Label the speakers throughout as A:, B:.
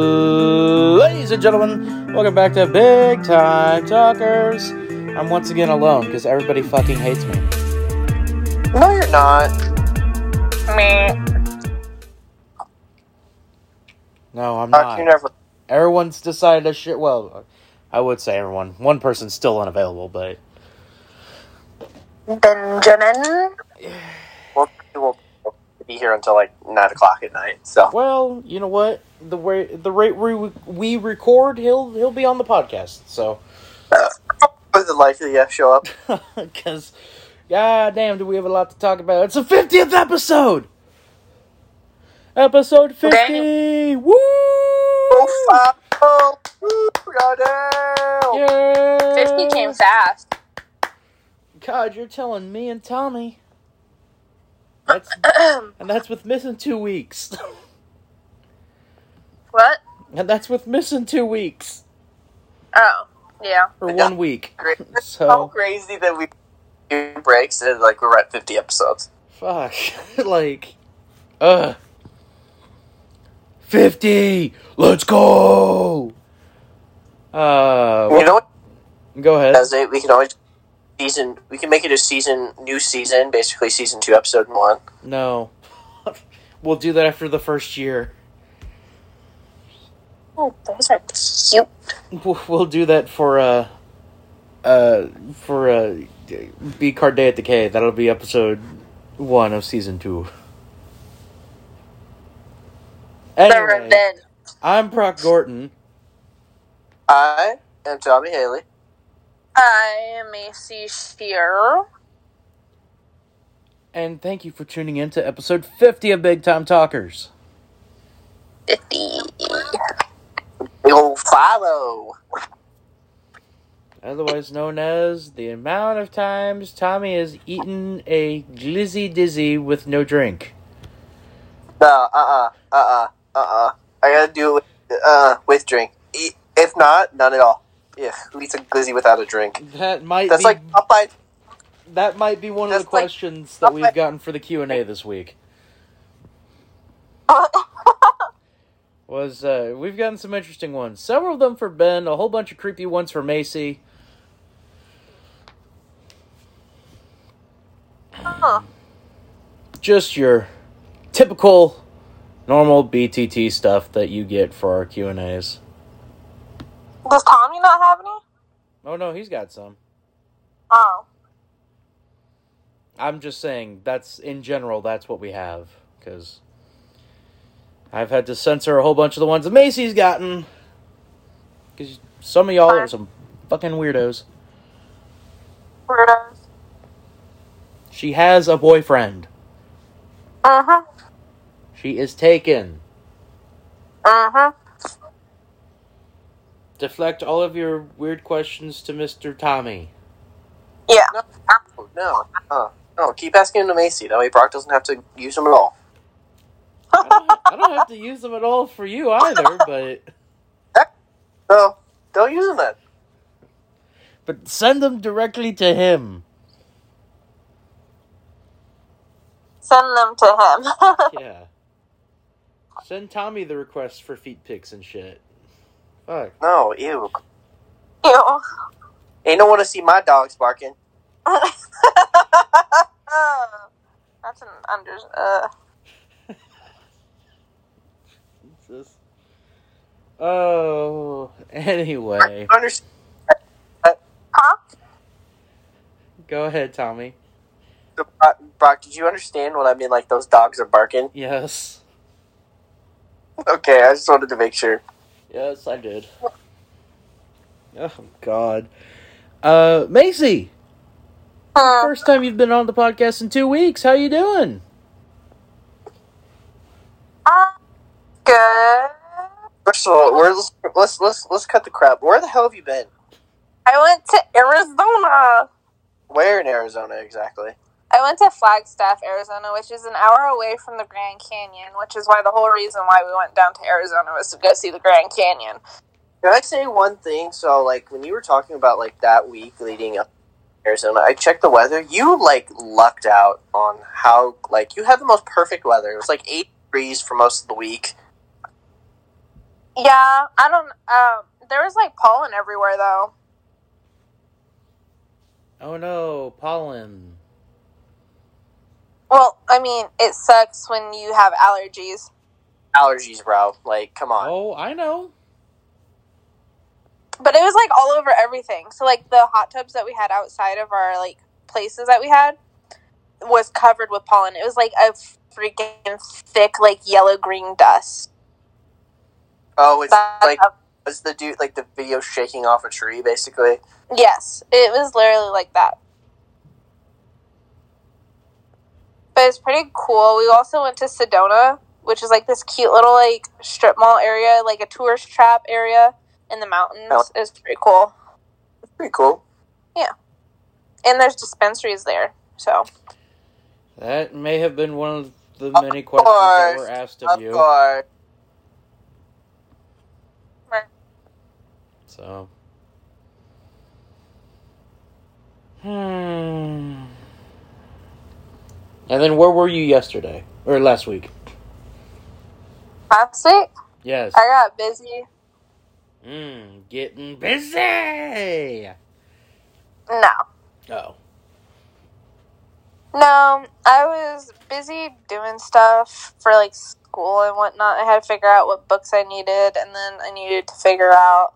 A: Ladies and gentlemen, welcome back to Big Time Talkers. I'm once again alone because everybody fucking hates me.
B: No, you're not. Me.
A: No, I'm
B: Fuck, you
A: not.
B: never.
A: Everyone's decided to shit. Well, I would say everyone. One person's still unavailable, but
C: Benjamin.
B: Well, you will be here until like nine o'clock at night. So
A: well, you know what? The way the rate we we record, he'll he'll be on the podcast. So.
B: is it likely yeah show up?
A: Because, god damn, do we have a lot to talk about? It's the 50th episode! Episode 50! Woo!
B: Oh, fuck. Oh, woo, goddamn.
A: Yeah!
C: 50 came fast.
A: God, you're telling me and Tommy. That's, and that's with missing two weeks.
C: What?
A: and that's with missing two weeks.
C: Oh, yeah.
A: Or one week.
B: Great. How
A: So,
B: crazy that we do breaks and like we're at fifty episodes.
A: fuck. like, uh. ugh. 50! Let's go! Uh,
B: You know what?
A: Go ahead.
B: As they, we can always season. We can make it a season, new season, basically season two, episode one.
A: No. we'll do that after the first year.
C: Oh, those are cute.
A: We'll we'll do that for uh uh for uh B card day at the K. That'll be episode 1 of season 2.
C: The
A: Anyway,
C: revenge.
A: I'm Brock Gorton.
B: I am Tommy Haley.
C: I am Macy Shear.
A: And thank you for tuning in to episode 50 of Big Time Talkers.
C: 50.
B: Big ol' follow.
A: Otherwise known as the amount of times Tommy has eaten a glizzy dizzy with no drink.
B: No, uh, uh, uh, uh, uh, uh. I gotta do it with, uh with drink. E- If not, none at all. Yeah, who eats a glizzy without a drink?
A: That might
B: That's
A: be
B: like Popeye.
A: That might be one of the
B: That's like-
A: questions that we've
B: like-
A: gotten for the Q and A this week. Was uh, we've gotten some interesting ones. Several of them for Ben, a whole bunch of creepy ones for Macy.
C: Huh.
A: Just your typical, normal BTT stuff that you get for our Q and As.
C: Does Tommy not have any?
A: Oh no, he's got some.
C: Oh.
A: I'm just saying that's in general that's what we have because I've had to censor a whole bunch of the ones that Macy's gotten because some of y'all are some fucking weirdos.
C: Weirdos.
A: She has a boyfriend.
C: Uh huh.
A: She is taken.
C: Uh huh.
A: Deflect all of your weird questions to Mr. Tommy.
C: Yeah.
B: No, no, uh, no. Keep asking him to Macy. That way Brock doesn't have to use them at all.
A: I don't, I don't have to use them at all for you either, but
B: No, don't use them then.
A: but send them directly to him.
C: Send them to him.
A: Yeah. Send Tommy the requests for feet pics and shit. Fuck.
B: No, ew.
C: Ew.
B: Ain't no want to see my dogs barking.
C: That's an under. Uh,
A: Jesus. Oh, anyway.
B: I understand.
C: huh?
A: Go ahead, Tommy.
B: Brock, Brock, did you understand what I mean? Like those dogs are barking.
A: Yes.
B: Okay, I just wanted to make sure.
A: Yes, I did. Oh, God. Uh, Macy,
C: Hmm.
A: first time you've been on the podcast in two weeks. How you doing?
C: Uh, good.
B: First of all, we're, let's, let's let's let's cut the crap. Where the hell have you been?
C: I went to Arizona.
B: Where in Arizona exactly?
C: I went to Flagstaff, Arizona, which is an hour away from the Grand Canyon, which is why the whole reason why we went down to Arizona was to go see the Grand Canyon.
B: Can I say one thing? So, like when you were talking about like that week leading up Arizona. I checked the weather. You like lucked out on how like you had the most perfect weather. It was like eight degrees for most of the week.
C: Yeah, I don't. Um, there was like pollen everywhere though.
A: Oh no, pollen.
C: Well, I mean, it sucks when you have allergies.
B: Allergies, bro. Like, come on.
A: Oh, I know.
C: But it was like all over everything. So like the hot tubs that we had outside of our like places that we had was covered with pollen. It was like a freaking thick like yellow green dust.
B: Oh, it's
C: That-
B: like was the dude like the video shaking off a tree basically.
C: Yes, it was literally like that. But it's pretty cool. We also went to Sedona, which is like this cute little like strip mall area, like a tourist trap area in the mountains.
B: Oh.
C: It was pretty cool.
B: Pretty cool.
C: And there's dispensaries there. So
A: That may have been one of the
B: Of
A: many questions that
B: course,
A: were asked
B: Of
A: of you.
B: course.
A: So. Hmm. And then where were you yesterday or last week?
C: last week
A: Yes.
C: I got busy.
A: Mm, getting busy.
C: No.
A: Oh.
C: No, I was busy doing stuff for like school and whatnot. I had to figure out what books I needed, and then I needed to figure out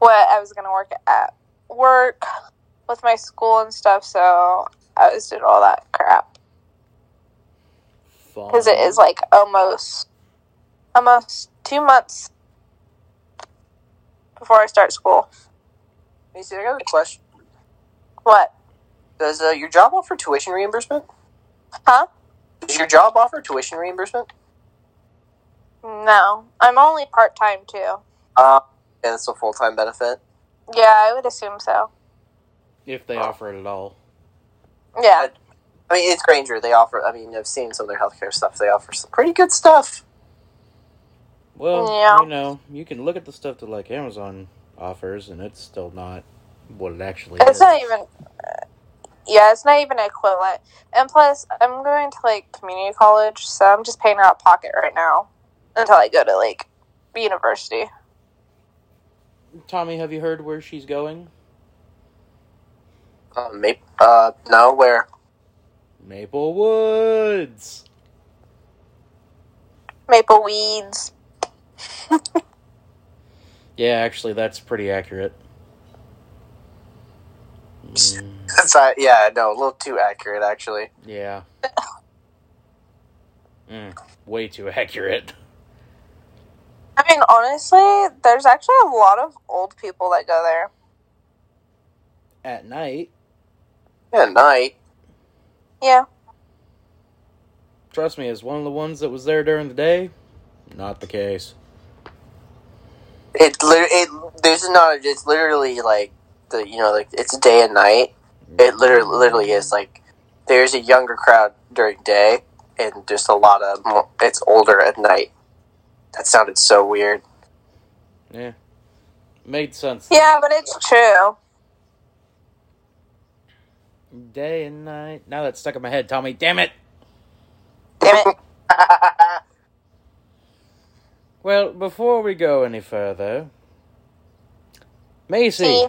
C: what I was going to work at work with my school and stuff. So I was doing all that crap
A: Fun.
C: because it is like almost almost two months before I start school.
B: Macy, I got a question.
C: What?
B: Does uh, your job offer tuition reimbursement?
C: Huh?
B: Does your job offer tuition reimbursement?
C: No, I'm only part time too.
B: Uh, yeah, that's a full time benefit.
C: Yeah, I would assume so.
A: If they offer it at all.
C: Yeah.
B: I mean, it's Granger. They offer. I mean, I've seen some of their healthcare stuff. They offer some pretty good stuff.
A: Well,
C: Yeah.
A: you know, you can look at the stuff that like Amazon offers, and it's still not what it actually
C: It's
A: is.
C: not even. Yeah, it's not even equivalent. And plus, I'm going to like community college, so I'm just paying out of pocket right now until I go to like university.
A: Tommy, have you heard where she's going?
B: Um, maybe, uh, no, where?
A: Maple Woods.
C: Maple weeds.
A: Yeah, actually, that's pretty accurate. Mm,
B: It's, uh, yeah, no, a little too accurate actually.
A: yeah. Mm, way too accurate.
C: I mean, honestly, there's actually a lot of old people that go there.
A: At night,
B: Yeah, night.
C: Yeah.
A: trust me, as one of the ones that was there during the day, not the case.
B: It, lit- it. There's not. It's literally like the you know like it's day and night. It literally literally is like there's a younger crowd during day and just a lot of mo- it's older at night. That sounded so weird.
A: Yeah. Made sense.
C: Yeah, but it's true.
A: Day and night. Now that's stuck in my head, Tommy. Damn it.
C: Damn it.
A: Well, before we go any further, Macy,
C: See?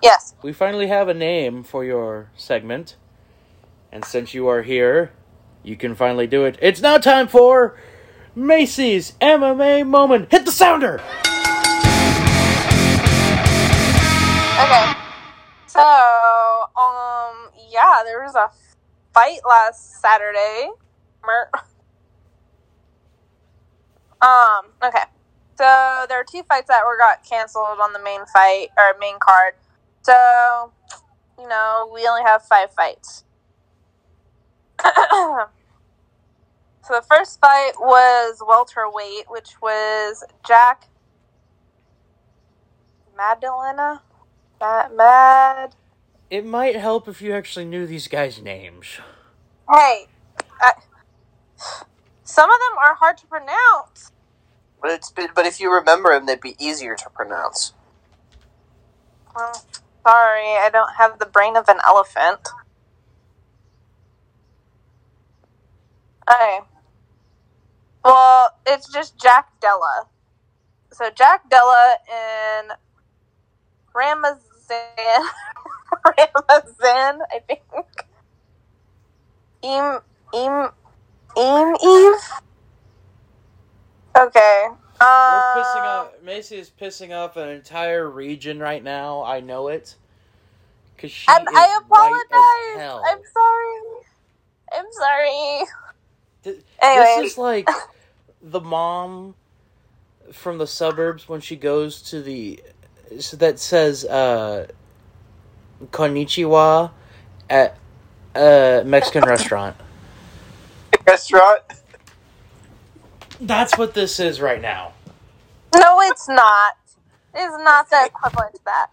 C: Yes.
A: we finally have a name for your segment. And since you are here, you can finally do it. It's now time for Macy's MMA moment. Hit the sounder.
C: Okay. So, um, yeah, there was a fight last Saturday. Mer- Um, okay. So there are two fights that were got canceled on the main fight or main card. So, you know, we only have five fights. so the first fight was welterweight, which was Jack Madalena. Mad, mad.
A: It might help if you actually knew these guys' names.
C: Hey, I, some of them are hard to pronounce.
B: But it's been, but if you remember them, they'd be easier to pronounce.
C: Well, Sorry, I don't have the brain of an elephant. Okay. Well, it's just Jack Della. So Jack Della and Ramazan, Ramazan, I think. Im, Im, Im, Eve. Okay.
A: We're pissing off.
C: Um,
A: Macy is pissing off an entire region right now. I know it. Cause she
C: I'm,
A: is
C: I
A: White as
C: apologize.
A: hell.
C: I'm sorry. I'm sorry.
A: Th-
C: Anyway,
A: This is like the mom from the suburbs when she goes to the so that says uh konnichiwa at a Mexican restaurant.
B: Restaurant.
A: That's what this is right now.
C: no, it's not. It's not the equivalent to that.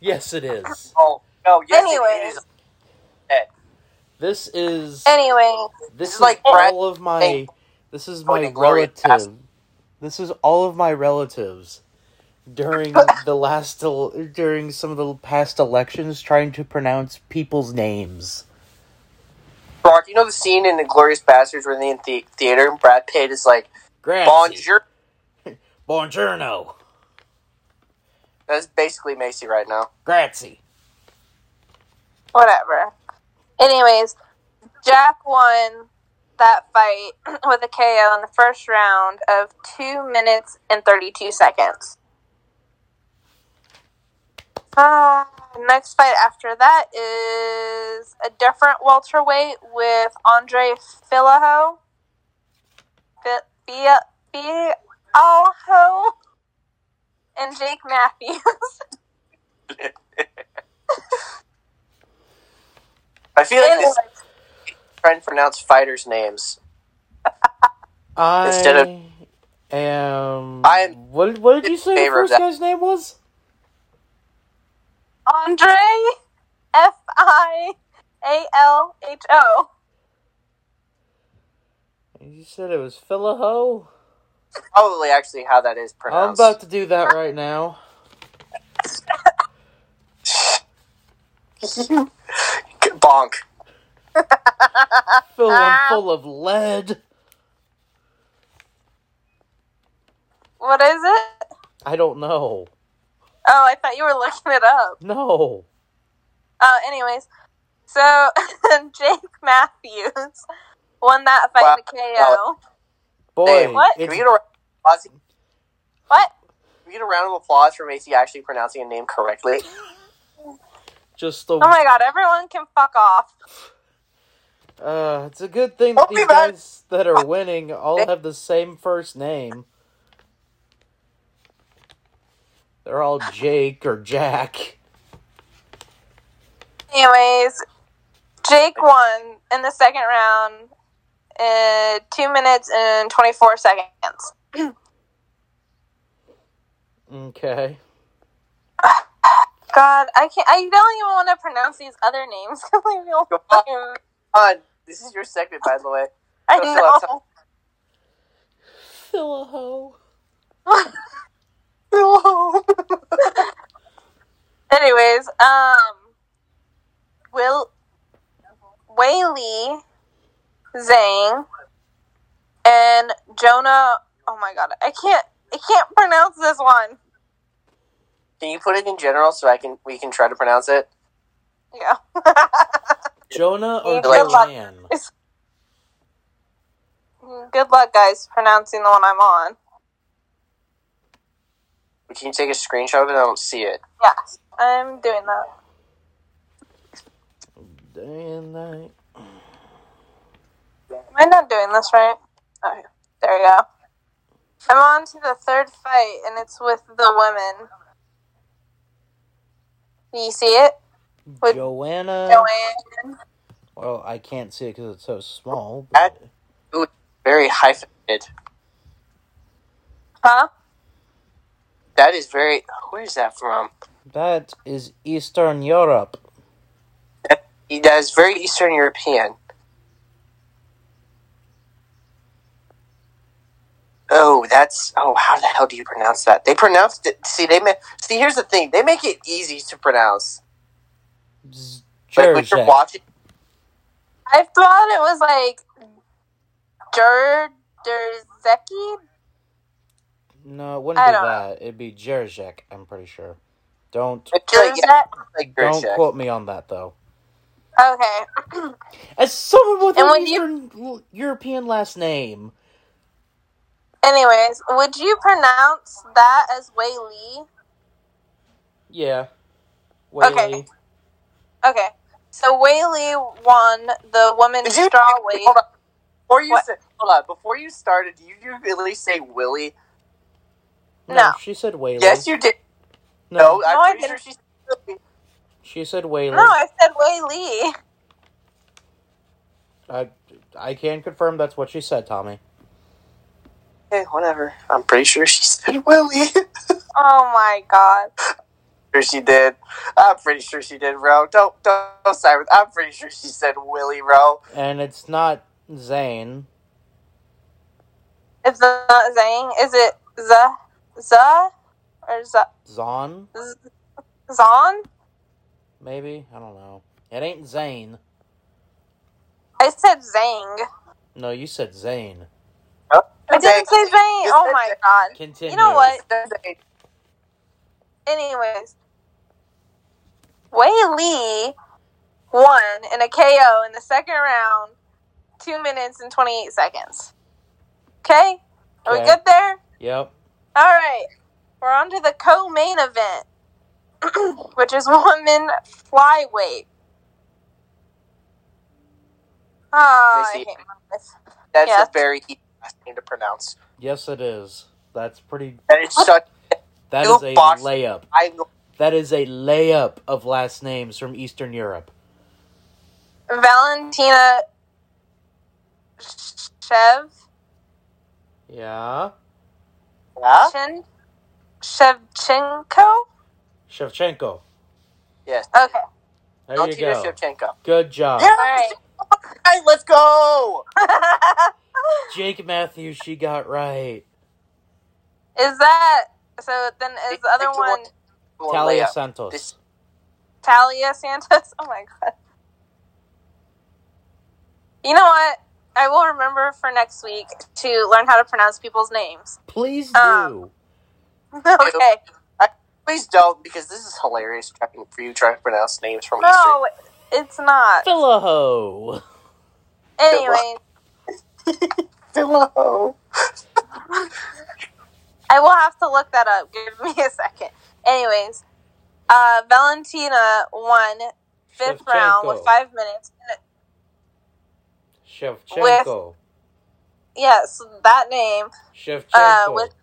A: Yes, it is.
B: Oh no. Yes,
C: Anyway.
B: it is.
A: This is
C: Anyway,
A: this is
B: is like Brad
A: all of my
B: saying-
A: this is
B: Going
A: my
B: to glory
A: relative. This is all of my relatives during the last el- during some of the past elections trying to pronounce people's names.
B: Brock, you know the scene in *Inglorious Bastards* where they're in the theater and Brad Pitt is like,
A: Grazie.
B: "Bonjour."
A: Buongiorno.
B: That's basically Macy right now.
A: Grazie.
C: whatever. Anyways, Jack won that fight with a KO in the first round of two minutes and thirty-two seconds. Uh, next fight after that is a different welterweight with Andre Filiho. Fi- Fi- Filiho and Jake Matthews.
B: I feel like this trying to pronounce fighters' names.
A: I
B: Instead of-
A: am.
B: I am
A: What, what did you
B: in
A: say the
B: favor of
A: first
B: that.
A: guy's name was?
C: Andre F I A L H O.
A: You said it was Philiho?
B: Probably actually how that is
A: I'm
B: pronounced.
A: about to do that right now.
B: Bonk.
A: Fill one full of lead.
C: What is it?
A: I don't know.
C: Oh, I thought you were looking it up.
A: No.
C: Oh, anyways, so Jake Matthews won that fight
B: Wow.
C: to KO.
A: Boy,
B: Hey,
C: What?
B: Can
A: It's,
B: we get a round of applause? Can
C: What?
B: we get a round of applause for Macy actually pronouncing a name correctly?
A: just the.
C: Oh my god, everyone can fuck off.
A: uh, it's a good thing
B: Don't
A: that
B: be
A: these
B: mad.
A: guys that are winning all have the same first name. They're all Jake or Jack.
C: Anyways, Jake won in the second round in two minutes and 24 seconds.
A: Okay.
C: God, I can't. I don't even want to pronounce these other names. I feel
B: Go on.
C: fucking-
B: Come on. This is your segment, by the way.
C: I
B: Don't fill out some-
C: know.
A: Philiho.
C: Anyways, um, Will Whaley Zhang and Jonah. Oh my god, I can't. I can't pronounce this one.
B: Can you put it in general so I can we can try to pronounce it?
C: Yeah,
A: Jonah or
C: Good luck.
A: Joanne?
C: good luck, guys, pronouncing the one I'm on.
B: Can you take a screenshot of it? I don't see it.
C: Yeah, I'm doing that.
A: Day and night.
C: Am I not doing this right? Okay, there we go. I'm on to the third fight, and it's with the women. Do you see it? With
A: Joanna.
C: Joanne.
A: Well, I can't see it because it's so small.
B: I-
A: But
B: Very hyphenated.
C: Huh?
B: That is very. Where is that from?
A: that is Eastern Europe.
B: That is very Eastern European. Oh, that's oh. How the hell do you pronounce that? They pronounced it. See, they ma- see. Here's the thing. They make it easy to pronounce. Like when you're
A: Jerzyk.
B: watching,
C: I thought it was like Jer Jerzecki.
A: No, it wouldn't
C: I
A: be
C: don't
A: that. It'd be Jerzyk, I'm pretty sure. Don't
B: I feel like, yeah,
C: Jerzec.
B: like
A: don't
B: Gershak.
A: quote me on that though.
C: Okay.
A: As someone with
C: And
A: an
C: when you-
A: Eastern l- European last name,
C: Anyways, would you pronounce that as Wei Lee?
A: yeah,
C: Okay.
A: Whaley.
C: Okay. So Wei Lee won the women's
B: Did you-
C: straw weight.
B: Hold on. Before you
C: What?
B: sa- hold on. Before you started, did you at least say Willie?
C: No.
A: she said Whaley.
B: Yes, you did.
A: no,
B: No,
C: No, I
B: I'm pretty sure
C: didn't.
B: she said Willie.
A: she said Whaley.
C: No, I said Wei Lee.
A: I I can confirm that's what she said, Tommy.
B: Okay, whatever. I'm pretty sure she said Willie.
C: Oh my god.
B: sure she did. I'm pretty sure she did, bro. Don't don't, don't side with. I'm pretty sure she said Willie, bro.
A: And it's not Zane.
C: It's not Zang. Is it Z Z or Z
A: Zon,
C: Zon?
A: maybe? I don't know. It ain't Zane.
C: I said Zang.
A: No, you said Zane.
C: I didn't say Zang.
B: You
C: Oh
B: said
C: my
B: Zang.
C: god.
A: Continue.
C: You know what?
B: say.
C: Anyways, Wei Lee won in a KO in the second round, two minutes and twenty eight seconds. Okay, are we
A: Okay.
C: good there?
A: Yep.
C: All right, we're on to the co-main event, which is woman flyweight. Ah, I
B: Missy.
C: hate my life.
B: That's
C: Yes.
B: a very easy last name to pronounce.
A: Yes, it is. That's pretty.
B: That is such.
A: That
B: You
A: is a
B: boxed-
A: layup.
B: I
A: That is a layup of last names from Eastern Europe.
C: Valentina Shev
A: Yeah.
B: yeah.
C: Shin Shevchenko.
A: Shevchenko.
B: Yes.
C: Okay,
A: There you
B: Valentina
A: go.
B: Shevchenko.
A: Good job.
B: Yeah.
C: all right.
B: All right, let's go.
A: Jake Matthews, she got right.
C: is that so? Then is the other
B: Pick the
C: one Oh,
B: one-
A: Talia
B: layup.
A: Santos.
B: This-
C: Talia Santos? Oh my god! You know what? I will remember for next week to learn how to pronounce people's names.
A: Please do.
C: Um, okay.
B: Please don't, because this is hilarious. Trying for you trying to pronounce names from Eastern.
C: No, it's not.
A: Fillaho.
C: Anyway,
B: Hello.
C: I will have to look that up. Give me a second. Anyways, uh, Valentina won fifth
A: Shevchenko.
C: round with five minutes.
A: Shevchenko.
C: Yes, that name.
A: Shevchenko.
C: uh, with-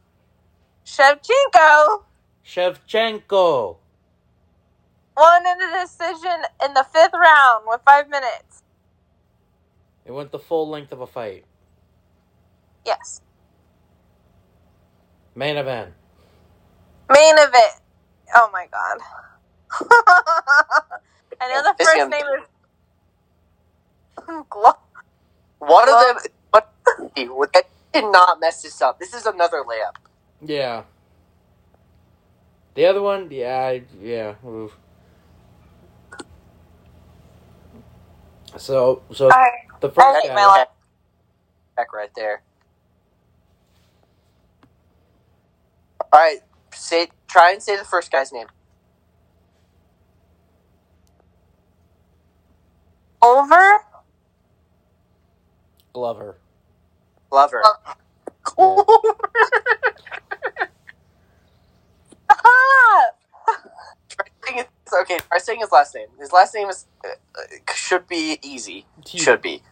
C: Shevchenko
A: Shevchenko.
C: won in a decision in the fifth round with five minutes.
A: It went the full length of a fight.
C: Yes.
A: Main event.
C: Main event. Oh my god. I know the
B: It's
C: first
B: gonna-
C: name is. Glo-
B: One
C: Well-
B: of them. But that did not mess this up. This is another layup.
A: Yeah. The other one, yeah, I, yeah. oof. So, so
C: I,
A: the
C: I
A: first
C: hate
A: guy,
C: my life.
B: Back right there. All right, say try and say the first guy's name.
C: Over?
A: Glover.
B: Glover.
A: Yeah.
C: Stop!
B: Try saying his- okay, try saying his last name. His last name is uh, uh, should be easy. Should be.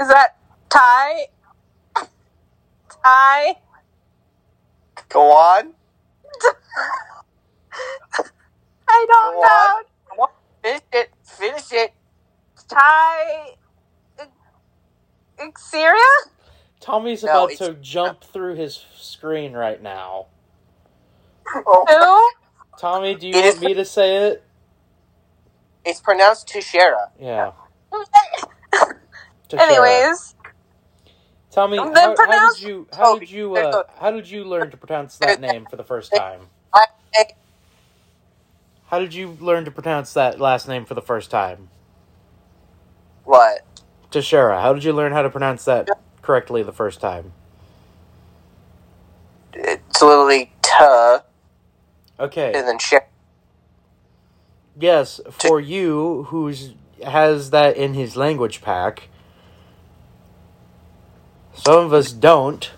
C: Is that Ty? Ty?
B: Go on.
C: I don't
B: What?
C: know.
B: Finish it. Finish it.
C: Ty. Xeria?
A: Tommy's
B: No,
A: about
B: it's-
A: to jump through his screen right now.
B: Oh,
C: Who?
A: Tommy, do you
B: It
A: want
B: is-
A: me to say it?
B: it's pronounced Teixeira.
A: Yeah. To share it.
C: Anyways,
A: Tommy,
C: Then
A: how, how
C: pronounce-
A: did you how
B: Oh,
A: did you uh, how did you learn to pronounce that name for the first time?
B: I- I-
A: How did you learn to pronounce that last name for the first time?
B: What?
A: Tashera, how did you learn how to pronounce that correctly the first time?
B: It's literally tuh,
A: Okay.
B: and then share.
A: Yes, for you who's has that in his language pack. Some of us don't.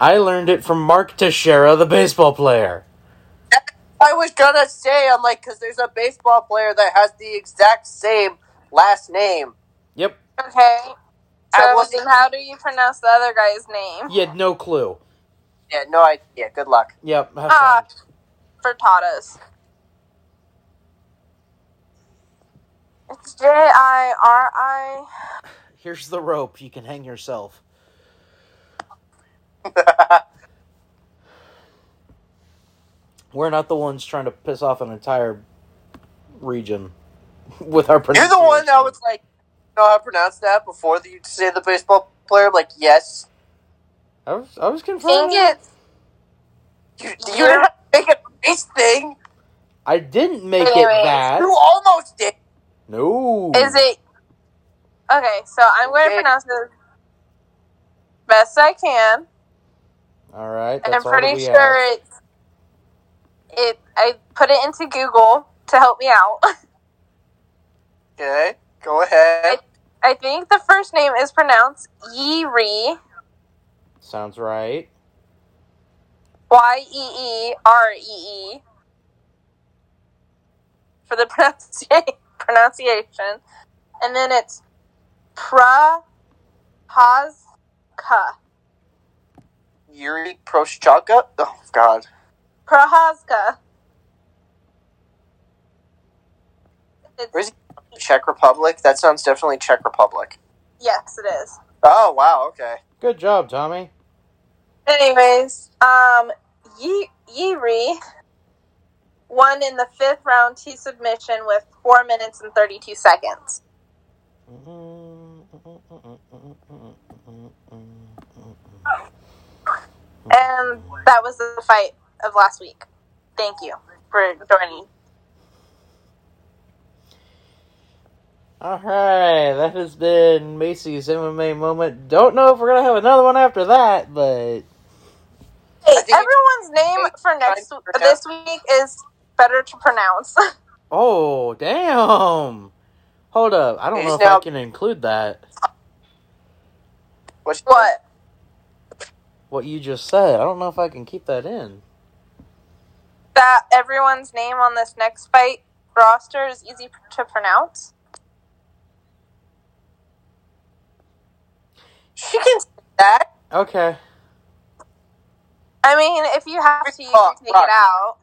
A: I learned it from Mark Teixeira, the baseball player.
B: I was gonna say, I'm like, because there's a baseball player that has the exact same last name.
A: Yep.
C: Okay.
B: I
C: So
B: wasn't-
C: then how do you pronounce the other guy's name?
A: You had no clue.
B: Yeah, no idea. Good luck.
A: Yep. Have
C: Ah.
A: fun.
C: Frittatas. It's J I R I.
A: Here's the rope. You can hang yourself. We're not the ones trying to piss off an entire region with our
B: You're the one that
A: pronunciation.
B: was like, know how to pronounce that before you say the baseball player? I'm like, yes.
A: I was, I was
C: Dang
A: confirmed.
C: it.
B: You, you didn't make a race thing.
A: I didn't make
C: Anyways.
A: it that.
B: You almost did.
A: No.
C: Is it. Okay, so I'm going to
B: Okay.
C: pronounce it as best I can.
A: All right.
C: And
A: That's
C: I'm
A: all that
C: pretty
A: we
C: sure
A: have.
C: it's. It, I put it into Google to help me out.
B: Okay, go ahead.
C: I think the first name is pronounced Yeri,
A: Sounds right.
C: Y E E R E E, for the pronunci- pronunciation. And then it's Prahazka.
B: Yuri Proshchaka? Oh, God.
C: Prahazka.
B: Where's
C: It's,
B: Czech Republic? That sounds definitely Czech Republic.
C: yes, it is.
B: Oh, wow, okay.
A: Good job, Tommy.
C: Anyways, um, Ye- Yeri won in the fifth round T submission with four minutes and thirty-two seconds. And that was the fight of last week. Thank you for joining.
A: All right, that has been Macy's MMA moment. Don't know if we're gonna have another one after that, but
C: Hey,
B: I think-
C: everyone's name for next
B: Fine.
C: this week is better to pronounce.
A: oh damn! Hold up, I don't know if
B: Now-
A: I can include that.
B: What's
C: what?
A: What you just said, I don't know if I can keep that in.
C: That everyone's name on this next fight roster is easy to pronounce.
B: She can say that.
A: Okay,
C: I mean, if you have to, you
B: Oh,
C: can take
B: right.
C: it out.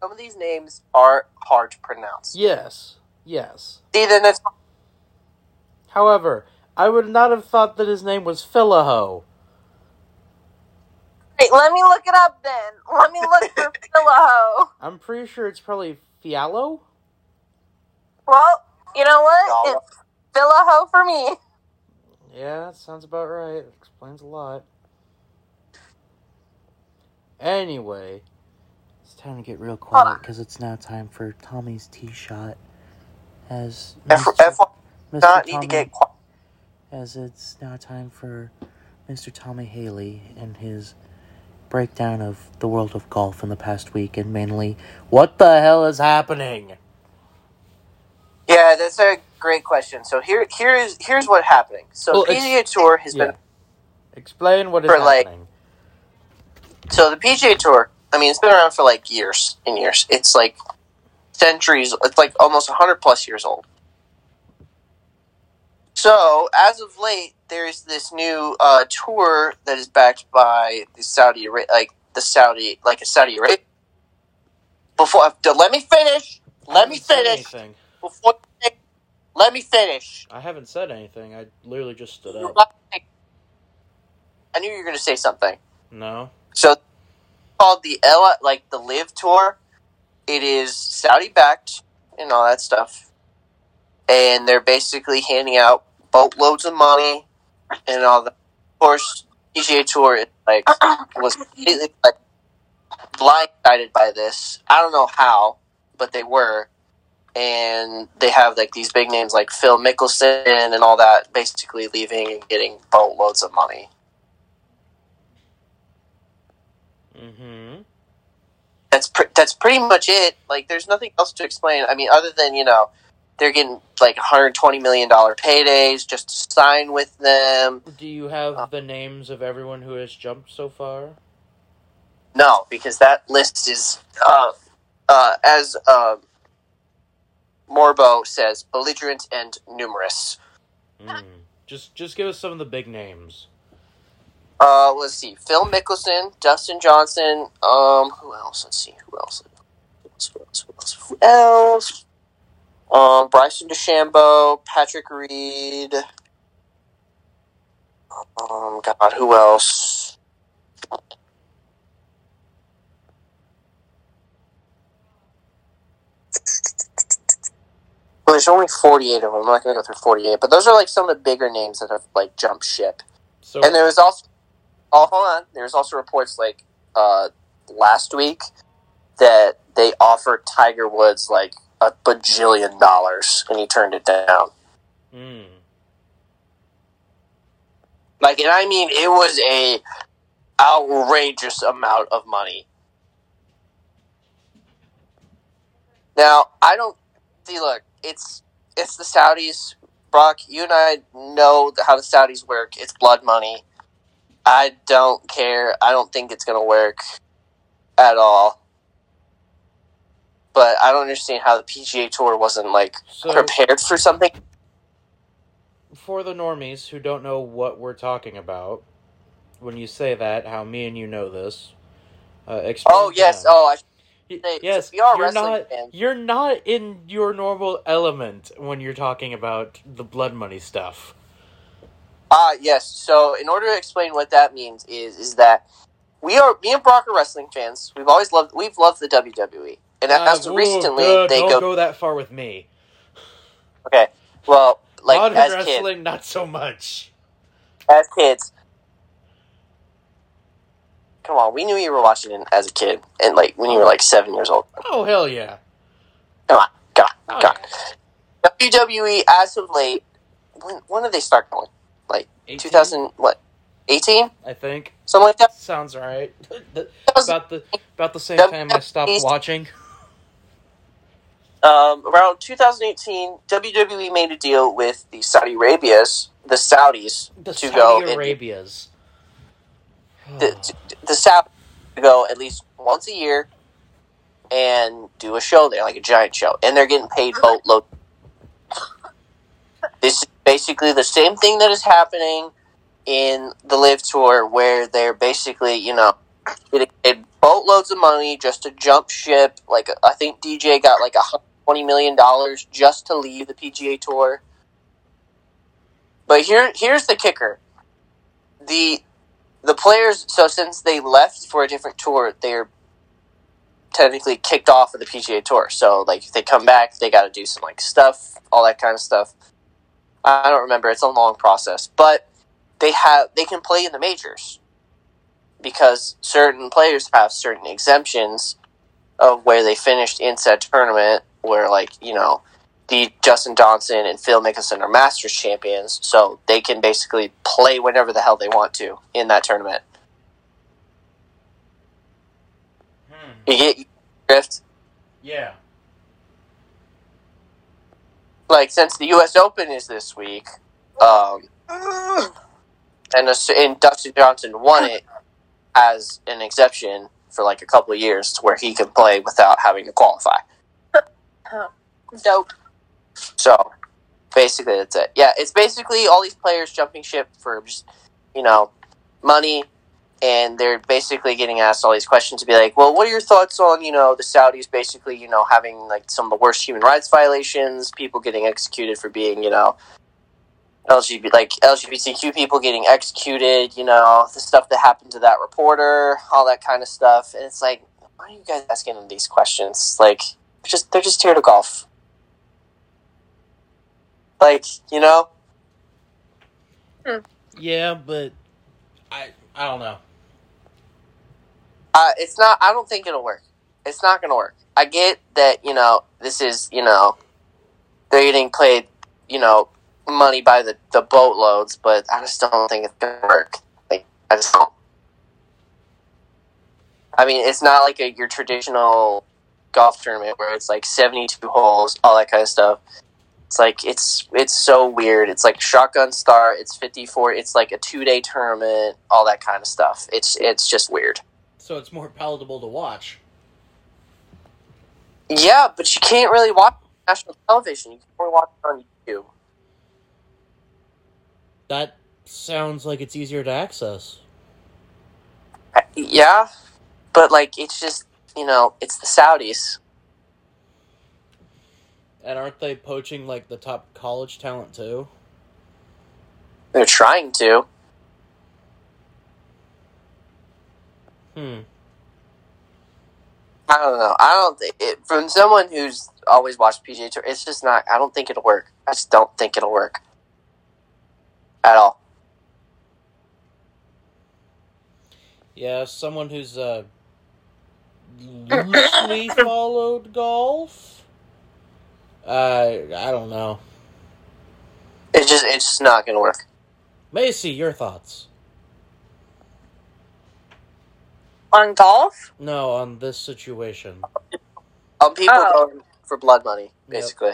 B: Some of these names are hard to pronounce.
A: yes, yes.
B: See, then it's
A: However, I would not have thought that his name was Philo.
C: Wait, let me look it up then. Let me look for Philo.
A: I'm pretty sure it's probably Fialo.
C: Well, you know what?
B: Fialo.
C: It's Philo for me.
A: Yeah, that sounds about right. Explains a lot. Anyway, it's time to get real quiet
C: on.
A: because it's now time for Tommy's tea shot. As
B: F,
A: Mr.
B: F
A: Mr.
B: not
A: Tommy,
B: need to get quiet.
A: as it's now time for Mr. Tommy Haley and his breakdown of the world of golf in the past week and mainly what the hell is happening.
B: Yeah, that's a great question. So here, here is here's what happening. So
A: Well, it's-
B: PGA Tour has
A: Yeah.
B: been
A: Explain what is
B: For, like,
A: happening.
B: so the PGA Tour. I mean, it's been around for like years and years. It's like centuries. It's like almost hundred plus years old. So as of late, there's this new uh, tour that is backed by the Saudi, Ara- like the Saudi, like a Saudi Arabia. Before, uh, let me finish. Let me
A: I haven't said
B: finish.
A: anything.
B: Before, let me finish.
A: I haven't said anything. I literally just stood
B: You
A: up.
B: lied. I knew you were going to say something.
A: No.
B: So, called the L, like the Live Tour. It is Saudi backed and all that stuff, and they're basically handing out boatloads of money and all that. Of course, PGA Tour is like was completely like blindsided by this. I don't know how, but they were. And they have like these big names like Phil Mickelson and all that, basically leaving and getting boatloads of money.
A: Mm-hmm.
B: That's pre- that's pretty much it. Like, there's nothing else to explain. I mean, other than you know, they're getting like 120 million dollar paydays just to sign with them.
A: Do you
B: Uh.
A: have the names of everyone who has jumped so far?
B: No, because that list is, uh, uh, as uh, Morbo says, belligerent and numerous.
A: Mm. Just just give us some of the big names.
B: Uh, let's see: Phil Mickelson, Dustin Johnson. Um, who else? Let's see. Who else? Who else? Who else? Who else? Who else? Um, Bryson DeChambeau, Patrick Reed. Um, God, who else? Well, there's only 48 of them. I'm not going to go through 48, but those are like some of the bigger names that have like jumped ship.
A: So
B: And there was also, oh, hold on, there was also reports like uh, last week that they offered Tiger Woods like a bajillion dollars, and he turned it down.
A: mm.
B: Like, and I mean, it was a outrageous amount of money. Now, I don't see. Look, it's it's the Saudis, Brock. You and I know how the Saudis work. It's blood money. I don't care. I don't think it's going to work at all. But I don't understand how the PGA Tour wasn't like
A: So-
B: prepared for something.
A: for the normies who don't know what we're talking about, when you say that, how me and you know this, uh, explain
B: Oh
A: to
B: yes.
A: them.
B: Oh, I
A: Y-
B: they-
A: yes,
B: we are
A: you're
B: wrestling
A: not
B: fans.
A: you're not in your normal element when you're talking about the blood money stuff.
B: Ah, yes. So, in order to explain what that means is is that we are me and Brock are wrestling fans. We've always loved we've loved the WWE, and
A: Uh,
B: as
A: whoa,
B: recently
A: duh,
B: they
A: don't
B: go,
A: go that far with me.
B: okay. Well, like
A: Modern
B: as
A: wrestling,
B: kids,
A: not so much.
B: as kids. Come on, we knew you were watching it as a kid, and like when you were like seven years old.
A: Oh hell yeah!
B: Come on, come on,
A: Oh,
B: come
A: yeah.
B: on. WWE as of late, when when did they start going? Like
A: 18?
B: two thousand what, eighteen,
A: I think
B: something like that.
A: sounds right. The-
B: That was
A: about the about the same
B: Them-
A: time I stopped
B: these-
A: watching.
B: um, around 2018, WWE E made a deal with the Saudi Arabias, the Saudis,
A: The
B: to
A: Saudi
B: go
A: Arabias.
B: and the, to- the Saudis to go at least once a year and do a show there, like a giant show, and they're getting paid boatload. This is basically the same thing that is happening in the Live Tour, where they're basically, you know, getting paid boatloads of money just to jump ship. Like I think DJ got like a twenty million dollars just to leave the PGA Tour. But here, here's the kicker: the the players. So since they left for a different tour, they're technically kicked off of the PGA Tour. So like, if they come back, they got to do some like stuff, all that kind of stuff. I don't remember; it's a long process, but they have they can play in the majors because certain players have certain exemptions of where they finished in said tournament. Where like you know. The Justin Johnson and Phil Mickelson are Masters champions, so they can basically play whenever the hell they want to in that tournament.
A: Hmm.
B: You get you drift.
A: Yeah.
B: Like since the U.S. Open is this week, um, and a, and Dustin Johnson won it as an exception for like a couple of years to where he can play without having to qualify.
C: Dope.
B: So basically, that's it. Yeah, it's basically all these players jumping ship for just you know money, and they're basically getting asked all these questions to be like, well, what are your thoughts on you know the Saudis basically you know having like some of the worst human rights violations, people getting executed for being you know. LGBT, like LGBTQ people getting executed, you know, the stuff that happened to that reporter, all that kind of stuff. And it's like, why are you guys asking them these questions? Like, they're just they're just here to golf. Like, you know,
A: Yeah, but I I don't know.
B: uh, it's not. I don't think it'll work. It's not going to work. I get that, you know, this is, you know, they're getting played, you know, money by the, the boatloads, but I just don't think it's going to work. Like, I just don't. I mean, it's not like a, your traditional golf tournament where it's like 72 holes, all that kind of stuff. It's like it's it's so weird. It's like shotgun star. It's 54. It's like a two day tournament, all that kind of stuff. It's it's just weird.
A: So it's more palatable to watch.
B: Yeah, but you can't really watch national television. You can only watch it on YouTube.
A: That sounds like it's easier to access.
B: Yeah, but like it's just you know it's the Saudis.
A: And aren't they poaching like the top college talent too?
B: They're trying to.
A: Hmm.
B: I don't know. I don't think it, from someone who's always watched PGA Tour. It's just not. I don't think it'll work. I just don't think it'll work at all.
A: Yeah, someone who's uh, loosely followed golf. Uh, I don't know.
B: It's just it's just not gonna work.
A: Macy, your thoughts?
C: On golf?
A: No, on this situation.
B: Um, people
C: Oh.
B: going for blood money, basically.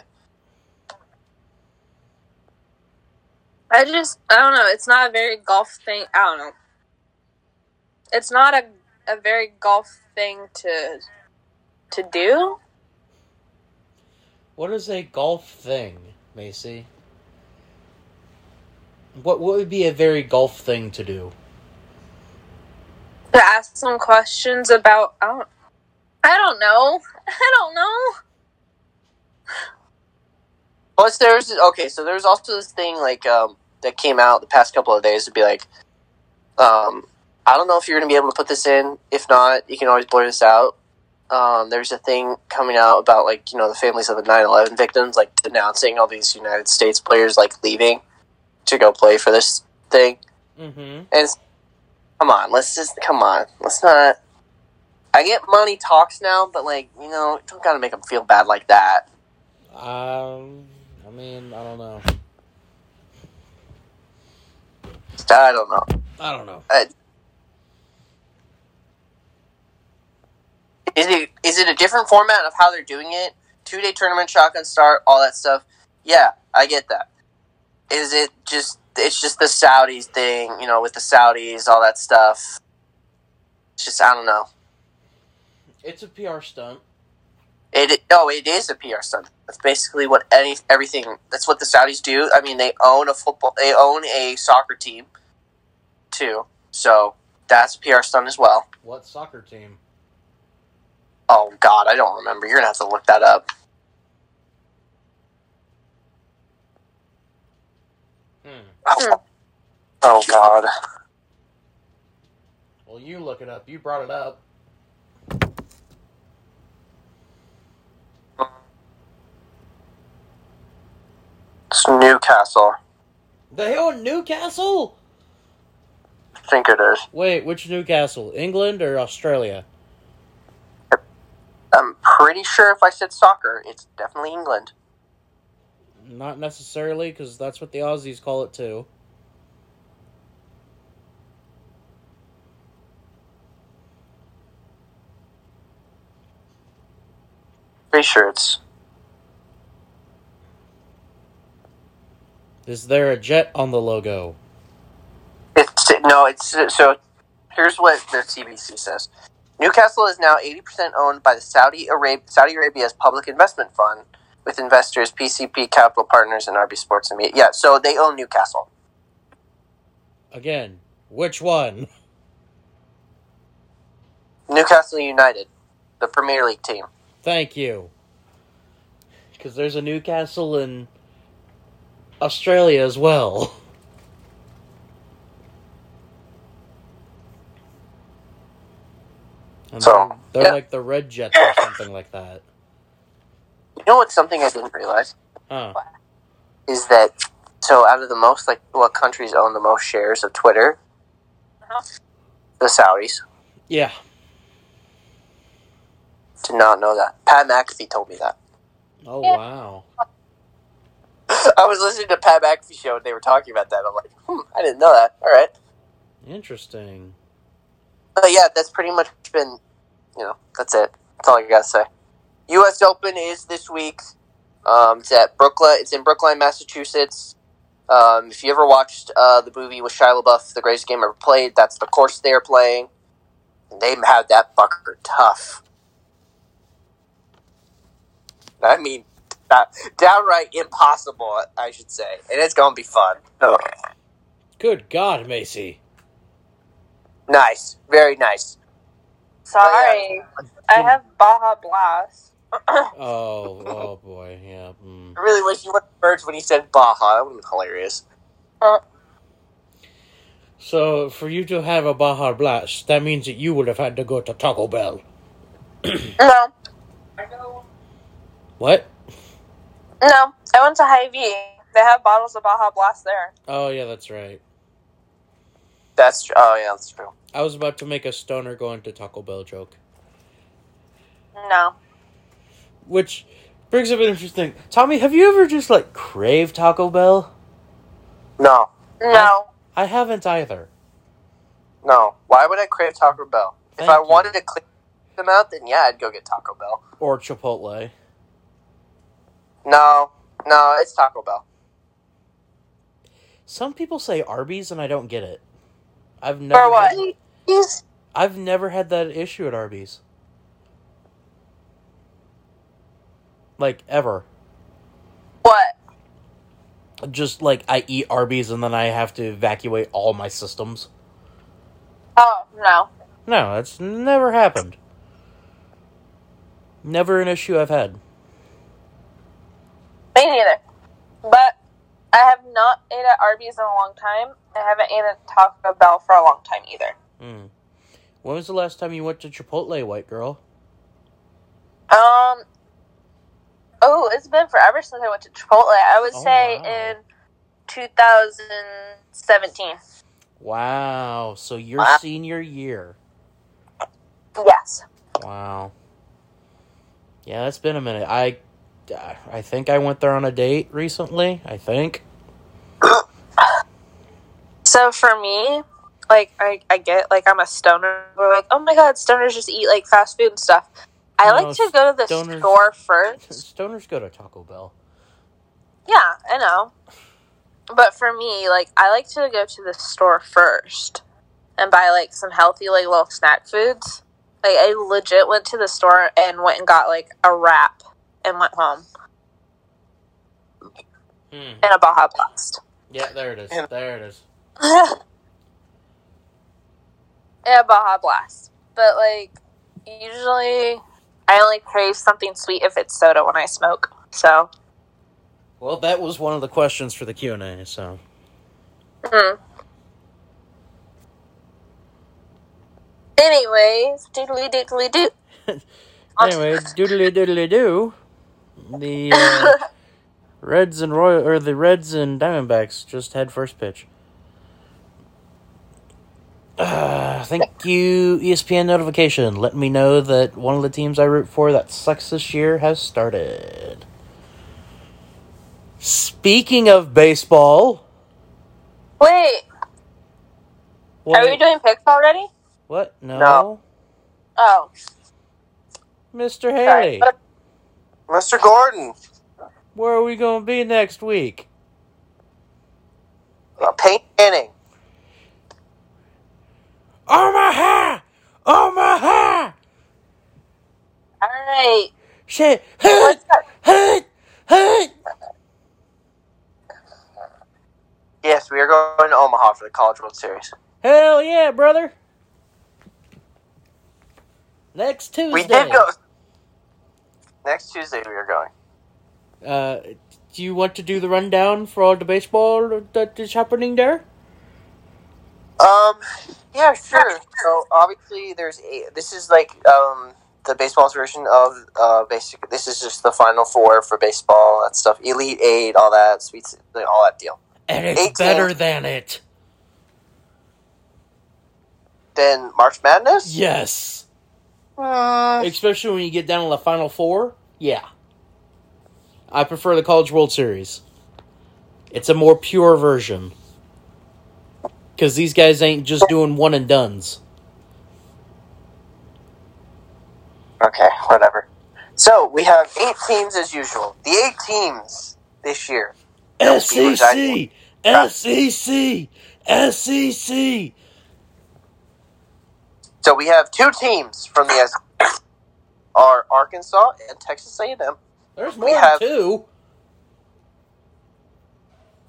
C: I just, I don't know. It's not a very golf thing. I don't know. It's not a, a very golf thing to to do.
A: What is a golf thing, Macy? What what would be a very golf thing to do?
C: To ask some questions about, I don't, I don't know. I don't know.
B: Plus, there's okay. So there's also this thing like um, that came out the past couple of days to be like, um, I don't know if you're gonna be able to put this in. If not, you can always blur this out. Um, there's a thing coming out about like you know the families of the 9/11 victims like denouncing all these United States players like leaving to go play for this thing.
A: Mm-hmm.
B: And it's- come on, let's just come on. Let's not. I get money talks now, but like you know, don't gotta make them feel bad like that.
A: Um, I mean, I don't know.
B: I don't know.
A: I don't know.
B: Is it is it a different format of how they're doing it? Two day tournament, shotgun start, all that stuff. Yeah, I get that. Is it just it's just the Saudis thing, you know, with the Saudis, all that stuff. It's just I don't know.
A: It's a PR stunt.
B: It no, it is a PR stunt. That's basically what any everything. That's what the Saudis do. I mean, they own a football, they own a soccer team, too. So that's a PR stunt as well.
A: What soccer team?
B: Oh God, I don't remember. You're gonna have to look that up.
A: Hmm.
B: Oh God.
A: Well, you look it up. You brought it up.
B: It's Newcastle.
A: They own Newcastle.
B: I think it is.
A: Wait, which Newcastle? England or Australia?
B: I'm pretty sure if I said soccer, it's definitely England.
A: Not necessarily, because that's what the Aussies call it too.
B: Pretty sure it's.
A: Is there a jet on the logo?
B: It's no. It's so. Here's what the CBC says. Newcastle is now 80% owned by the Saudi, Arab- Saudi Arabia's public investment fund with investors PCP Capital Partners and RB Sports and Media. Yeah, so they own Newcastle.
A: Again, which one?
B: Newcastle United, the Premier League team.
A: Thank you. Because there's a Newcastle in Australia as well. And
B: So,
A: they're, they're
B: yeah.
A: like the Red Jets or something like that.
B: You know what's something I didn't realize
A: Huh.
B: is that so out of the most like what countries own the most shares of Twitter? The Saudis.
A: Yeah.
B: Did not know that. Pat McAfee told me that.
D: Oh
C: Yeah.
D: wow.
B: I was listening to Pat McAfee show and they were talking about that. I'm like, hmm, I didn't know that. All right.
D: Interesting.
B: But yeah, that's pretty much been, you know, that's it. That's all I gotta say. U.S. Open is this week. Um, it's at Brookline. It's in Brookline, Massachusetts. Um, if you ever watched uh, the movie with Shia LaBeouf, the greatest game ever played, that's the course they're playing. And they had that fucker tough. I mean, uh, downright impossible, I should say. And it's gonna be fun. Oh,
D: Good God, Macy.
B: nice, very nice.
C: Sorry, I have Baja Blast.
D: Oh, oh boy, yeah. Mm.
B: I really wish you went birds when he said Baja. That would have been hilarious.
C: Uh,
D: So for you to have a Baja Blast, that means that you would have had to go to Taco Bell.
C: No,
D: What?
C: no, I went to Hy-Vee. They have bottles of Baja Blast there.
D: Oh yeah, that's right.
B: That's tr- oh yeah, that's true.
D: I was about to make a stoner going to Taco Bell joke.
C: No,
D: Which brings up an interesting
A: Tommy, have you ever just like craved Taco Bell?
B: No,
C: no,
A: I haven't either.
B: no. Why would I crave Taco Bell?
A: Thank
B: if I
A: you.
B: wanted to clean them out, then yeah, I'd go get Taco Bell.
A: Or Chipotle.
B: No, no, it's Taco Bell.
A: Some people say Arby's and I don't get it. I've never
C: for what?
A: Had,
C: He's-
A: I've never had that issue at Arby's. Like ever.
C: What?
A: Just like I eat Arby's and then I have to evacuate all my systems.
C: Oh no,
A: No, that's never happened. Never an issue I've had.
C: me neither. But I have not ate at Arby's in a long time. I haven't ate at Taco Bell for a long time either.
A: Mm. When was the last time you went to Chipotle, white girl?
C: Um. Oh, it's been forever since I went to Chipotle. I would
A: Oh,
C: say
A: wow.
C: in 2017.
A: Wow, so your
B: Wow.
A: senior year.
C: Yes.
A: Wow. Yeah, it's been a minute. I I think I went there on a date recently, I think.
C: So for me, like I, I get like I'm a stoner. We're like, oh my god, stoners just eat like fast food and stuff. I
A: No,
C: like to go to the
A: stoners-
C: store first.
A: Stoners go to Taco Bell.
C: Yeah, I know. But for me, like I like to go to the store first and buy like some healthy like little snack foods. Like I legit went to the store and went and got like a wrap and went home
D: Hmm.
C: and a Baja Blast.
D: Yeah, there it is.
B: And-
D: There it is.
C: yeah, Baja Blast. But like usually I only crave something sweet if it's soda when I smoke. So
A: Well, that was one of the questions for the Q&A, so
C: mm. Anyways, doodly doodly doo. On to-
A: anyway, doodly doodly doo. The uh, Reds and Royal or the Reds and Diamondbacks just had first pitch. Uh, thank you, ESPN notification. Let me know that one of the teams I root for that sucks this year has started. Speaking of baseball,
C: Wait,
A: what?
C: are we doing picks already?
A: what? No,
B: No.
C: Oh,
A: Mr.
C: sorry.
A: Haley,
B: Mr. Gordon,
A: where are we going to be next week?
B: uh, paint inning.
A: Omaha, Omaha,
C: All right.
A: shit,
C: What's up?
A: Hood! Hood!
B: Yes, we are going to Omaha for the College World Series.
A: Hell yeah, brother! Next Tuesday.
B: We did go. Next Tuesday we are going.
A: Uh, do you want to do the rundown for all the baseball that is happening there?
B: Um, yeah, sure. So obviously there's a, this is like um the baseball's version of uh basic. This is just the final four for baseball that stuff. Elite eight, all that sweet, s- like, all that deal.
A: And it's
B: 18.
A: better than it.
B: Then March Madness.
A: Yes.
C: Uh,
A: especially when you get down to the final four. Yeah, I prefer the College World Series. It's a more pure version because these guys ain't just doing one and duns.
B: Okay, whatever. So we have eight teams as usual. The eight teams this year. That will be residing-
D: SEC,
B: E
D: SEC, SEC.
B: So we have two teams from the SEC. Are Arkansas and Texas A&M.
D: There's
B: more have-
D: than two.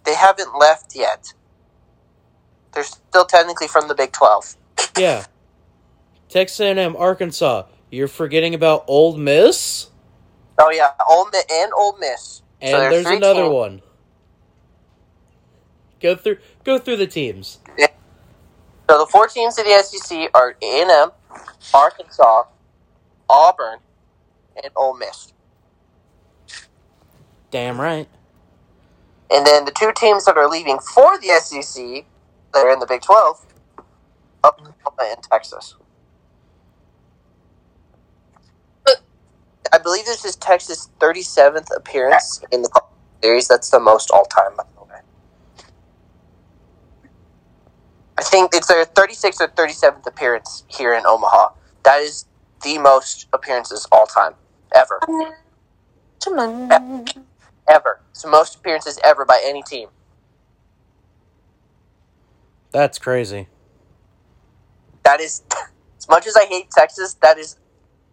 B: They haven't left yet. They're still technically from the Big Twelve.
D: Yeah.
A: Texas A&M, Arkansas. You're forgetting about Old Miss,
B: Oh yeah, Ole Miss and Ole Miss.
A: and
B: so
A: there's
B: three
A: another
B: teams.
A: one. Go through, go through the teams.
B: So the four teams in the SEC are A&M, Arkansas, Auburn, and Ole Miss.
A: Damn right.
B: And then the two teams that are leaving for the SEC that are in the Big 12, Oklahoma and Texas. I believe this is Texas' 37th appearance in the College series. That's the most all time, by the way. I think it's their 36th or 37th appearance here in Omaha. That is the most appearances all time, ever.
C: come on.
B: Ever. It's the most appearances ever by any team.
A: That's crazy.
B: that is as much as I hate Texas, that is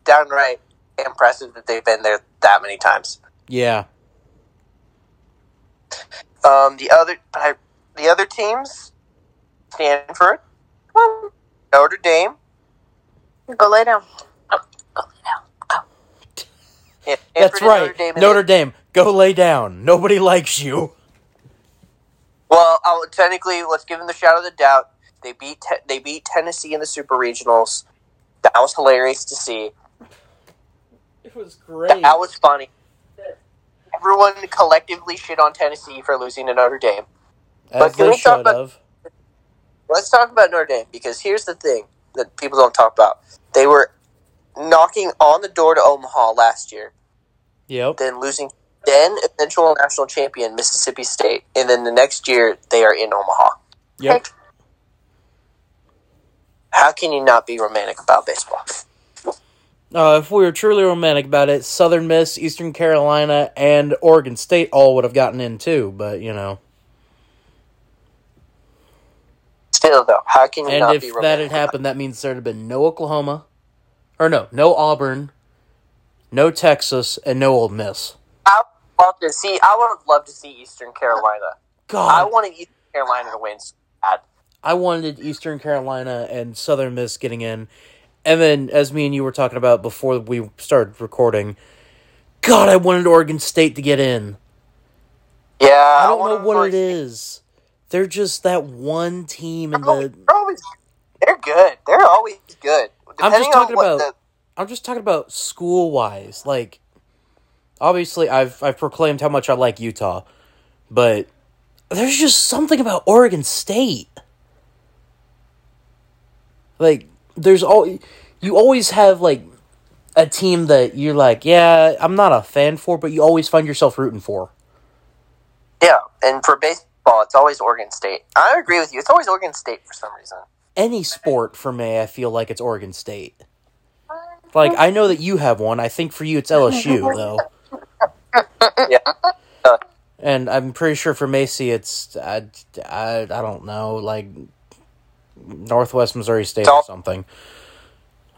B: downright impressive that they've been there that many times.
A: Yeah.
B: Um, the other I, the other teams, Stanford, Notre Dame,
C: Go lay down.
B: yeah, Stanford
A: That's
B: and
A: right.
B: and
A: Notre Dame, go lay down. Nobody likes you.
B: Well, I'll, technically, let's give them the shadow of the doubt. They beat te- they beat Tennessee in the Super Regionals. That was hilarious to see.
A: It was great.
B: That was funny. Everyone collectively shit on Tennessee for losing to Notre Dame.
A: As
B: but can
A: they
B: we talk
A: should
B: about-
A: have.
B: Let's talk about Notre Dame because here's the thing that people don't talk about. They were knocking on the door to Omaha last year,
A: Yep.
B: then losing then eventual national champion Mississippi State, and then the next year they are in Omaha.
A: Yep.
B: How can you not be romantic about baseball?
A: Uh, if we were truly romantic about it, Southern Miss, Eastern Carolina, and Oregon State all would have gotten in too. But you know,
B: Still though, how can you
A: and
B: not
A: if
B: be
A: that had
B: romantic?
A: happened, that means there'd have been no Oklahoma, or no, no Auburn, no Texas, and no Old Miss.
B: I would love to see. I would have loved to see Eastern Carolina. I
A: God,
B: wanted Eastern Carolina to win. so bad.
A: I wanted Eastern Carolina and Southern Miss getting in. And then, as me and you were talking about before we started recording, God, I wanted Oregon State to get in.
B: Yeah,
A: I don't know what
B: wanted-
A: it is. They're just that one team in
B: They're always,
A: the.
B: they're always- they're good. They're always good. Depending
A: I'm just talking
B: on what
A: about
B: the,
A: I'm just talking about school wise. Like, obviously, I've I've proclaimed how much I like Utah, but there's just something about Oregon State. Like, there's all you always have like a team that you're like, yeah, I'm not a fan for, but you always find yourself rooting for.
B: Yeah, and for baseball, it's always Oregon State. I agree with you. It's always Oregon State for some reason.
A: Any sport for me, I feel like it's Oregon State. Like, I know that you have one. I think for you, it's LSU though.
B: Yeah,
A: and I'm pretty sure for Macy, it's I, I, I don't know, like Northwest Missouri State or
B: Don't-
A: something.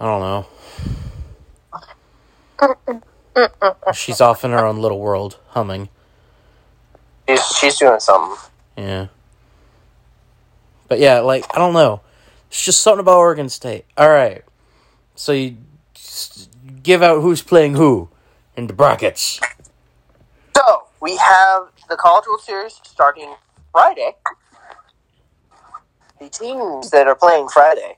A: I don't know. She's off in her own little world, humming.
B: she's, she's doing something.
A: Yeah. But yeah, like I don't know. It's just something about Oregon State. All right. So you s- give out who's playing who in the brackets.
B: So we have the College World Series starting Friday. The teams that are playing Friday,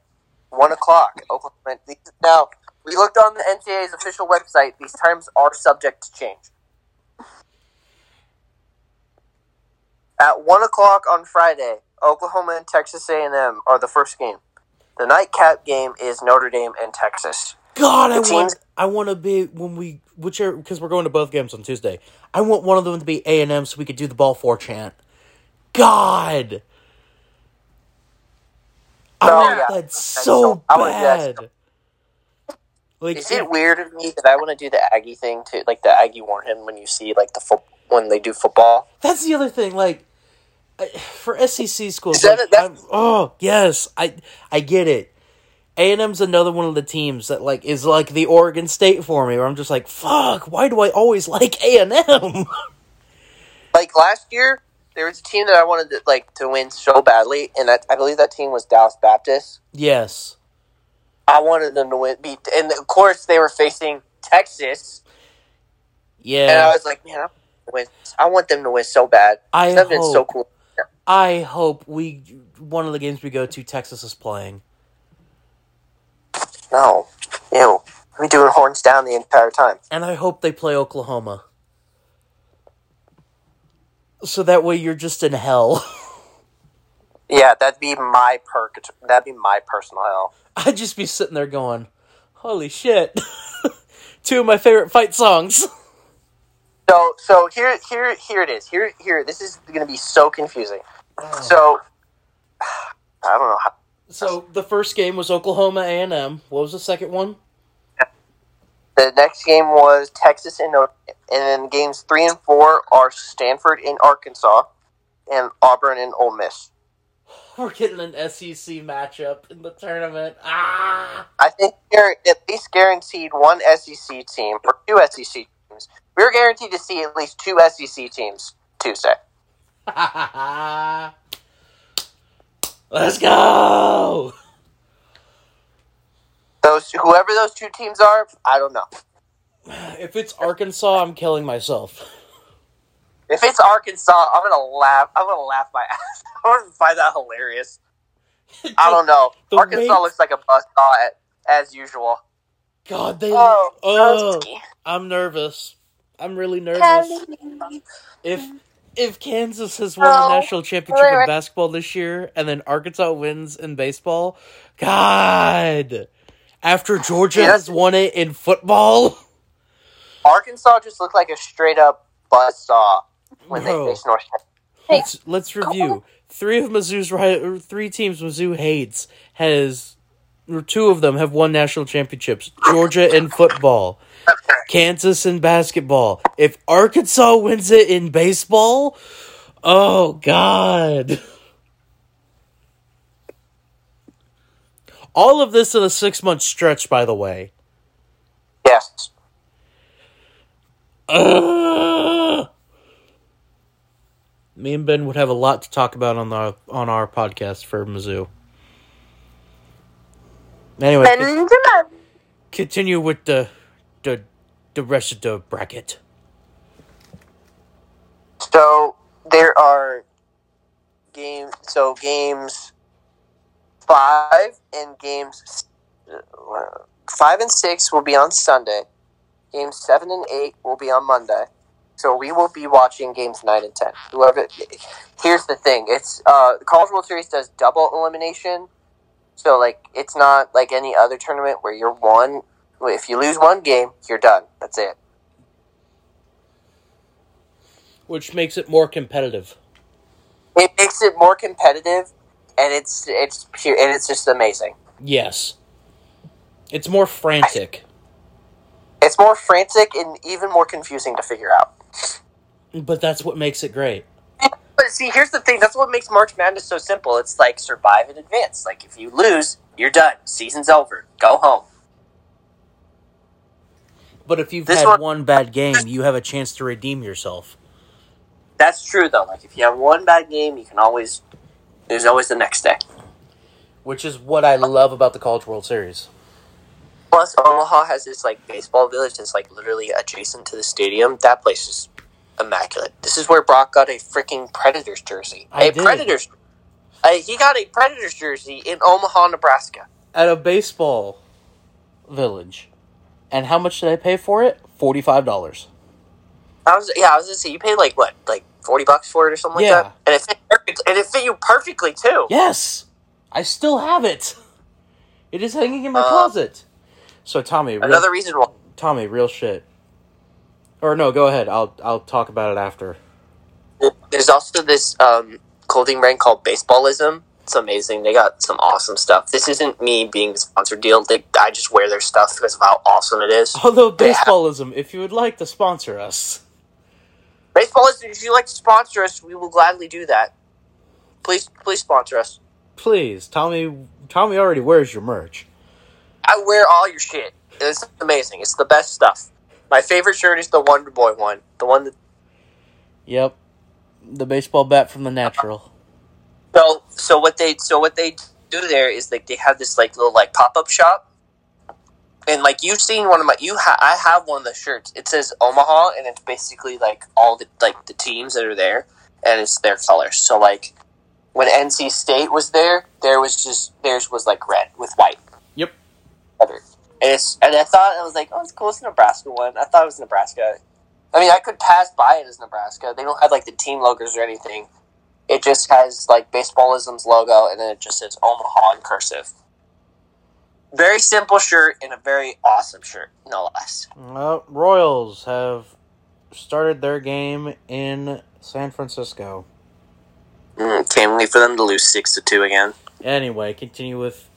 B: one o'clock. Oklahoma. Now we looked on the NCAA's official website. These times are subject to change. At one o'clock on Friday, Oklahoma and Texas A&M are the first game. The nightcap game is Notre Dame and Texas.
A: God, I
B: The
A: want
B: teams-
A: I want to be when we whichever because we're going to both games on Tuesday. I want one of them to be A and M so we could do the ball four chant. God, I
B: Oh,
A: want
B: yeah.
A: that
B: so-
A: so
B: I wanna do
A: bad.
B: that so-
A: Like
B: Is it weird of me that I want to do the Aggie thing too? Like the Aggie warn him when you see like the foot when they do football.
A: that's the other thing. Like I- for SEC schools,
B: Is that
A: like,
B: it? That-
A: I'm- oh yes, I I get it. A and M's another one of the teams that like is like the Oregon State for me, where I'm just like, fuck, why do I always like A and M?
B: Like last year, there was a team that I wanted to, like to win so badly, and that, I believe that team was Dallas Baptist.
A: Yes.
B: I wanted them to win, beat, and of course they were facing Texas,
A: Yeah.
B: and I was like, man, I want them to win. I want them to win so bad.
A: I
B: That'd been so
A: hope.
B: cool.
A: I hope we one of the games we go to Texas is playing.
B: No, ew. We doing horns down the entire time.
A: And I hope they play Oklahoma. So that way you're just in hell.
B: Yeah, that'd be my perk. That'd be my personal hell.
A: I'd just be sitting there going, "Holy shit." Two of my favorite fight songs.
B: So, so here, here, here it is. Here, here. This is going to be so confusing. So, I don't know how.
A: So the first game was Oklahoma A&M. What was the second one?
B: The next game was Texas and O- and then games three and four are Stanford and Arkansas, and Auburn and Ole Miss.
A: We're getting an SEC matchup in the tournament. Ah.
B: I think they're at least guaranteed one SEC team or two SEC teams. We are guaranteed to see at least two SEC teams Tuesday.
A: Let's go.
B: Those whoever those two teams are, I don't know.
A: If it's Arkansas, I'm killing myself.
B: If it's Arkansas, I'm gonna laugh. I'm gonna laugh my ass. I'm gonna find that hilarious. I don't know.
A: The
B: Arkansas
A: way-
B: looks like a bust saw at- as usual.
A: God, they.
C: Oh,
A: Oh,
C: Roski.
A: I'm nervous. I'm really nervous.
C: Kelly.
A: If if Kansas has won
C: Oh,
A: the national championship
C: wait, wait.
A: in basketball this year, and then Arkansas wins in baseball, God. After Georgia
B: Yeah.
A: has won it in football,
B: Arkansas just looked like a straight up buzz saw when
A: Bro.
B: they faced North. Carolina.
C: Hey,
A: let's let's review. Three of Mizzou's ri- or three teams Mizzou hates has, or two of them have won national championships. Georgia in football. Kansas in basketball. If Arkansas wins it in baseball, oh god. All of this in a six month stretch, by the way.
B: Yes.
A: Ugh. Me and Ben would have a lot to talk about on the on our podcast for Mizzou. Anyway, con-
C: Benjamin.
A: continue with the the the rest of the bracket.
B: So there are game. So games five and games uh, five and six will be on Sunday. Games seven and eight will be on Monday. So we will be watching games nine and ten. Whoever. Here's the thing. It's uh, the College World Series does double elimination. So like it's not like any other tournament where you're one. If you lose one game, you're done. That's it.
A: which makes it more competitive.
B: it makes it more competitive and it's it's pure and it's just amazing
A: Yes, it's more frantic.
B: it's more frantic and even more confusing to figure out
A: But that's what makes it great.
B: but see here's the thing that's what makes march madness so simple it's like survive and advance like if you lose you're done season's over go home
A: But if you've
B: This
A: had
B: one-
A: one bad game, you have a chance to redeem yourself.
B: that's true though like if you have one bad game you can always there's always the next day
A: Which is what I love about the College World Series.
B: plus omaha has this like baseball village that's like literally adjacent to the stadium that place is immaculate this is where brock got a freaking predators jersey
A: I
B: A
A: did.
B: predators uh, he got a predators jersey in omaha nebraska
A: At a baseball village. And how much did I pay for it? $45.
B: i was yeah i was gonna say you paid like what like 40 bucks for it or something
A: Yeah.
B: like that and it fit perfect, and it fit you perfectly too
A: Yes! I still have it! It is hanging in my
B: Uh,
A: closet. So Tommy, real,
B: Another reason why.
A: Tommy, real shit. Or no, go ahead. I'll I'll talk about it after.
B: There's also this um, clothing brand called Baseballism. It's amazing. They got some awesome stuff. This isn't me being a sponsored deal. They, I just wear their stuff because of how awesome it is.
A: Although
B: They have-
A: baseballism, if you would like to sponsor us,
B: Baseballism, if you like to sponsor us, we will gladly do that. Please, please sponsor us.
A: please. Tommy Tommy already wears your merch.
B: I wear all your shit. It's amazing. It's the best stuff. My favorite shirt is the Wonder Boy one. The one that
A: Yep. The baseball bat from the natural.
B: so so what they so what they do there is like they have this like little like pop up shop, and like you've seen one of my you ha- I have one of the shirts. It says Omaha, and it's basically like all the like the teams that are there, and it's their colors. So like when NC State was there, there was just theirs was like red with white.
A: Yep.
B: better. And it's and I thought I was like, oh, it's cool. It's a Nebraska one. I thought it was Nebraska. I mean, I could pass by it as Nebraska. They don't have like the team logos or anything. It just has like baseballism's logo, and then it just says Omaha in cursive. Very simple shirt and a very awesome shirt, no less.
A: Uh, Royals have started their game in San Francisco.
B: Mm, can't wait for them to lose six to two again.
A: Anyway, continue with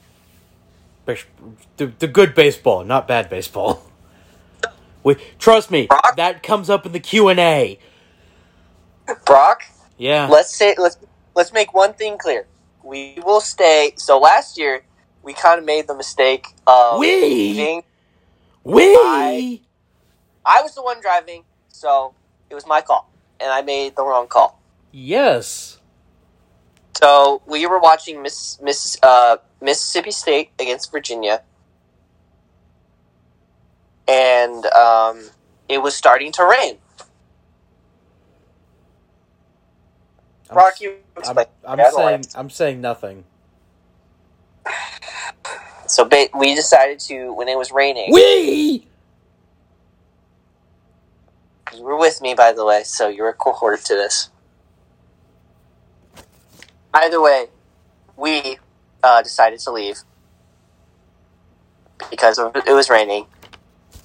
A: bas- the, the good baseball, not bad baseball. We, trust me,
B: Brock?
A: that comes up in the Q and A.
B: Brock,
A: Yeah,
B: let's say let's let's make one thing clear. We will stay. So last year, we kind of made the mistake of
A: We?
B: being-
A: we
B: I- I was the one driving, so it was my call, and I made the wrong call.
A: yes.
B: So we were watching Miss Miss uh, Mississippi State against Virginia, and um, it was starting to rain.
A: I'm-
B: Rock, you
A: I'm,
B: explain.
A: I'm
B: Yeah, I don't
A: saying
B: like-
A: I'm saying nothing.
B: so. Ba- we decided to when it was raining.
A: We
B: you were with me, by the way, so you're a cohort to this. Either way, we uh, decided to leave because of- it was raining.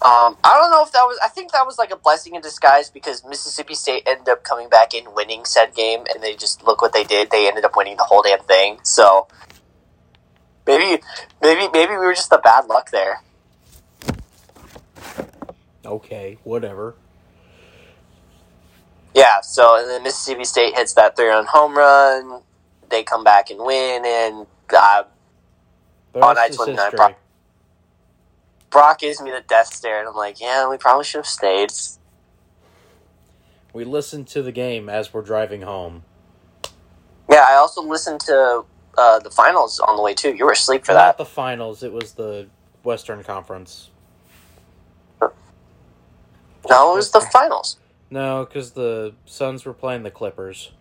B: Um, I don't know if that was. I think that was like a blessing in disguise because Mississippi State ended up coming back and winning said game, and they just look what they did. They ended up winning the whole damn thing. So maybe, maybe, maybe we were just the bad luck there.
A: okay, whatever.
B: Yeah, so and then Mississippi State hits that three run home run. They come back and win, and uh,
A: The
B: On
A: rest is
B: I-29
A: history.
B: pro- Brock gives me the death stare, and I'm like, yeah, we probably should have stayed.
A: We listen to the game as we're driving home.
B: Yeah, I also listened to uh, the finals on the way, too. You were asleep for
A: Not
B: that.
A: the finals. It was the Western Conference.
B: No, it was the finals.
A: No, because the Suns were playing the Clippers.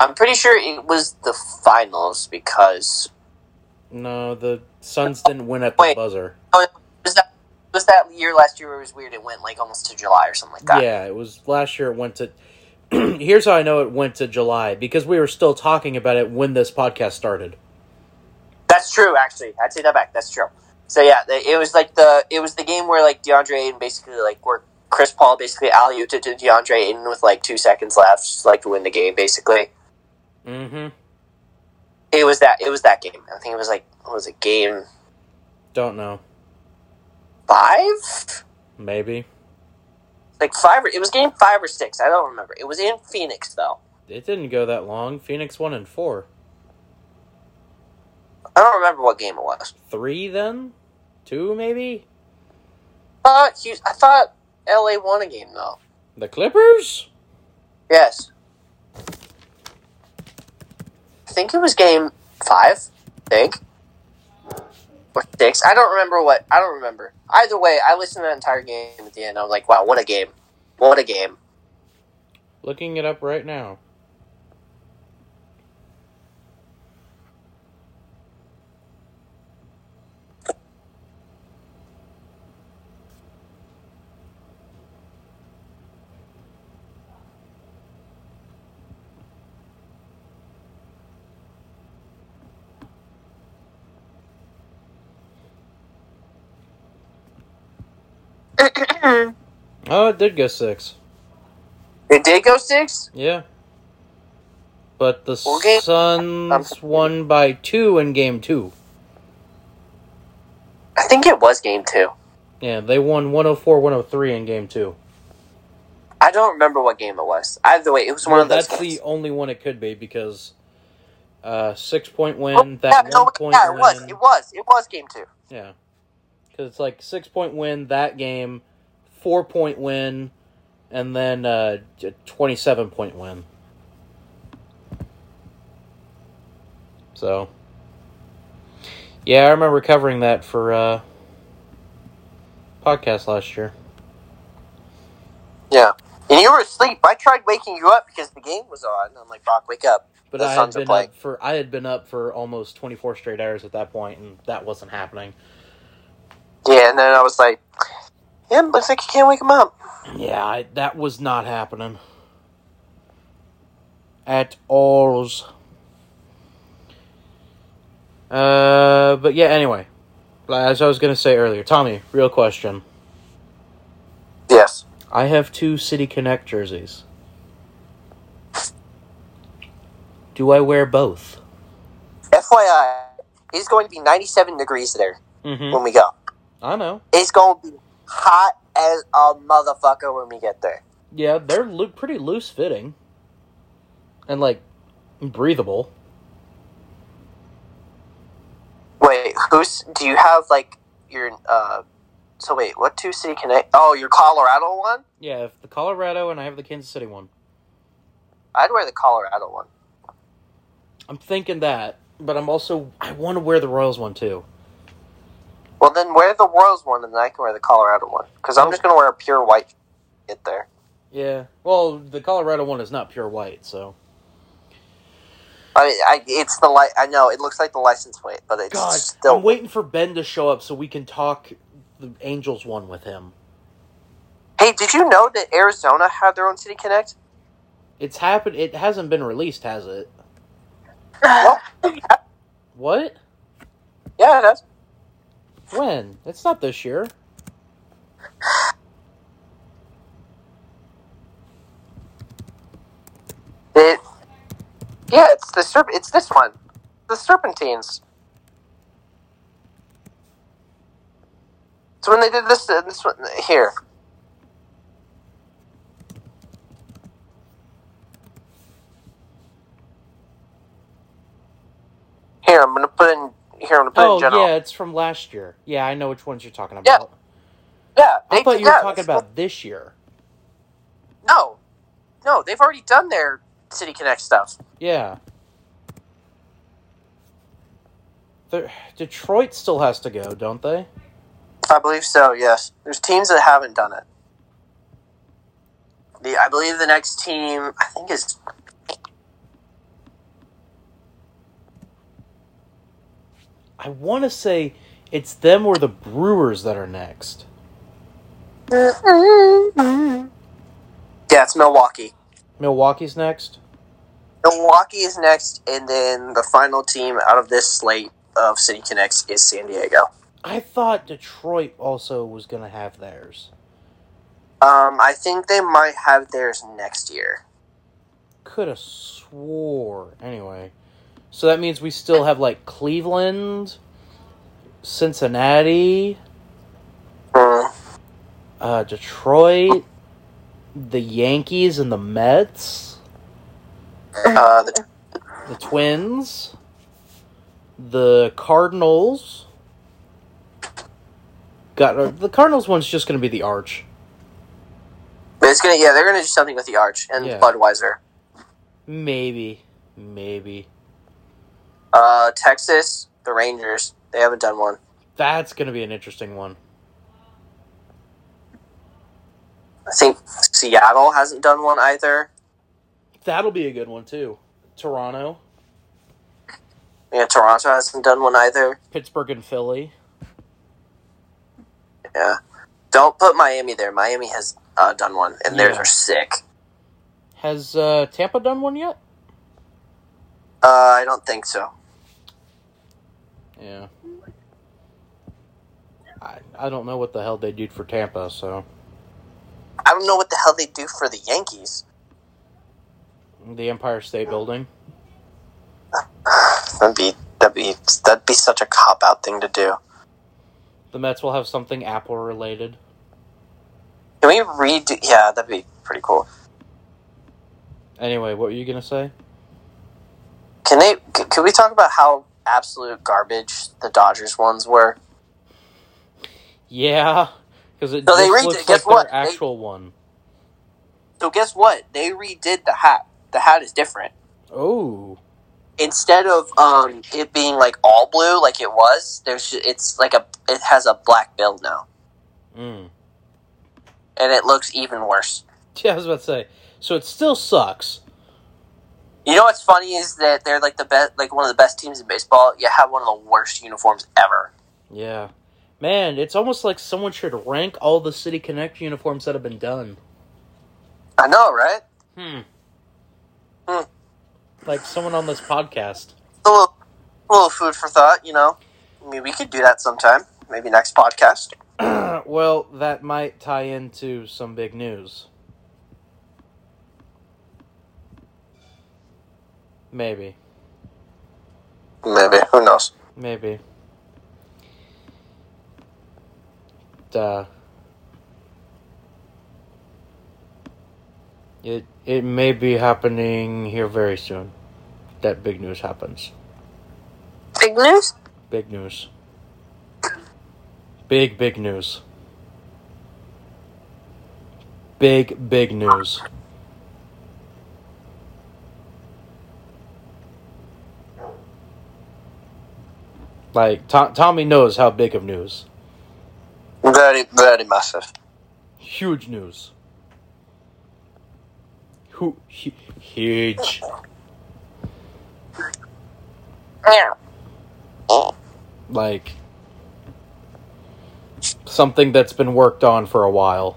B: I'm pretty sure it was the finals because
A: No, the Suns didn't win at the
B: Wait.
A: buzzer.
B: oh, was that was that year last year where it was weird. It went like almost to July or something like that.
A: Yeah, it was last year. It went to. Here's how I know it went to July because we were still talking about it when this podcast started.
B: That's true, actually. I take that back. That's true. So yeah, the- it was like the it was the game where like DeAndre Ayton basically like where Chris Paul basically alley ooped it to DeAndre Ayton with like two seconds left, like to win the game. Basically,
A: Mm-hmm.
B: it was that it was that game. I think it was like what was it game
A: Don't know.
B: five,
A: Maybe
B: like five. Or, it was game five or six. I don't remember. It was in Phoenix though.
A: it didn't go that long. Phoenix won in four,
B: I don't remember what game it was.
A: three, then two, maybe
B: Uh, Hous- I thought LA won a game though.
A: the Clippers.
B: Yes, I think it was game five. I think or six. I don't remember what. I don't remember. Either way, I listened to that entire game at the end. I was like, "Wow, what a game! What a game!"
A: Looking it up right now. Oh, it did go six.
B: It did go six.
A: Yeah. But the
B: Well, game-
A: Suns
B: I'm-
A: won by two in game two.
B: I think it was game two.
A: Yeah, they won 104 103 in game two.
B: I don't remember what game it was. Either way, it was one
A: Well,
B: of those.
A: that's
B: games.
A: the only one it could be because uh, six point win,
B: Oh,
A: that
B: yeah, no,
A: one point
B: yeah, it
A: win.
B: was. It was. It was game two.
A: Yeah. Because it's like six point win that game, four point win, and then uh, a 27 point win. So. Yeah, I remember covering that for uh, podcast last year.
B: Yeah. And you were asleep. I tried waking you up because the game was on. I'm like, Brock, wake up.
A: But
B: The
A: I had
B: Suns are
A: been
B: playing.
A: up for I had been up for almost 24 straight hours at that point, and that wasn't happening.
B: Yeah, and then I was like, yeah, looks like you can't wake him up.
A: Yeah, I, that was not happening at all. Uh, but yeah. Anyway, as I was gonna say earlier, Tommy, real question.
B: Yes.
A: I have two City Connect jerseys. Do I wear both?
B: FYI, it's going to be 97 degrees there
A: Mm-hmm.
B: when we go.
A: I know.
B: It's going to be hot as a motherfucker when we get there.
A: Yeah, they're loo- pretty loose fitting, and like breathable.
B: Wait, who's. Do you have, like, your. uh So, wait, what two city connect? Oh, your Colorado one?
A: Yeah, if the Colorado and I have the Kansas City one.
B: I'd wear the Colorado one.
A: I'm thinking that, but I'm also I want to wear the Royals one too.
B: Well, then wear the Royals one, and then I can wear the Colorado one. Because I'm just going to wear a pure white get there.
A: Yeah. Well, the Colorado one is not pure white, so
B: I mean, I, it's the light. I know it looks like the license plate, but it's
A: God,
B: still.
A: I'm waiting for Ben to show up so we can talk the Angels one with him.
B: hey, did you know that Arizona had their own City Connect?
A: It's happened. It hasn't been released, has it?
B: Well,
A: What?
B: yeah, it has.
A: When? It's not this year.
B: It, yeah, it's the serp. It's this one, the Serpentines. So when they did this, uh, this one here. Here, I'm gonna put in. Here, I'm gonna put
A: Oh
B: in general.
A: yeah, it's from last year. Yeah, I know which ones you're talking
B: Yeah,
A: about.
B: Yeah,
A: I
B: they-
A: thought you
B: yeah,
A: were talking
B: it's-
A: about this year.
B: No, no, they've already done their City Connect stuff.
A: Yeah. The, Detroit still has to go, don't they?
B: I believe so. Yes, there's teams that haven't done it. The I believe the next team I think is
A: I want to say it's them or the Brewers that are next.
B: yeah, it's Milwaukee.
A: Milwaukee's next.
B: Milwaukee is next, and then the final team out of this slate of City Connects is San Diego.
A: I thought Detroit also was going to have theirs.
B: Um, I think they might have theirs next year.
A: Could have swore. Anyway. So that means we still have like Cleveland, Cincinnati,
B: Hmm.
A: uh, Detroit, the Yankees, and the Mets.
B: Uh, the,
A: the Twins, the Cardinals. Got uh, the Cardinals one's just going to be the Arch.
B: it's gonna yeah they're gonna do something with the Arch and
A: Yeah.
B: Budweiser.
A: Maybe, maybe
B: Uh, Texas, the Rangers. They haven't done one.
A: that's going to be an interesting one.
B: I think Seattle hasn't done one either.
A: That'll be a good one too. Toronto,
B: Yeah, Toronto hasn't done one either.
A: Pittsburgh, and Philly.
B: Yeah. Don't put Miami there. Miami has uh, done one, and theirs
A: Yeah.
B: are sick.
A: Has uh, Tampa done one yet?
B: Uh, I don't think so.
A: Yeah. I, I don't know what the hell they did for Tampa, so
B: I don't know what the hell they do for the Yankees.
A: the Empire State Building.
B: That'd be that'd be that'd be such a cop out thing to do.
A: The Mets will have something Apple related.
B: Can we redo? Yeah, that'd be pretty cool.
A: Anyway, what were you gonna say?
B: Can they? c- Can we talk about how absolute garbage the Dodgers ones were?
A: Yeah, because it
B: No, they
A: just
B: redid-
A: looks like
B: guess what? They-
A: their actual one.
B: So guess what? They redid the hat. The hat is different.
A: Oh,
B: Instead of um it being like all blue like it was, there's ju- it's like a it has a black bill now,
A: mm.
B: and it looks even worse.
A: yeah, I was about to say. So it still sucks.
B: You know what's funny is that they're like the best, like one of the best teams in baseball. You have one of the worst uniforms ever.
A: Yeah, man, it's almost like someone should rank all the City Connect uniforms that have been done.
B: I know, right?
A: Hmm.
B: Hmm.
A: Like someone on this podcast.
B: a little, a little food for thought, you know. I mean, we could do that sometime. Maybe next podcast.
A: well, that might tie into some big news. Maybe.
B: Maybe. Who knows?
A: Maybe. Duh. It it may be happening here very soon. That big news happens.
C: Big news?
A: Big news. Big big news. Big big news. Like Tom, Tommy knows how big of news.
B: Very, very massive.
A: Huge news. Who hu- huge?
C: Yeah.
A: Like something that's been worked on for a while.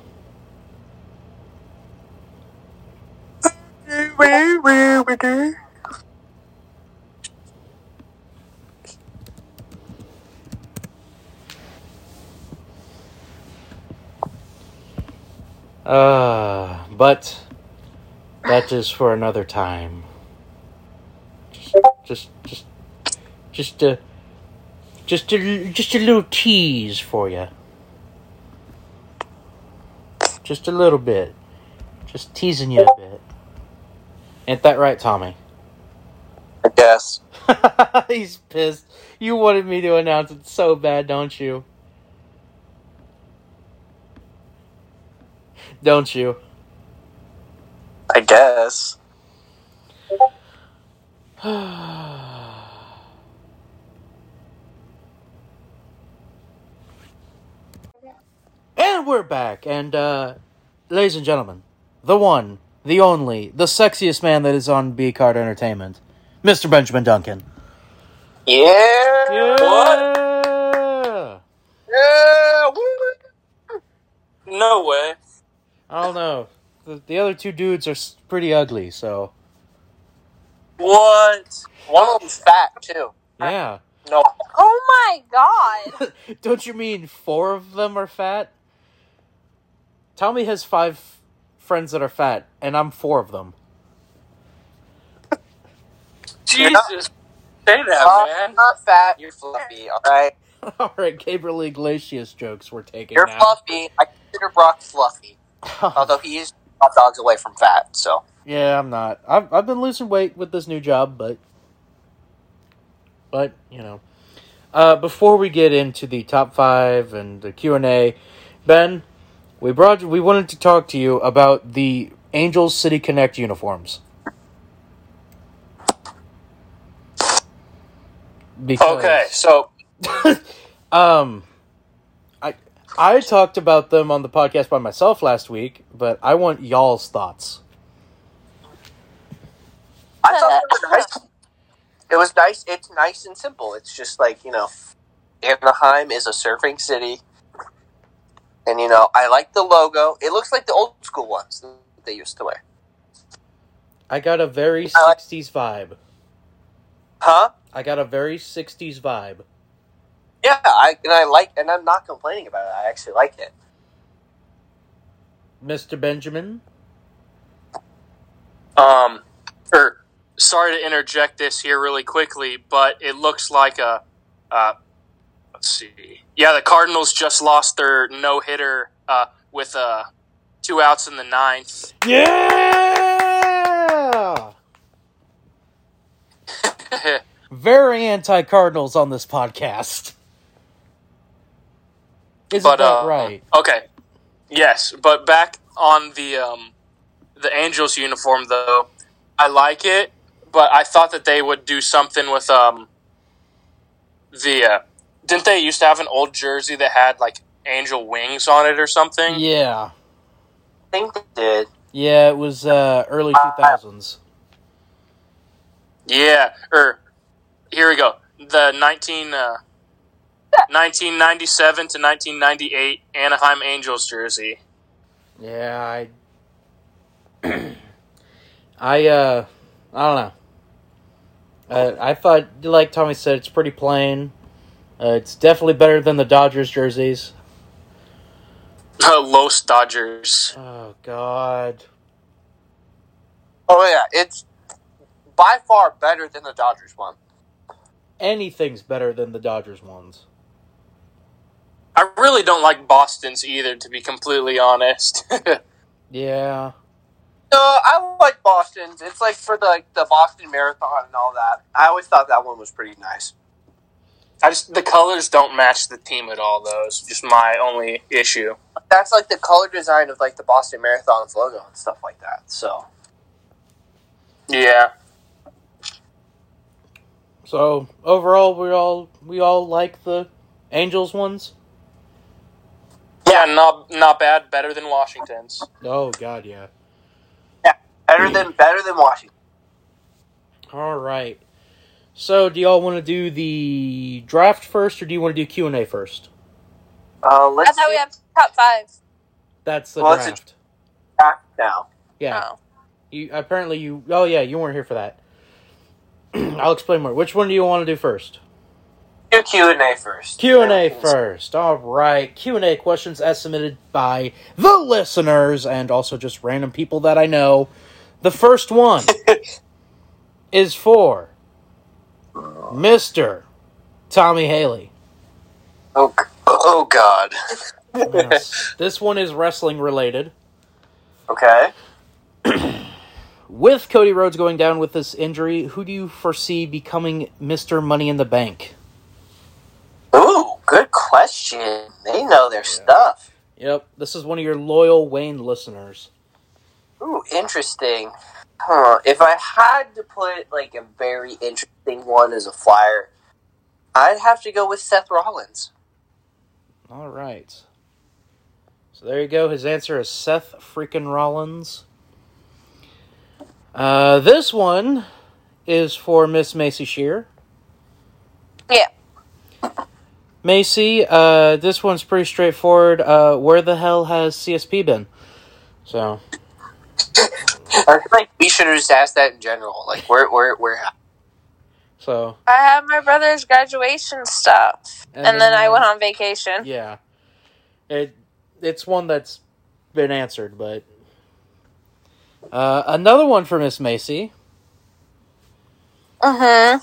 A: Uh, but that is for another time. Just, just, just, just a, just a, just a little tease for you. Just a little bit. Just teasing you a bit. Ain't that right, Tommy?
B: I guess.
A: He's pissed. You wanted me to announce it so bad, don't you? Don't you?
B: I guess.
A: And we're back, and uh, ladies and gentlemen, the one, the only, the sexiest man that is on B Card Entertainment, Mr. Benjamin Duncan.
B: Yeah. What?
A: Yeah.
B: Yeah. No way.
A: I don't know. The, the other two dudes are s- pretty ugly, so
B: What? One of them's fat too.
A: yeah.
B: No.
C: Oh my god.
A: Don't you mean four of them are fat? Tommy has five friends that are fat, and I'm four of them.
E: Jesus, say that,
B: Uh,
E: man.
B: not fat. You're fluffy. All right.
A: All right, Gabriel Iglesias jokes we're taking
B: You're
A: now.
B: fluffy. I consider Brock fluffy, although he is hot dogs away from fat. So.
A: yeah, I'm not. I've I've been losing weight with this new job, but but you know, uh, before we get into the top five and the Q and A, Ben, we brought we wanted to talk to you about the Angels City Connect uniforms. Because,
E: Okay, so
A: Um, I I talked about them on the podcast by myself last week, but I want y'all's thoughts.
B: I thought it was nice. It was nice. It's nice and simple. It's just like you know, Anaheim is a surfing city, and you know I like the logo. It looks like the old school ones that they used to wear,
A: I got a very
B: I like-
A: '60s vibe.
B: huh?
A: I got a very '60s vibe.
B: Yeah, I and I like, and I'm not complaining about it. I actually like it.
A: Mr. Benjamin?
E: Um, er, sorry to interject this here really quickly, but it looks like a. Uh, let's see. Yeah, the Cardinals just lost their no hitter uh, with uh, two outs in the ninth.
A: Yeah! Very anti Cardinals on this podcast. Isn't
E: but
A: that
E: uh,
A: right?
E: Okay. Yes, but back on the um, the Angels uniform though, I like it, but I thought that they would do something with um the uh, didn't they used to have an old jersey that had like angel wings on it or something?
A: Yeah.
B: I think they did.
A: Yeah, it was uh, early 2000s.
E: Yeah, or here we go. The 19 uh, 1997 to 1998 Anaheim Angels jersey.
A: Yeah, I. I, uh. I don't know. Uh, I thought, like Tommy said, it's pretty plain. Uh, it's definitely better than the Dodgers jerseys.
E: Los Dodgers.
A: Oh, God.
B: Oh yeah, it's by far better than the Dodgers one.
A: Anything's better than the Dodgers ones.
E: I really don't like Boston's either to be completely honest.
A: Yeah.
B: No, Uh, I like Boston's. It's like for the the Boston Marathon and all that. I always thought that one was pretty nice.
E: I just the colors don't match the team at all. Though it's just my only issue.
B: That's like the color design of like the Boston Marathon's logo and stuff like that. So
E: Yeah,
A: So overall, we all we all like the Angels ones.
E: yeah, not not bad. Better than Washington's.
A: Oh God, yeah.
B: better
A: Hmm.
B: than better than Washington.
A: All right. So, do y'all want to do the draft first, or do you want to do Q and A first?
B: Uh, let's
C: That's how we
B: see-
C: have top five.
A: That's the
B: Well, it's a-
A: draft.
B: back now.
A: yeah.
C: Oh.
A: You apparently you. Oh yeah, you weren't here for that. I'll explain more. Which one do you want to do first?
B: Do Q and A first.
A: Q and A first. All right. Q and A questions as submitted by the listeners and also just random people that I know. The first one is for Mister Tommy Haley.
B: Oh, g- oh God.
A: Yes. this one is wrestling related.
B: Okay.
A: With Cody Rhodes going down with this injury, who do you foresee becoming Mister Money in the Bank?
B: Ooh, good question. They know their stuff.
A: Yep, this is one of your loyal Wayne listeners.
B: Ooh, interesting. Huh. If I had to put like a very interesting one as a flyer, I'd have to go with Seth Rollins.
A: All right. So there you go. His answer is Seth freaking Rollins. Uh, this one is for Miss Macy Shear.
C: Yeah.
A: Macy, uh, this one's pretty straightforward. Uh, where the hell has CSP been? So,
B: I feel like we should have just asked that in general. Like, where, where, where?
A: so,
C: I had my brother's graduation stuff, and, then, I went on vacation.
A: Yeah, it it's one that's been answered, but uh, another one for Miss Macy.
C: Uh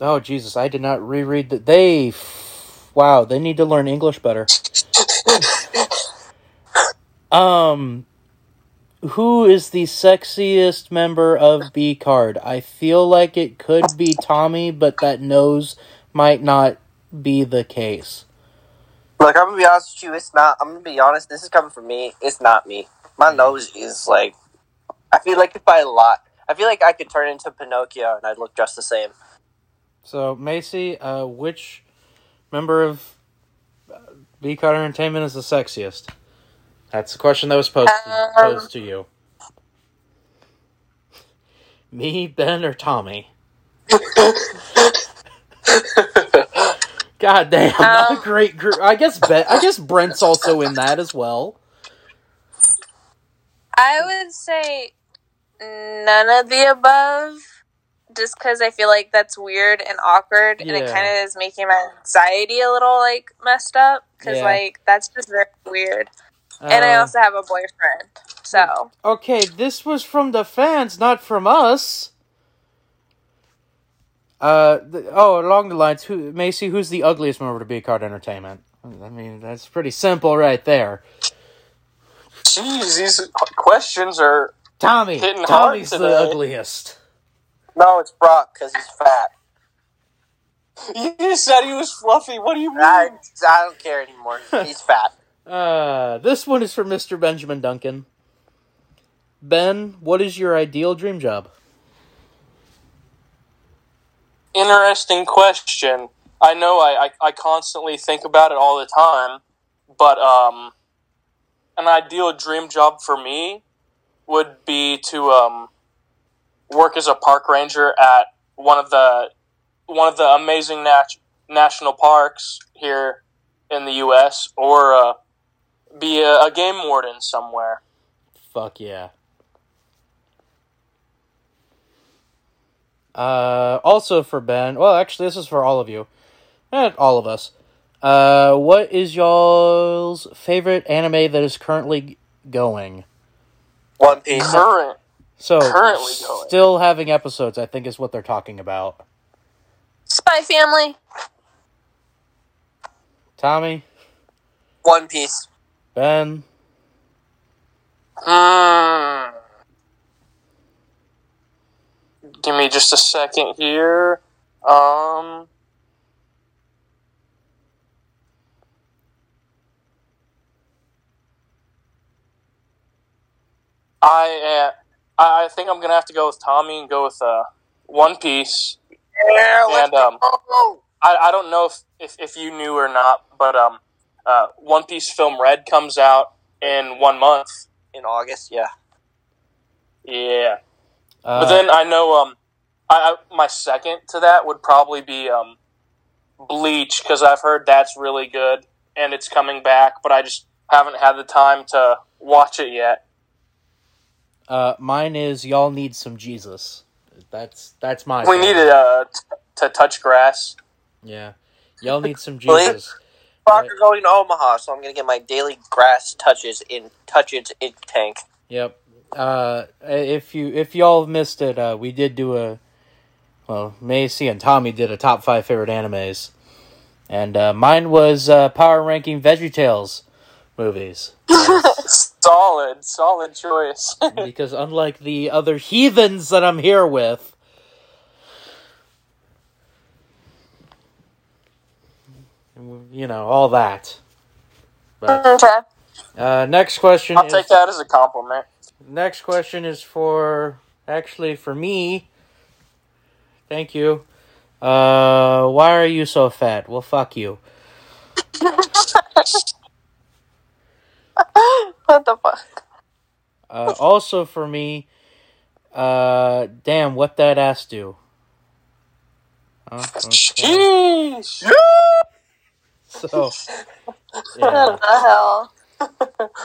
A: Oh Jesus! I did not reread that. They, f- wow, they need to learn English better. um, who is the sexiest member of B Card? I feel like it could be Tommy, but that nose might not be the case.
B: Look, I'm gonna be honest with you. It's not. I'm gonna be honest. This is coming from me. It's not me. My nose is like. I feel like if I lot, I feel like I could turn into Pinocchio and I'd look just the same.
A: So Macy, uh, which member of uh, B Card Entertainment is the sexiest? That's the question that was posed,
C: Um,
A: posed to you. Me, Ben, or Tommy? God damn, not a
C: Um,
A: great group. I guess Ben. I guess Brent's also in that as well.
C: I would say none of the above, just because I feel like that's weird and awkward, and it
A: Yeah.
C: kind of is making my anxiety a little like messed up because
A: Yeah.
C: like that's just very weird. and I
A: Uh,
C: also have a boyfriend, so
A: Okay, this was from the fans, not from us. Uh th- oh, along the lines, who Macy? Who's the ugliest member to be card entertainment? I mean, that's pretty simple right there.
E: Jeez, these questions are.
A: Tommy,
E: Hitting hard
A: Tommy's the
E: today.
A: ugliest.
B: No, it's Brock because he's fat.
E: You just said he was fluffy. What do you
B: I, I don't care anymore. He's fat.
A: Uh, this one is from Mr. Benjamin Duncan. Ben, what is your ideal dream job?
E: Interesting question. I know I, I, I constantly think about it all the time, but um, an ideal dream job for me would be to um, work as a park ranger at one of the one of the amazing nat- national parks here in the U.S. or uh, be a, a game warden somewhere.
A: Fuck yeah. Uh, also for Ben, well, actually, this is for all of you, and all of us. Uh, what is y'all's favorite anime that is currently going?
B: One Piece.
E: Current
A: So
E: Currently going.
A: still having episodes, I think, is what they're talking about.
C: Spy Family.
A: Tommy,
B: One Piece.
A: Ben,
E: Hmm. Give me just a second here. Um. I uh, I I think I'm gonna have to go with Tommy and go with uh, One Piece.
B: Yeah,
E: And, um,
B: go.
E: I, I don't know if, if, if you knew or not, but um, uh, One Piece film Red comes out in one month.
B: In August, yeah.
E: Yeah.
A: uh,
E: But then I know um, I, I my second to that would probably be um, Bleach because I've heard that's really good and it's coming back, but I just haven't had the time to watch it yet.
A: uh, mine is y'all need some Jesus. That's that's my.
E: We needed uh, t- to touch grass.
A: Yeah, y'all need some
B: Really?
A: Jesus.
B: Brock are going to Omaha, so I'm going to get my daily grass touches in touches in tank.
A: Yep. Uh, if you if y'all missed it, uh, we did do a well, Macy and Tommy did a top five favorite animes, and uh, mine was uh, power ranking VeggieTales movies
E: solid, solid choice.
A: because unlike the other heathens that I'm here with. You know all that. But
C: Okay.
A: uh, next question.
E: I'll
A: is-
E: take that as a compliment.
A: Next question is for actually for me. Thank you. Uh, why are you so fat? Well, fuck you.
C: What the fuck?
A: Uh, also for me, uh, damn, what that ass do? Oh, okay.
E: Jeez.
A: So, yeah.
C: What the hell?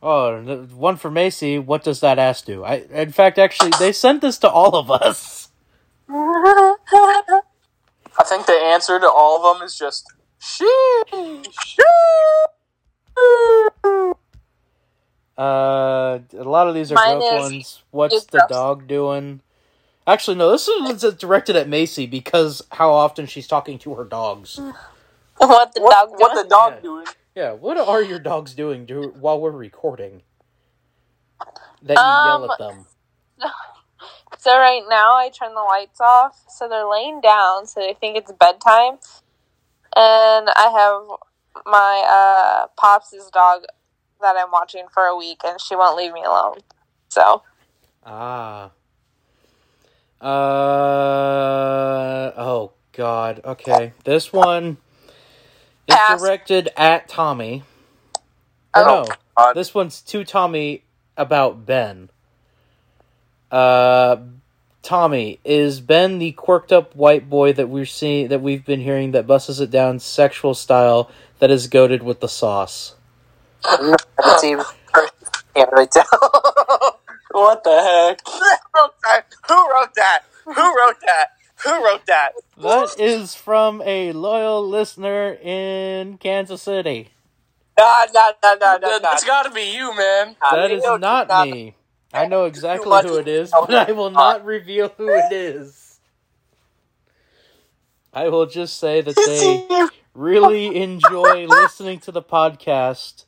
A: Oh, the one for Macy. What does that ass do? I, in fact, actually, they sent this to all of us.
E: I think the answer to all of them is just sheesh.
A: Uh, a lot of these are
C: Mine
A: broke
C: is-
A: ones. What's
C: is
A: the
C: gross.
A: dog doing? Actually, no. This one's directed at Macy because how often she's talking to her dogs.
C: What the
E: What,
C: dog?
E: what the dog
A: Yeah.
E: doing?
A: Yeah, what are your dogs doing do, while we're recording? That you yell
C: Um,
A: at them.
C: So right now I turn the lights off, so they're laying down, so they think it's bedtime. And I have my uh pops' dog that I'm watching for a week and she won't leave me alone. So
A: Ah. Uh. Oh God. Okay. This one is
C: Pass.
A: directed at Tommy.
B: Oh,
A: Oh, no.
B: God.
A: This one's to Tommy about Ben. Uh, Tommy is Ben the quirked up white boy that we're seeing that we've been hearing that busses it down sexual style that is goaded with the sauce.
B: I can see. Can't really tell.
E: What the heck?
B: I'm sorry.
E: Who wrote that? Who wrote that? Who wrote that?
A: That is from a loyal listener in Kansas City.
B: Nah, nah, nah, nah, nah,
E: That-
B: nah.
E: That's got to be you, man.
B: nah.
A: That
B: You
A: is
B: know,
A: not
B: nah,
A: me. I know exactly
B: much
A: who it is,
B: info.
A: but I will not reveal who it is. I will just say that they really enjoy listening to the podcast.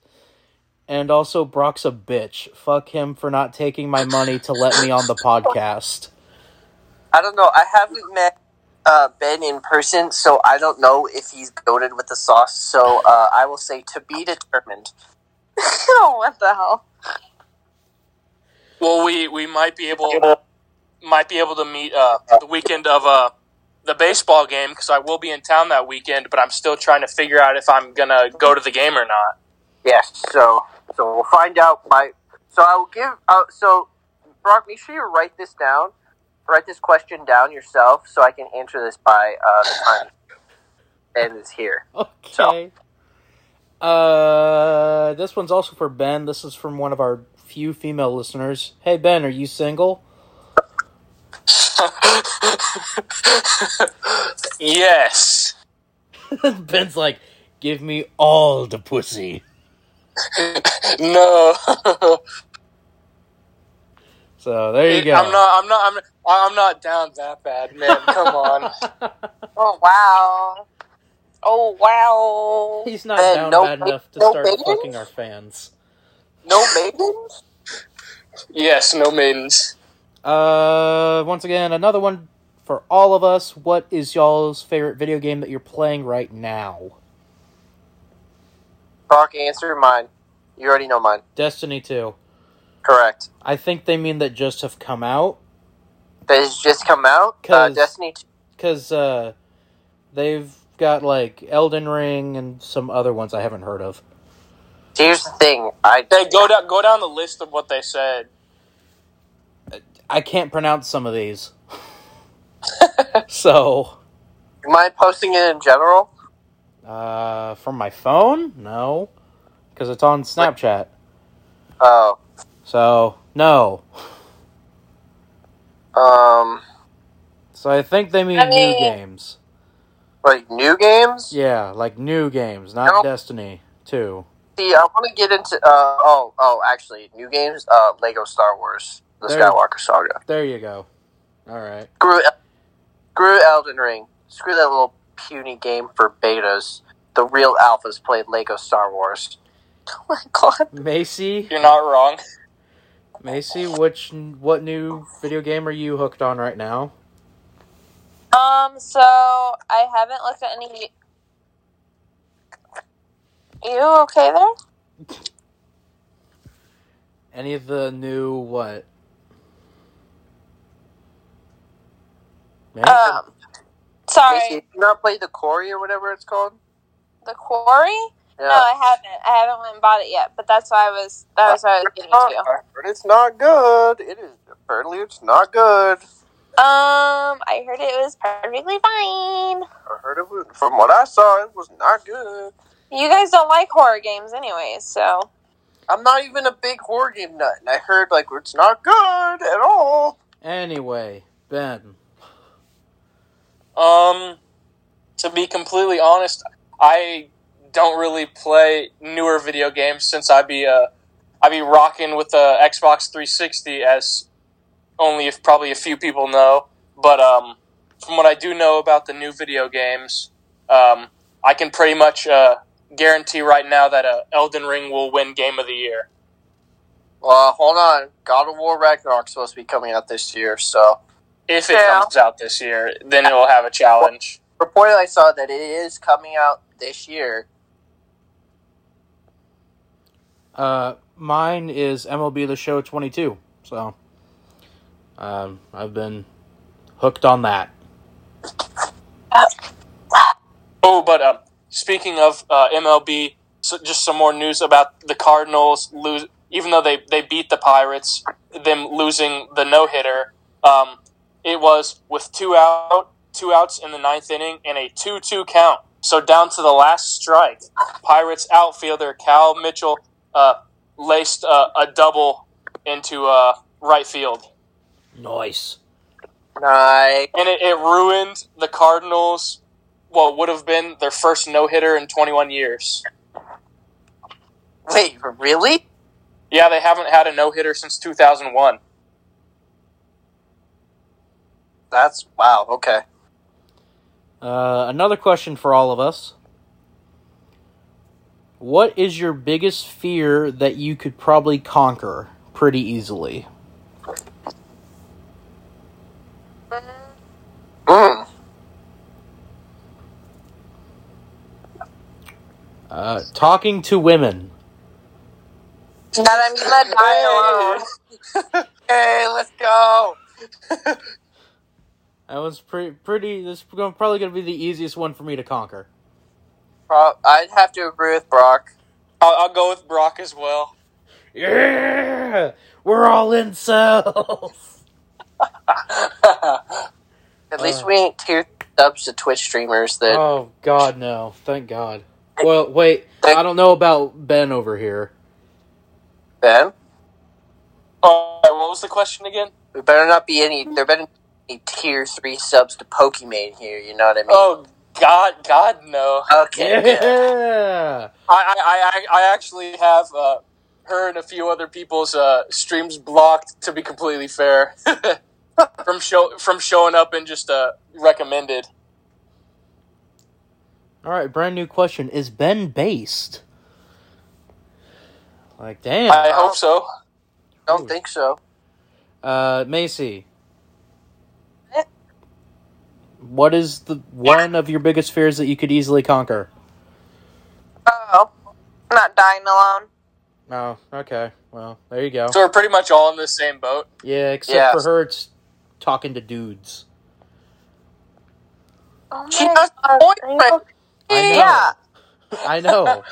A: And also, Brock's a bitch. Fuck him for not taking my money to let me on the podcast.
B: I don't know. I haven't met uh, Ben in person, so I don't know if he's goaded with the sauce. So uh, I will say to be determined.
C: what the hell?
E: Well, we we might be able might be able to meet uh, the weekend of uh, the baseball game because I will be in town that weekend. But I'm still trying to figure out if I'm gonna go to the game or not.
B: Yes. So so we'll find out by. So I will give. Uh, so Brock, make sure you write this down. Write this question down yourself, so I can answer this by uh, the time Ben is here.
A: Okay. Uh, this one's also for Ben. This is from one of our few female listeners. Hey, Ben, are you single?
E: Yes.
A: Ben's like, give me all the pussy.
E: No.
A: So there you go.
E: I'm not. I'm not. I'm. I'm not down that bad, man. Come on.
C: Oh wow. Oh wow.
A: He's not
B: Ben,
A: down
B: no
A: bad
B: ba-
A: enough to
B: no
A: start
B: babies?
A: fucking our fans.
B: No maidens.
E: Yes. No maidens.
A: Uh, once again, another one for all of us. What is y'all's favorite video game that you're playing right now?
B: Brock, answer mine. You already know mine.
A: Destiny 2.
B: Correct.
A: I think they mean that just have come out.
B: That has just come out. Uh,
A: 'Cause-
B: Destiny. 2.
A: because uh, they've got like Elden Ring and some other ones I haven't heard of.
B: Here's the thing. I
E: They go down. Go down the list of what they said.
A: I can't pronounce some of these, so
B: You mind posting it in general?
A: uh, from my phone, no, because it's on Snapchat.
B: Oh,
A: So no.
B: um,
A: So I think they mean
C: I mean-
A: new games.
B: like new games.
A: Yeah, like new games, not
B: No.
A: Destiny Two.
B: See, I want to get into. Uh, oh, oh, actually, new games. Uh, Lego Star Wars: The
A: There-
B: Skywalker Saga.
A: There you go. All right.
B: Screw, El- screw Elden Ring. Screw that little puny game for betas. The real alphas played Lego Star Wars.
C: Oh my god.
A: Macy,
E: You're not wrong.
A: Macy, which what new video game are you hooked on right now?
C: Um, so I haven't looked at any. You okay there?
A: Any of the new what? Man,
C: Um,
B: Macy,
C: sorry,
B: did you not play the quarry or whatever it's called?
C: the quarry.
B: Yeah.
C: No, I haven't. I haven't went and bought it yet. But that's why I was. That was what I was getting
B: I
C: to.
B: heard it's not good. It is apparently it's not good.
C: Um, I heard it was perfectly fine.
B: I heard it was- from what I saw. It was not good.
C: You guys don't like horror games, anyways. So
B: I'm not even a big horror game nut, and I heard like it's not good at all.
A: anyway, Ben.
E: Um, to be completely honest, I don't really play newer video games since I be uh, I be rocking with the Xbox 360 as only if probably a few people know. But um, from what I do know about the new video games, um, I can pretty much uh, guarantee right now that uh, Elden Ring will win Game of the Year.
B: Well, Uh, hold on. God of War Ragnarok's supposed to be coming out this year, so
E: If it
C: Yeah.
E: comes out this year, then it will have a challenge.
B: reported I saw that it is coming out this year.
A: Uh, mine is MLB The Show 22. So, um, I've been hooked on that.
E: Oh, but um, speaking of uh, MLB, so just some more news about the Cardinals lose. Even though they, they beat the Pirates, them losing the no hitter, um, it was with two out, two outs in the ninth inning, and a two two count. So down to the last strike, Pirates outfielder Cal Mitchell uh, laced uh, a double into uh, right field.
A: Nice.
B: Nice.
E: and it, it ruined the Cardinals. What would have been their first no hitter in 21 years?
B: Wait, really?
E: Yeah, they haven't had a no hitter since 2001.
B: That's wow. Okay.
A: Uh, another question for all of us. What is your biggest fear that you could probably conquer pretty easily?
B: Mm.
A: Uh, talking to women.
C: That I'm gonna die alone.
B: Hey, let's go.
A: That one's pretty. Pretty. This is gonna- probably going to be the easiest one for me to conquer.
B: Pro- I'd have to agree with Brock.
E: I'll, I'll go with Brock as well.
A: Yeah, we're all incels.
B: At least
A: Uh.
B: we ain't tier subs to Twitch streamers that
A: oh God, no! Thank God. Well, wait.
B: Thank-
A: I don't know about Ben over here.
B: Ben.
E: All right, Uh, what was the question again?
B: There better not be any. There better not be any tier three subs to Pokimane here. You know what I mean?
E: Oh God, God no!
B: okay. good.
A: Yeah.
E: I I, I, I actually have uh, her and a few other people's uh, streams blocked. To be completely fair, from show from showing up and just uh, recommended.
A: All right, brand new question: Is Ben based? Like, damn.
E: I hope so.
B: Don't think so.
A: Uh, Macy.
C: Eh?
A: What is the one of your biggest fears that you could easily conquer?
C: Oh, not dying alone.
A: Oh, okay. Well, there you go.
E: So we're pretty much all in the same boat.
A: Yeah, except
B: Yeah.
A: for her, it's talking to dudes.
C: Oh
B: She
C: my
B: does
C: God,
B: boyfriend.
C: Ringo.
A: I know.
C: Yeah.
A: I know.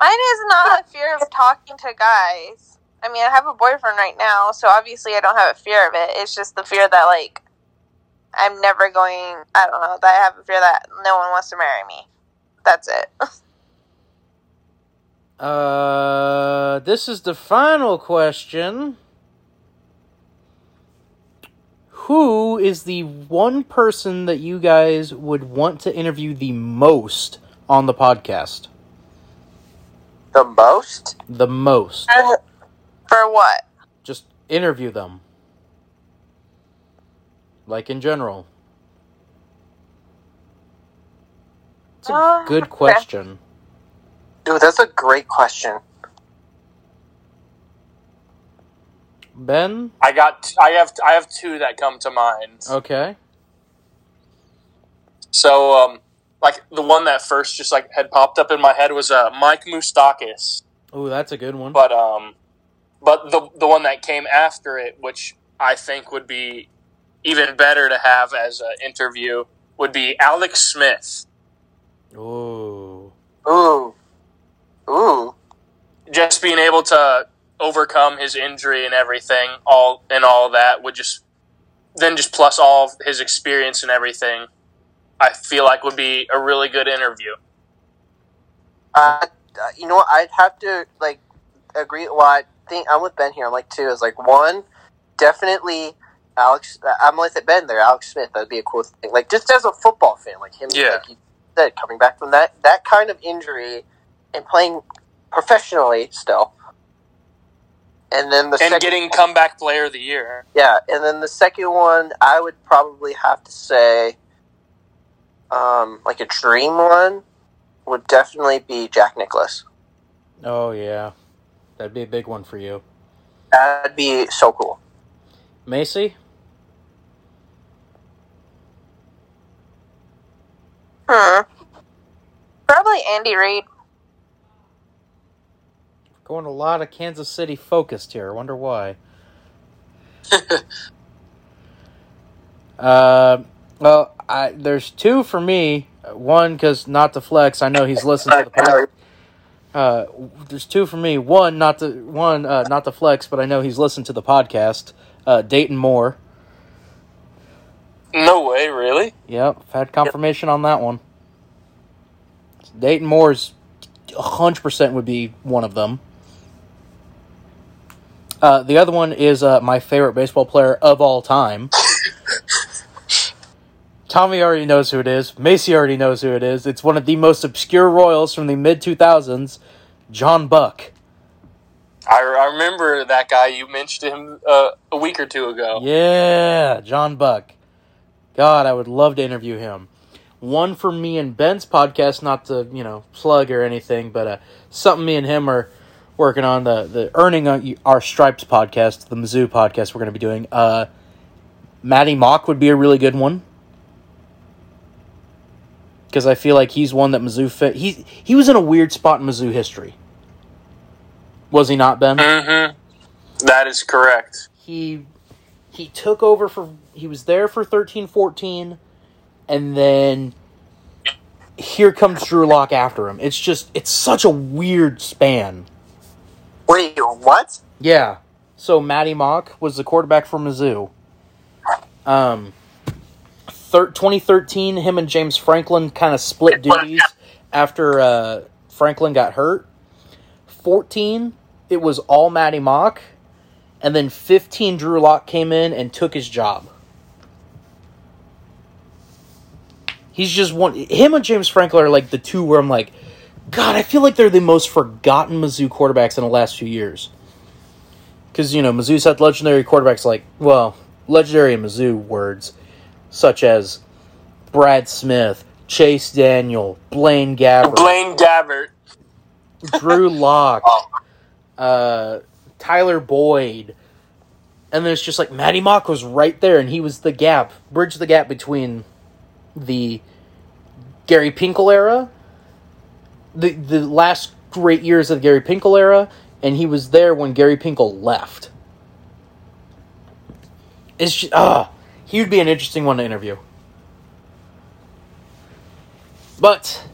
C: Mine is not a fear of talking to guys. I mean, I have a boyfriend right now, so obviously I don't have a fear of it. It's just the fear that, like, I'm never going, I don't know, that I have a fear that no one wants to marry me. That's it.
A: Uh, this is the final question. Who is the one person that you guys would want to interview the most on the podcast?
B: The most?
A: The most.
C: For what?
A: Just interview them. Like in general. It's a
C: Uh,
A: good
C: okay.
A: question.
B: Dude, that's a great question.
A: Ben?
E: I got t- I have I have two that come to mind.
A: Okay.
E: So um, like the one that first just like had popped up in my head was uh, Mike Moustakis.
A: Oh, that's a good one.
E: but um, but the the one that came after it, which I think would be even better to have as an interview, would be Alex Smith.
A: Ooh.
B: Ooh. Ooh.
E: Just being able to overcome his injury and everything, all and all that would just then just plus all of his experience and everything. I feel like would be a really good interview.
B: Uh, uh, you know what? I'd have to, like, agree. Well, I think I'm with Ben here. I'm like, two. It's like, one, definitely Alex. uh, I'm with Ben there. Alex Smith. That'd be a cool thing. Like, just as a football fan, like him,
E: Yeah.
B: like you said, coming back from that, that kind of injury and playing professionally still. And then the
E: And
B: second
E: getting comeback player of the year.
B: Yeah, and then the second one, I would probably have to say, um, like a dream one, would definitely be Jack Nicholas.
A: Oh, yeah. That'd be a big one for you.
B: That'd be so cool.
A: Macy?
C: Hmm. Probably Andy Reid.
A: Going a lot of Kansas City focused here. I wonder why. uh, well, I, there's two for me. One, because not to flex. I know he's listened to the podcast. Uh, there's two for me. One, not to one, uh, not to flex, but I know he's listened to the podcast. Uh, Dayton Moore.
E: No way, really.
A: Yep, I've had confirmation on that one. Dayton Moore's 100% would be one of them. Uh, the other one is uh, my favorite baseball player of all time. Tommy already knows who it is. Macy already knows who it is. It's one of the most obscure Royals from the mid 2000s, John Buck.
E: I, I remember that guy. You mentioned him uh, a week or two ago.
A: Yeah, John Buck. God, I would love to interview him. One for me and Ben's podcast, not to you know plug or anything, but uh, something me and him are working on the the earning on our stripes podcast, the Mizzou podcast we're going to be doing. Uh, Matty Mock would be a really good one because I feel like he's one that Mizzou fit. He he was in a weird spot in Mizzou history. Was he not, Ben?
E: Mm-hmm. That is correct.
A: he he took over for he was there for 13 14 and then here comes drew lock after him it's just it's such a weird span
B: Wait, what?
A: yeah so matty mock was the quarterback for mizzou um thir- 2013 him and james franklin kind of split duties after uh, franklin got hurt 14 it was all matty mock and then 15 drew lock came in and took his job he's just one him and james franklin are like the two where i'm like god i feel like they're the most forgotten mizzou quarterbacks in the last few years because you know mizzou's had legendary quarterbacks like well legendary in mizzou words such as brad smith chase daniel blaine gabbert
E: Blaine Gabbert.
A: Drew Locke, uh, Tyler Boyd, and then it's just like Matty Mock was right there, and he was the gap, bridge the gap between the Gary Pinkel era, the the last great years of the Gary Pinkel era, and he was there when Gary Pinkel left. It's just, ah, he would be an interesting one to interview. But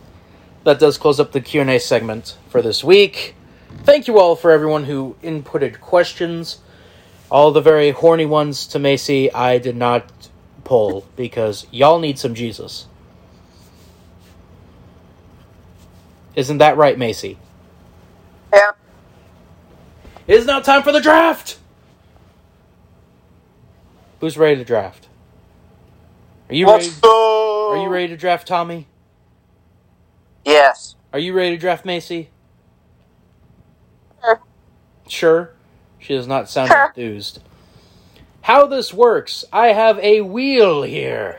A: that does close up the q&a segment for this week thank you all for everyone who inputted questions all the very horny ones to macy i did not pull because y'all need some jesus isn't that right macy
C: Yeah.
A: it is now time for the draft who's ready to draft are you ready
E: Let's go.
A: are you ready to draft tommy
B: Yes.
A: Are you ready to draft Macy?
C: Sure.
A: Sure. She does not sound
C: Sure.
A: enthused. How this works, I have a wheel here.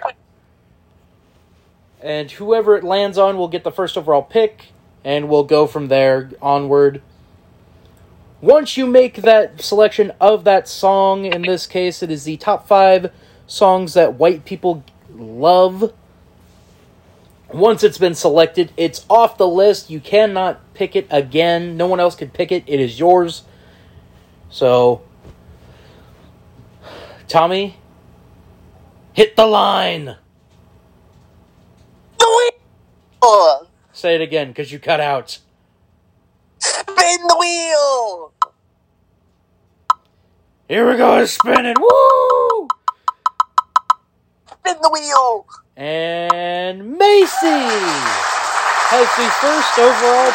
A: And whoever it lands on will get the first overall pick, and we'll go from there onward. Once you make that selection of that song, in this case, it is the top five songs that white people love. Once it's been selected, it's off the list. You cannot pick it again. No one else can pick it. It is yours. So, Tommy, hit the line.
B: The wheel.
A: Say it again because you cut out.
B: Spin the wheel.
A: Here we go, it's spinning. Woo!
B: Spin the wheel.
A: And Macy has the first overall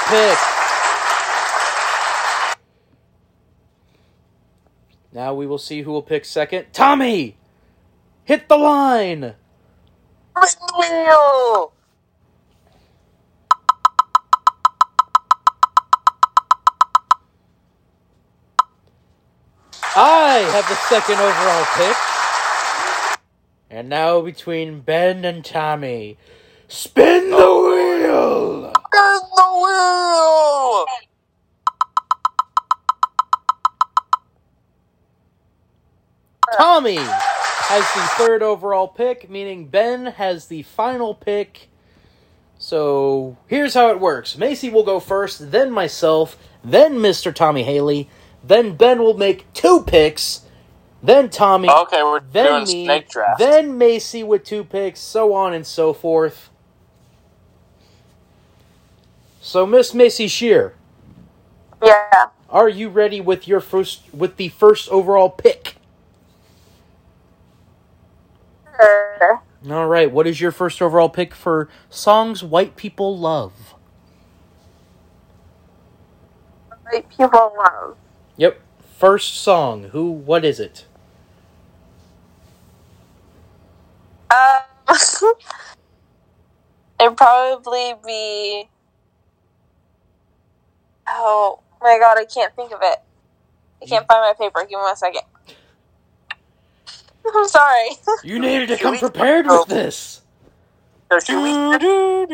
A: pick. Now we will see who will pick second. Tommy, hit the line.
B: Spin the wheel.
A: I have the second overall pick. And now between Ben and Tommy, spin the wheel.
B: Spin the wheel.
A: Tommy has the third overall pick, meaning Ben has the final pick. So here's how it works Macy will go first, then myself, then Mr. Tommy Haley, then Ben will make two picks, then Tommy,
E: Okay, we're
A: then
E: doing
A: me,
E: Oh, snake draft.
A: then Macy with two picks, so on and so forth. So, Miss Macy Shear,
C: Yeah.
A: are you ready with your first with the first overall pick?
C: Sure.
A: All right, what is your first overall pick for songs white people love?
C: Like people love.
A: Yep, First song. Who? What is it?
C: Um, it'd probably be. Oh my god, I can't think of it. I can't find my paper. Give me one second. I'm sorry.
A: You needed to come prepared with this.
B: So should we set a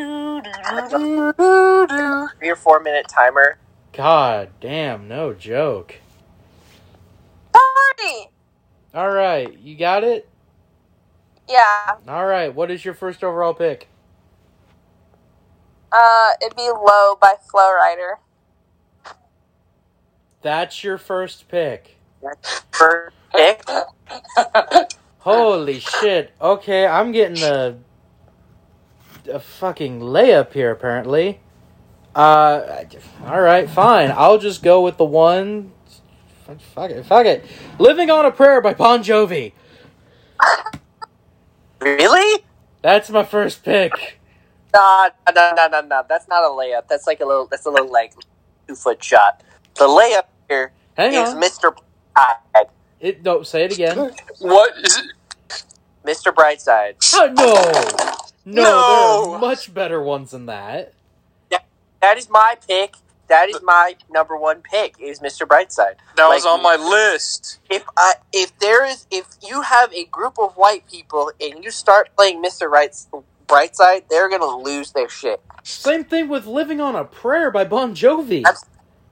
B: three or four minute timer?
A: God damn, no joke.
C: Sorry.
A: All right, you got it.
C: Yeah.
A: All right, what is your first overall pick?
C: Uh, it'd be low by Flow Rider.
A: That's your first pick.
B: For pick?
A: Holy shit. Okay, I'm getting a a fucking layup here apparently. Uh all right, fine. I'll just go with the one fuck, fuck it. Fuck it. Living on a Prayer by Bon Jovi.
B: Really?
A: That's my first pick.
B: Nah, nah, nah, nah, nah. That's not a layup. That's like a little. That's a little like two foot shot. The layup here
A: Hang
B: is
A: on.
B: Mr. Brightside.
A: It, no, say it again.
E: What is it?
B: Mr. Brightside.
A: Oh, no. No, there
E: No.
A: are much better ones than that.
B: That is my pick. That is my number one pick. Is Mr. Brightside.
E: That
B: Like-
E: was on my list.
B: If I if there is if you have a group of white people and you start playing Mr. Bright's Brightside, they're gonna lose their shit.
A: Same thing with Living on a Prayer by Bon Jovi.
B: That's-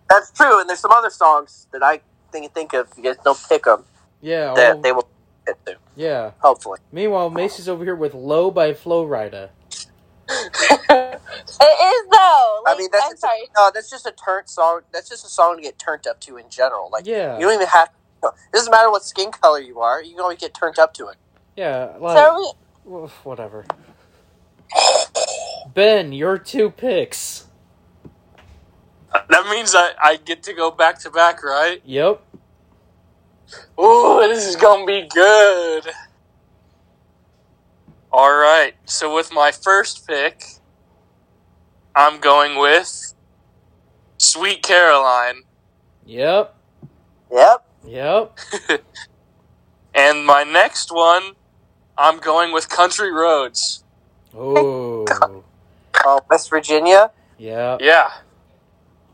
B: That's true. And there's some other songs that I think think of. You guys don't pick them.
A: Yeah,
B: That
A: well,
B: they will get to.
A: yeah.
B: Hopefully.
A: Meanwhile, Macy's over here with Low by Flow Rida.
C: It is though. Like,
B: I mean, that's
C: I'm sorry.
B: no. That's just a turnt song. That's just a song to get turned up to in general. Like
A: Yeah.
B: you don't even have. It doesn't matter what skin color you are. You can always get turned up to it.
A: Yeah,
C: So
A: like,
C: are we,
A: wh- whatever. Ben, your two picks.
E: That means I, I get to go back to back, right?
A: Yep.
E: Ooh, this is gonna be good. All right. So with my first pick, I'm going with Sweet Caroline,
A: Yep.
B: Yep.
A: Yep.
E: and my next one, I'm going with Country Roads.
A: Oh.
B: Oh, West Virginia.
A: Yep.
E: Yeah.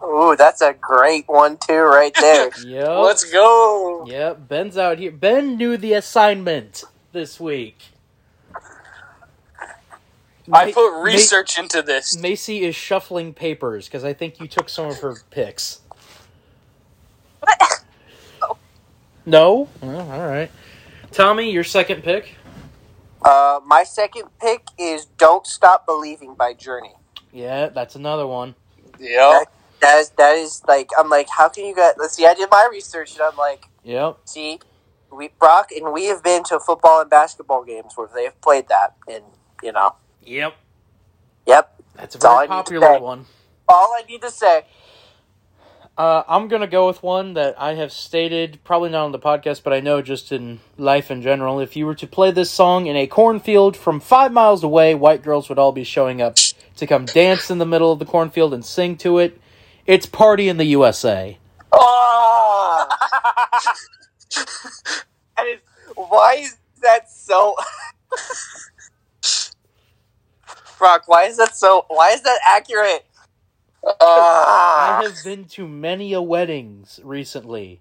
B: Ooh, that's a great one too, right there.
A: Yep.
E: Let's go.
A: Yep. Ben's out here. Ben knew the assignment this week. Ma-
E: I put
A: Ma-
E: research into this.
A: Macy is shuffling papers because I think you took some of her picks.
C: what?
A: No? Oh, all right. Tommy, your second pick?
B: uh, my second pick is "Don't Stop Believing" by Journey.
A: Yeah, that's another one.
E: Yep.
B: That is that is like I'm like, how can you guys? Let's see. I did my research and I'm like,
A: Yep.
B: see, we Brock and we have been to football and basketball games where they have played that, and you know,
A: Yep.
B: yep.
A: That's a
B: That's all I
A: very
B: need to
A: popular
B: say.
A: one.
B: All I need to say.
A: Uh, I'm gonna go with one that I have stated, probably not on the podcast, but I know just in life in general. If you were to play this song in a cornfield from five miles away, white girls would all be showing up to come dance in the middle of the cornfield and sing to it. It's Party in the USA.
B: Oh! That is- why is that so? Brock, why is that so? Why is that accurate?
A: I
B: Ah.
A: have been to many a weddings recently,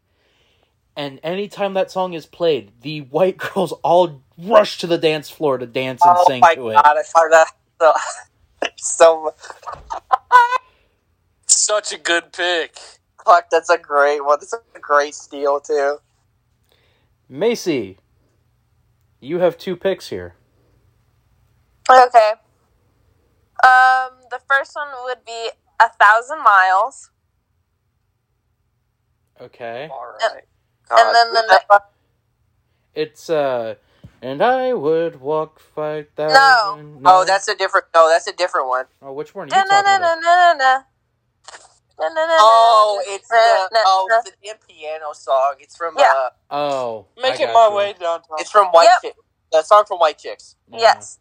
A: and anytime that song is played, the white girls all rush to the dance floor to dance and
B: oh
A: sing
B: my
A: to
B: god! I found that so. so
E: Such a good pick.
B: fuck. That's a great one. That's a great steal too.
A: it. Macy, you have two picks here.
C: Okay. Um, the first one would be a thousand miles,
A: Okay.
B: All right.
C: and then the ne-
A: It's uh and I would walk five thousand.
B: oh, that's a different. No, that's a different one.
A: oh, which one are you talking about?
C: Na-na-na-na-na-na. Na-na-na-na-na.
B: Oh, it's the
C: Na-na-na-na.
B: oh, it's the damn piano song. It's from
C: Yeah.
B: uh,
A: Oh,
E: Make
A: I
E: it
A: got
E: my
A: you.
E: way downtown.
B: it's from White
C: Yep.
B: Chicks. The song from White Chicks.
A: Yeah.
C: Yes.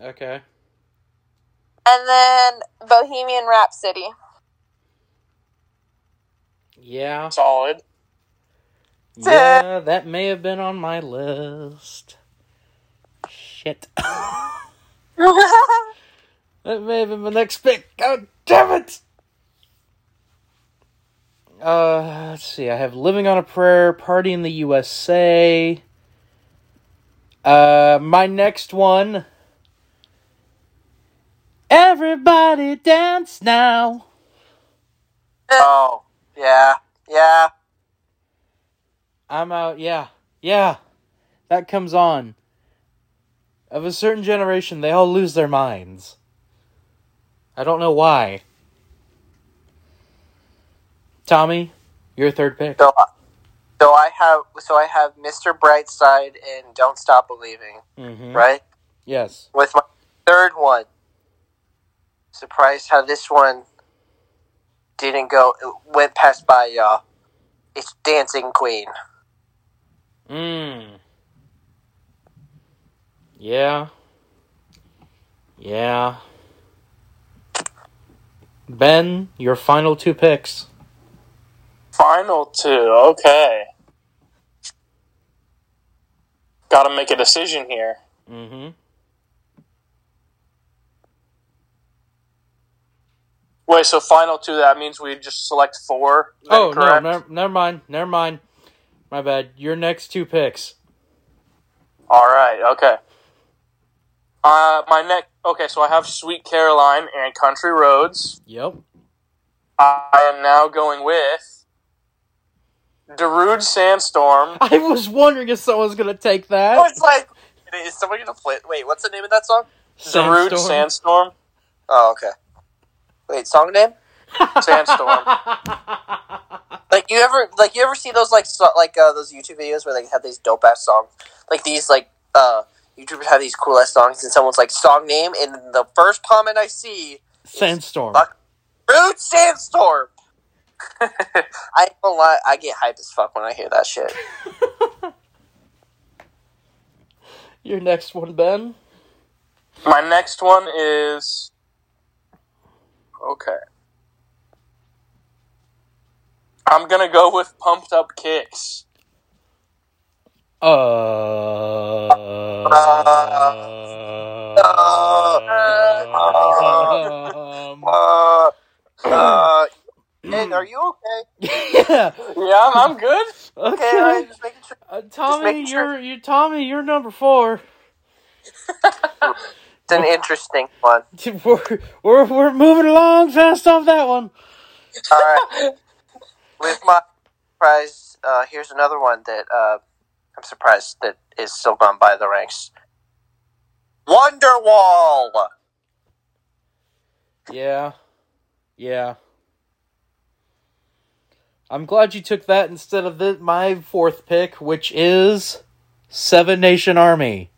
A: Okay.
C: And then Bohemian Rhapsody.
D: Yeah.
E: Solid.
A: Yeah, that may have been on my list. Shit. That may have been my next pick. God damn it! Uh, let's see. I have Living on a Prayer, Party in the USA. Uh, my next one. Everybody dance now.
B: Oh, yeah, yeah.
A: I'm out. Yeah. Yeah. That comes on. Of a certain generation, they all lose their minds. I don't know why. Tommy, your third pick.
B: So, so I have, so I have Mr. Brightside and Don't Stop Believing,
A: Mm-hmm.
B: right?
A: Yes.
B: With my third one, surprised how this one didn't go, it went past by y'all. It's Dancing Queen.
A: Mm. Yeah. Yeah. Ben, your final two picks.
E: Final two. Okay. Got to make a decision here.
A: Mm-hmm.
E: Wait, so final two, that means we just select four? Is that
A: Oh no,
E: correct?
A: never, never mind. Never mind. My bad. Your next two picks.
E: All right, okay. Uh, my neck. Okay, so I have Sweet Caroline and Country Roads.
A: Yep.
E: I am now going with Darude Sandstorm.
A: I was wondering if someone's gonna take that.
B: Oh, it's like, is someone gonna play? Wait, what's the name of that song?
E: Darude Sandstorm.
B: Oh, okay. Wait, song name?
E: Sandstorm.
B: Like you ever, like you ever see those like so, like uh, those YouTube videos where they have these dope ass songs? Like these like uh YouTubers have these cool ass songs, and someone's like song name, and the first comment I see,
A: Sandstorm.
B: Fuck. Root Sandstorm. I ain't gonna lie, I get hype as fuck when I hear that shit.
A: Your next one, Ben.
E: my next one is. Okay. I'm gonna go with Pumped Up Kicks.
A: Uh. um,
B: Uh, uh, and are you okay?
A: yeah.
E: Yeah, I'm, I'm good.
B: Okay, all right,
A: Okay.
B: just making sure.
A: Uh, Tommy,
B: make sure-
A: you're you. Tommy, you're number four.
B: It's an interesting one.
A: We're, we're we're moving along fast off that one.
B: All right. With my surprise, uh, here's another one that uh, I'm surprised that is still gone by the ranks. Wonderwall.
A: Yeah. Yeah. I'm glad you took that instead of the, my fourth pick, which is Seven Nation Army.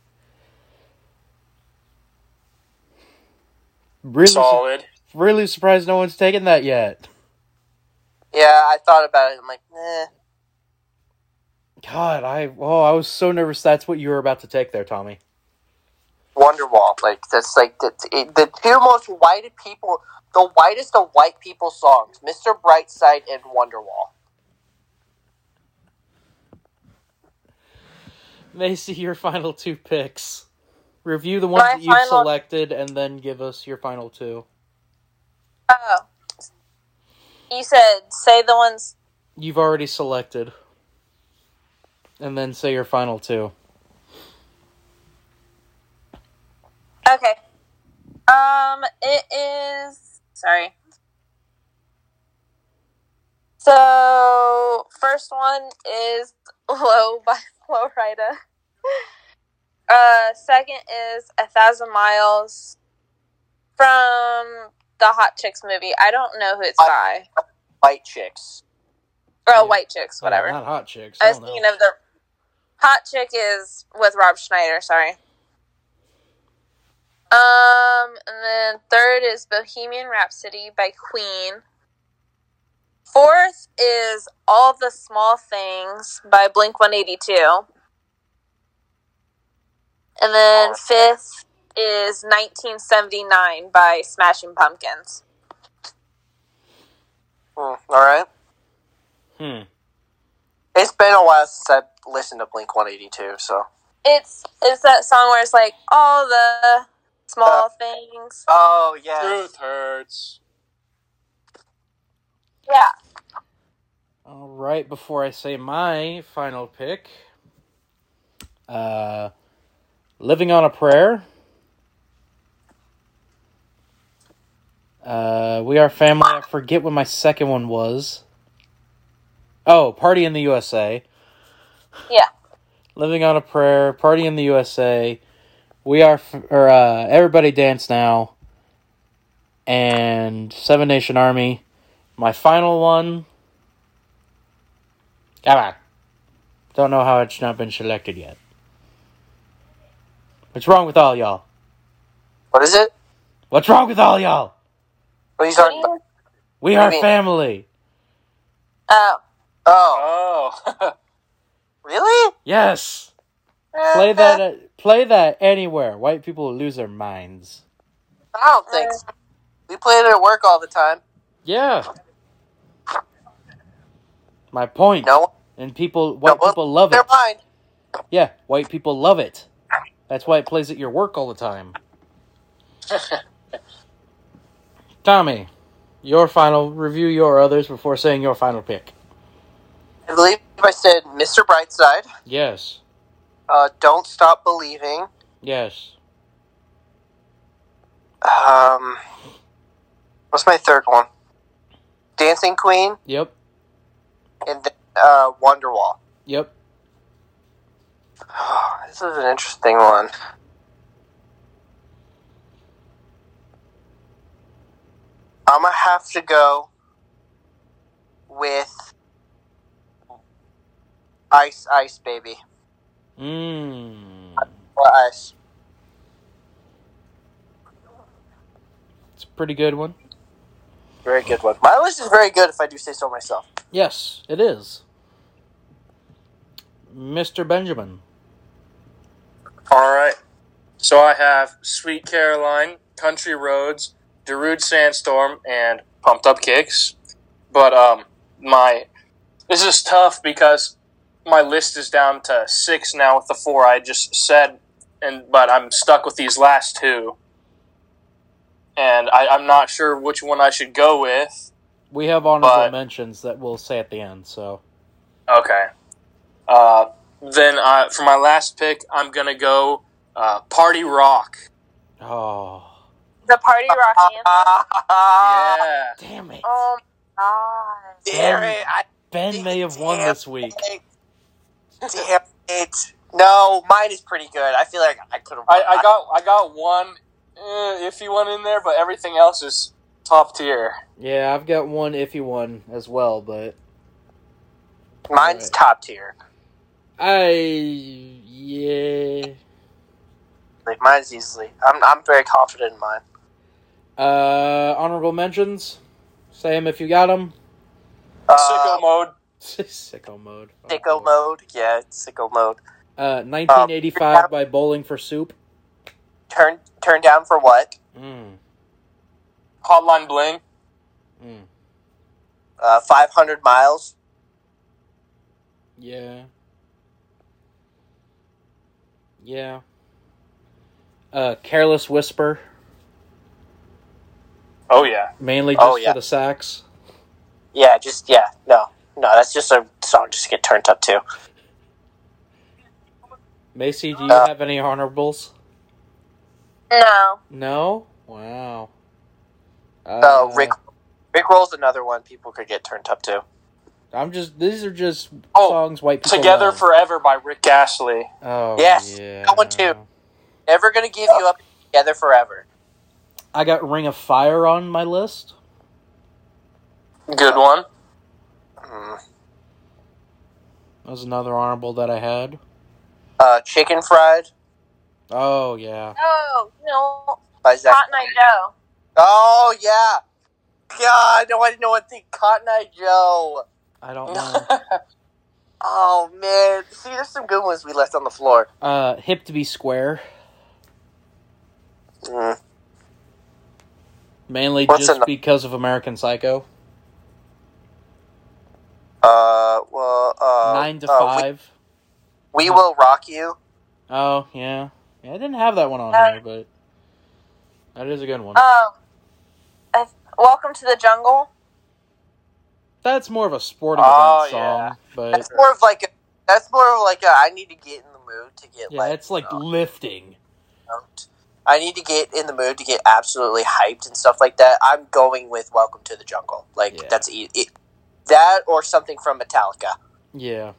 A: Really, su-
E: Solid.
A: really surprised no one's taken that yet.
B: Yeah, I thought about it. I'm like, eh.
A: God, I oh, I was so nervous. That's what you were about to take there, Tommy.
B: Wonderwall. Like that's like the, it, the two most whited people, the whitest of white people songs, Mr. Brightside and Wonderwall.
A: Macy, your final two picks. Review the ones
C: My
A: that you
C: final-
A: selected, and then give us your final two.
C: Oh. You said say the ones.
A: You've already selected. And then say your final two.
C: Okay. Um, it is. Sorry. So, first one is Low by Flowrider. Uh, second is A Thousand Miles from the Hot Chicks movie. I don't know who it's by.
B: White chicks.
A: yeah.
C: Or White Chicks,
A: Yeah,
C: whatever.
A: not hot chicks.
C: I
A: I
C: was thinking of the hot chick is with Rob Schneider. Sorry. Um, and then third is Bohemian Rhapsody by Queen. Fourth is All the Small Things by Blink One Eighty Two. And then fifth is 1979 by Smashing Pumpkins.
B: Hmm, all right.
A: Hmm.
B: It's been a while since I've listened to Blink 182, so.
C: It's it's that song where it's like all the small things.
B: Oh, yeah.
E: Truth hurts.
C: Yeah.
A: All right, before I say my final pick, uh, Living on a Prayer. Uh, we Are Family. I forget what my second one was. Oh, Party in the USA.
C: Yeah.
A: Living on a Prayer, Party in the USA. We Are, F- or uh, Everybody Dance Now. And Seven Nation Army. My final one. Come on. Don't know how it's not been selected yet. What's wrong with all y'all?
B: What is it?
A: What's wrong with all y'all?
B: What are you talking about?
A: We
B: What do
A: are
B: you mean?
A: family.
C: Oh.
B: Oh,
E: Oh.
B: really?
A: Yes. Play that. At, play that anywhere. White people will lose their minds.
B: I don't think so. We play it at work all the time.
A: Yeah. My point.
B: No one.
A: And people, white
B: well,
A: people love
B: Never
A: it.
B: mind.
A: Yeah, white people love it. That's why it plays at your work all the time. Tommy, your final review your others before saying your final pick.
B: I believe I said Mr. Brightside,
A: Yes.
B: uh, Don't Stop Believing,
A: Yes.
B: um, what's my third one? Dancing Queen,
A: Yep.
B: and then, uh, Wonderwall.
A: Yep.
B: This is an interesting one. I'm gonna have to go with Ice Ice Baby.
A: Mmm.
B: Or Ice.
A: It's a pretty good one.
B: Very good one. My list is very good if I do say so myself.
A: Yes, it is. Mr. Benjamin.
E: All right. So I have Sweet Caroline, Country Roads, Darude Sandstorm, and Pumped Up Kicks. But um, my this is tough because my list is down to six now with the four I just said, and but I'm stuck with these last two, and I, I'm not sure which one I should go with.
A: We have honorable
E: But-
A: mentions that we'll say at the end, so.
E: Okay. Uh, then uh, for my last pick, I'm gonna go uh, Party Rock.
A: Oh.
C: The party rock anthem.
B: Ah.
E: yeah.
A: Damn it.
C: Oh my god.
B: Damn it! I
A: Ben may have won this week.
B: damn it! No, mine is pretty good. I feel like I could have.
E: I, I got I got one uh, iffy one in there, but everything else is top tier.
A: Yeah, I've got one iffy one as well, but
B: mine's top tier.
A: I yeah.
B: Like mine's easily. I'm I'm very confident in mine.
A: Uh, honorable mentions. Say 'em if you got them.
B: Uh,
E: Sicko mode.
A: Sicko mode.
B: sicko mode. Yeah, it's sicko mode.
A: Uh,
B: Um,
A: 1985 by Bowling for Soup.
B: Turn turn down for what?
A: Mm,
E: Hotline bling.
A: mm.
B: Uh, Five hundred miles.
A: Yeah. Yeah. Uh, Careless Whisper,
E: Oh yeah.
A: mainly just
B: Oh, yeah.
A: for the sax.
B: Yeah, just yeah. No, no, that's just a song. Just to get turned up to.
A: Macy, do you
B: Uh,
A: have any honorables?
C: No.
A: No. Wow. Uh,
B: Oh, Rick. Rick rolls another one people could get turned up to.
A: I'm just. These are just
E: Oh,
A: songs white people
E: Together
A: love.
E: Forever by Rick Astley.
A: Oh,
B: Yes,
A: yeah.
B: that one too. Never gonna give you up. Together forever.
A: I got Ring of Fire on my list.
E: Good one.
B: Mm.
A: That was another honorable that I had.
B: Uh, Chicken fried
A: Oh yeah,
C: Oh, no.
B: by Zach.
C: Hot Night Joe.
B: Oh yeah. God, no, I didn't know what thing. Cotton Eye Joe.
A: I don't know.
B: Oh man, see, there's some good ones we left on the floor.
A: uh, Hip to be Square,
B: Mm.
A: mainly
B: What's
A: just
B: ano-
A: because of American Psycho.
B: Uh,
A: nine to
B: uh, we-
A: five.
B: We Will Rock You.
A: Oh yeah, yeah. I didn't have that one on
C: Uh,
A: here, but that is a good
B: Uh,
A: one.
C: Um, I, Welcome to the Jungle.
A: That's more of a sporting
E: Oh,
A: event
E: yeah.
A: song, but
B: That's more of like a. That's more of like a. I need to get in the mood to get
A: yeah,
B: like.
A: it's like
B: you know,
A: lifting.
B: pumped. I need to get in the mood to get absolutely hyped and stuff like that. I'm going with Welcome to the Jungle. Like
A: Yeah.
B: that's e- it, that or something from Metallica.
A: Yeah.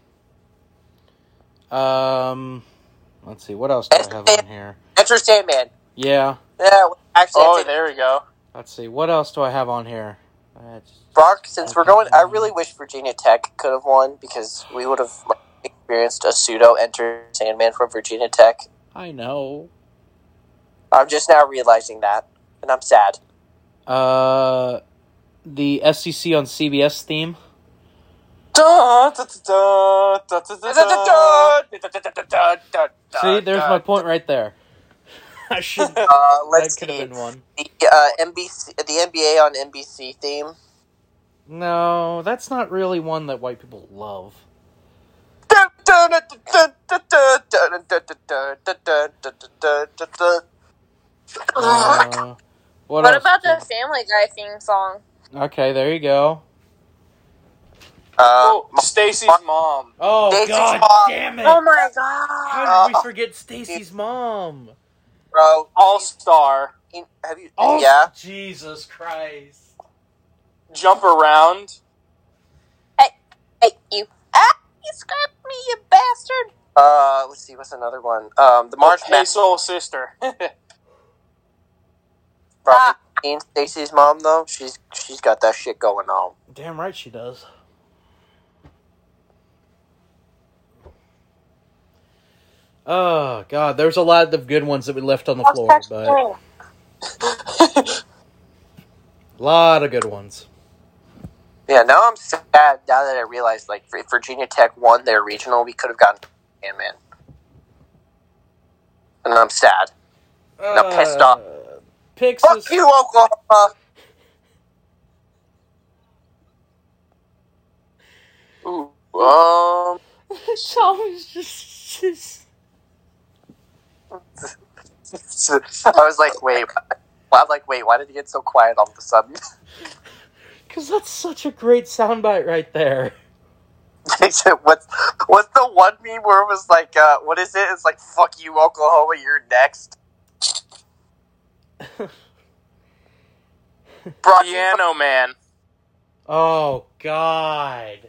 A: Um, let's see. What else do I have on here?
B: Enter Sandman.
A: Yeah.
B: Yeah, actually,
E: Oh,
B: I think
E: there we go.
A: Let's see. What else do I have on here? That's-
B: Brock. Since we're
A: Okay.
B: going, I really wish Virginia Tech could have won because we would have like, experienced a pseudo Enter Sandman from Virginia Tech.
A: I know.
B: I'm just now realizing that, and I'm sad.
A: Uh, the SEC on CBS theme. See, there's my point right there. I should. that
B: Uh, let's
A: could
B: see.
A: have been one.
B: The uh, NBC, the NBA on NBC theme.
A: No, that's not really one that white people love. Uh, what
C: What
A: else
C: about
A: do-
C: the Family Guy theme song?
A: Okay, there you go.
B: Uh,
E: Oh, Stacy's mom.
A: Oh
B: Stacy's
A: God,
B: mom.
A: damn it!
C: Oh my god!
A: How did we
B: Uh,
A: forget Stacy's mom?
B: bro,
E: All Star.
B: have you?
A: Oh
B: Yeah,
A: Jesus Christ!
E: Jump around.
C: Hey, you! Ah, you scrapped me, you bastard!
B: uh, let's see. What's another one? Um, the March
E: Hey,
B: Madness.
E: soul sister.
B: Probably seen Stacy's mom though. She's she's got that shit going on.
A: Damn right she does. Oh God, there's a lot of good ones that we left on the floor, but a lot of good ones.
B: Yeah, now I'm sad. Now that I realize, like, if Virginia Tech won their regional, we could have gotten Sandman. And I'm sad. Now pissed off.
A: Uh, Pix
B: Fuck
A: is-
B: you, Oklahoma. Ooh, um,
A: Someone's just, just-
B: I was like, wait. I'm like, wait, why did he get so quiet all of a sudden?
A: Cause that's such a great soundbite right there.
B: what's what's the one meme where it was like, uh, what is it? It's like, fuck you, Oklahoma, you're next. Brock, you
E: Piano man.
A: Oh God!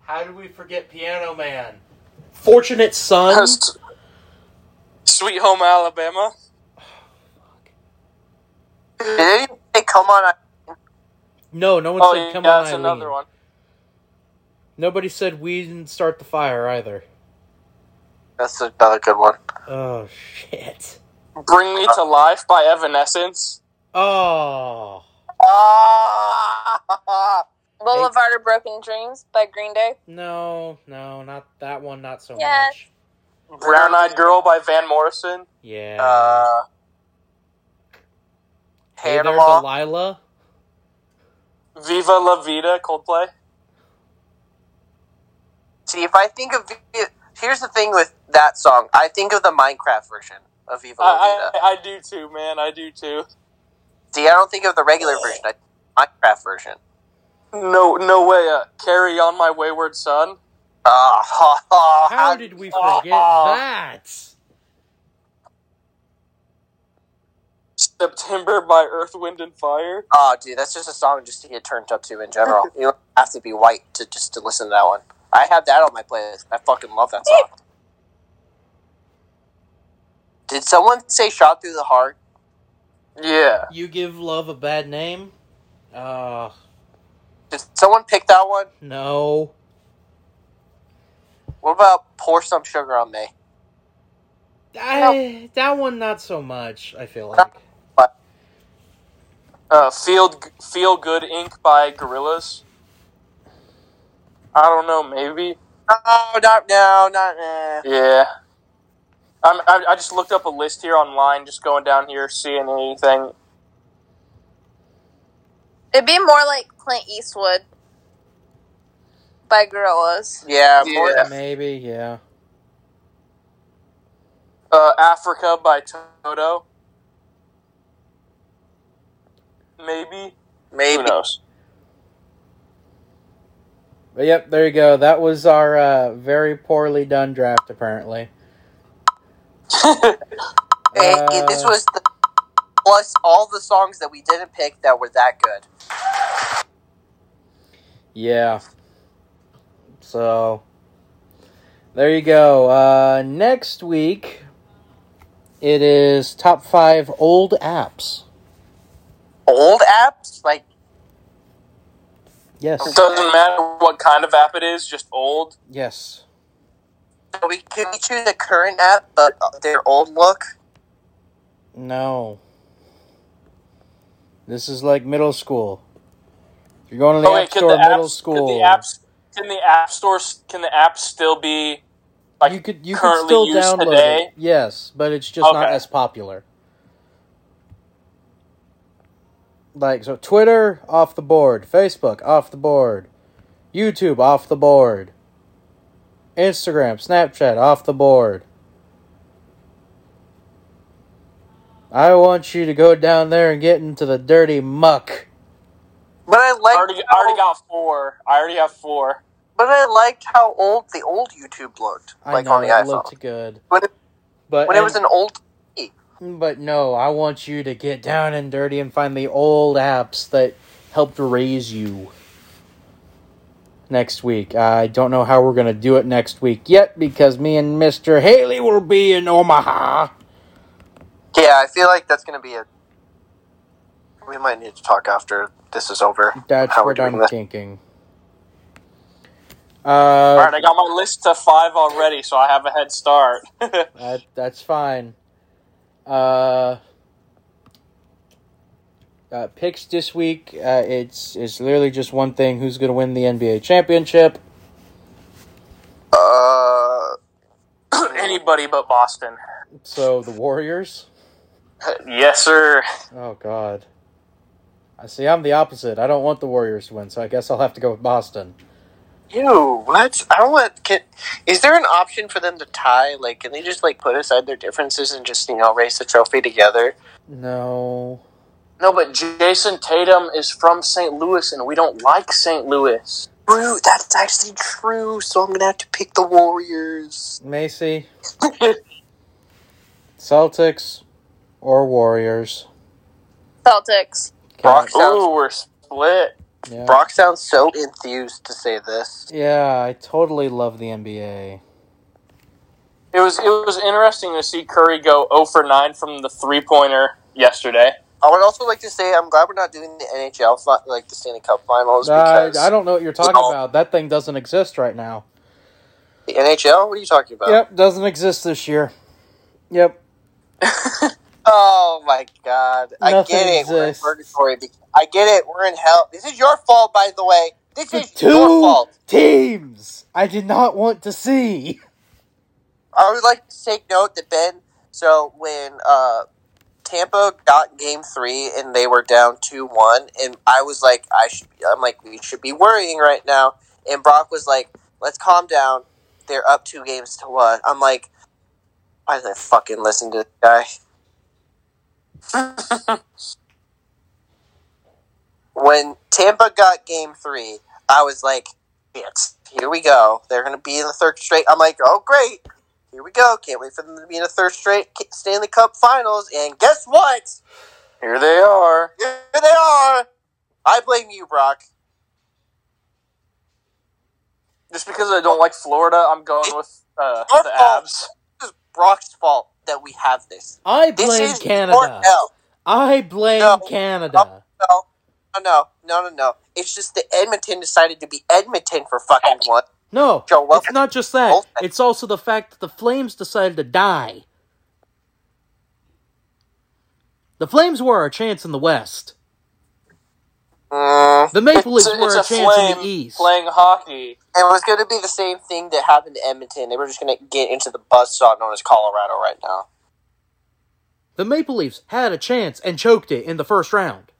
A: How did we forget Piano Man? Fortunate Son.
E: Sweet Home Alabama.
B: Did anybody say, come on?
A: No, no one
E: Oh,
A: said
E: yeah,
A: come
E: that's
A: on.
E: another
A: Eileen."
E: one.
A: Nobody said we didn't start the fire either.
B: That's another good one.
A: Oh shit.
E: Bring Me to Life by Evanescence.
A: Oh
B: Ah!
C: Boulevard of Broken Dreams by Green Day.
A: no, no, not that one, not so
C: Yes.
A: much.
E: Brown Eyed Girl by Van Morrison.
A: Yeah.
B: Uh,
A: hey there,
B: Panama.
A: Delilah.
E: Viva La Vida, Coldplay.
B: See, if I think of here's the thing with that song, I think of the Minecraft version of Viva La
E: I,
B: Vida.
E: I, I do too, man. I do too.
B: See, I don't think of the regular version. I think of the Minecraft version.
E: No, no way. Uh, carry on, my wayward son.
B: Ah, ha, ha,
A: How did we forget
E: Oh.
A: that?
E: September by Earth, Wind, and Fire.
B: Oh, dude, that's just a song just to get turned up to in general. you don't have to be white to just to listen to that one. I have that on my playlist. I fucking love that song. Did someone say "Shot Through the Heart"?
E: Yeah.
A: You give love a bad name? Uh
B: Did someone pick that one?
A: no.
B: What about "Pour Some Sugar on Me"?
A: I, that one not so much, I feel like.
E: Uh, Feel Feel Good Inc. by Gorillaz. I don't know, maybe.
B: No, Oh, not no, not. Eh.
E: Yeah. I'm, I, I just looked up a list here online, just going down here, seeing anything.
C: It'd be more like Clint Eastwood. by gorillas.
B: Yeah,
E: Yeah.
B: more-
A: Maybe, yeah.
E: Uh, Africa by Toto. Maybe. Who
B: maybe.
E: knows?
A: But yep, there you go. That was our uh, very poorly done draft, apparently.
B: Hey, hey, this
A: Uh,
B: was the, plus all the songs that we didn't pick that were that good.
A: Yeah. So there you go. Uh, next week it is top five old apps.
B: Old apps, like
A: Yes.
E: Doesn't matter what kind of app it is, just old.
A: Yes.
B: we could we choose a current app, but their old look.
A: No. This is like middle school. You're going to the
E: oh
A: app
E: wait, could
A: store,
E: the
A: middle
E: apps?
A: school.
E: Could the apps? Can the app stores? Can the apps still be like
A: you could you could
E: currently
A: still
E: used
A: download
E: today?
A: it. Yes, but it's just not
E: Okay.
A: as popular. Like so Twitter off the board, Facebook off the board, YouTube off the board. Instagram, Snapchat off the board. I want you to go down there and get into the dirty muck.
B: But I
E: I
B: like.
E: already, I already got four. I already have four.
B: But I liked how old the old YouTube looked,
A: I
B: like
A: know
B: on the
A: it
B: iPhone.
A: looked good,
B: when it,
A: but
B: when it
A: and-
B: was an old,
A: But no, I want you to get down and dirty and find the old apps that helped raise you next week. I don't know how we're going to do it next week yet because me and Mr. Haley will be in Omaha.
B: yeah, I feel like that's gonna be a. We might need to talk after this is over.
A: That's
B: How we're
A: what
B: doing
A: I'm
B: this.
A: thinking.
E: All
A: Uh,
E: right, I got my list to five already, so I have a head start.
A: that, that's fine. Uh, uh, picks this week, uh, it's, it's literally just one thing who's going to win the NBA championship.
B: Uh,
E: Anybody but Boston.
A: So, the Warriors.
E: Yes, sir.
A: Oh God. I see. I'm the opposite. I don't want the Warriors to win, so I guess I'll have to go with Boston.
B: ew, what? I don't want. Can, is there an option for them to tie? Like, can they just like put aside their differences and just you know raise the trophy together?
A: No.
E: No, but Jason Tatum is from St. Louis, and we don't like St. Louis.
B: True, that's actually true. So I'm gonna have to pick the Warriors.
A: Macy. Celtics or Warriors.
C: Celtics.
B: Brock sounds
E: Ooh, we're split.
A: Yeah.
B: Brock sounds so enthused to say this.
A: yeah, I totally love the NBA.
E: It was it was interesting to see Curry go 0 for 9 from the three pointer yesterday.
B: I would also like to say I'm glad we're not doing the NHL fi- like the Stanley Cup Finals
A: I,
B: because
A: I don't know what you're talking
B: Oh.
A: about. That thing doesn't exist right now.
B: the NHL. What are you talking about?
A: Yep, doesn't exist this year. Yep.
B: Oh my god! I
A: Nothing
B: get it. We're in
A: exists.
B: purgatory. be- I get it. We're in hell. This is your fault, by the way. This
A: The
B: is your
A: two
B: fault.
A: teams I did not want to see.
B: I would like to take note that Ben. So when uh, Tampa got Game Three and they were down two one, and I was like, I should. I'm like, we should be worrying right now. And Brock was like, let's calm down. They're up two games to one. I'm like, why did I fucking listen to this guy? when Tampa got Game Three, I was like, yes, here we go. They're gonna be in the third straight. I'm like, oh great here we go. Can't wait for them to be in the third straight K- Stanley Cup Finals. And guess what?
E: Here they are.
B: Here they are. I blame you, Brock.
E: Just because I don't like Florida, I'm going with uh,
B: Your
E: the
B: fault.
E: Abs.
B: This is Brock's fault that we have this.
A: I
B: This
A: blame
B: is
A: Canada.
B: No,
A: I blame
B: No.
A: Canada.
B: no, no, no, no, no, no. It's just that Edmonton decided to be Edmonton for fucking one.
A: No,
B: Joe, well-
A: it's not just that.
B: well-
A: It's also the fact that the Flames decided to die. The Flames were our chance in the West.
B: Mm.
A: The Maple
E: It's
A: Leafs
E: a,
A: were
E: it's
A: our
E: a
A: chance in
E: flame
A: the East.
E: playing hockey.
B: And it was going to be the same thing that happened to Edmonton. They were just going to get into the buzzsaw known as Colorado right now.
A: The Maple Leafs had a chance and choked it in the first round.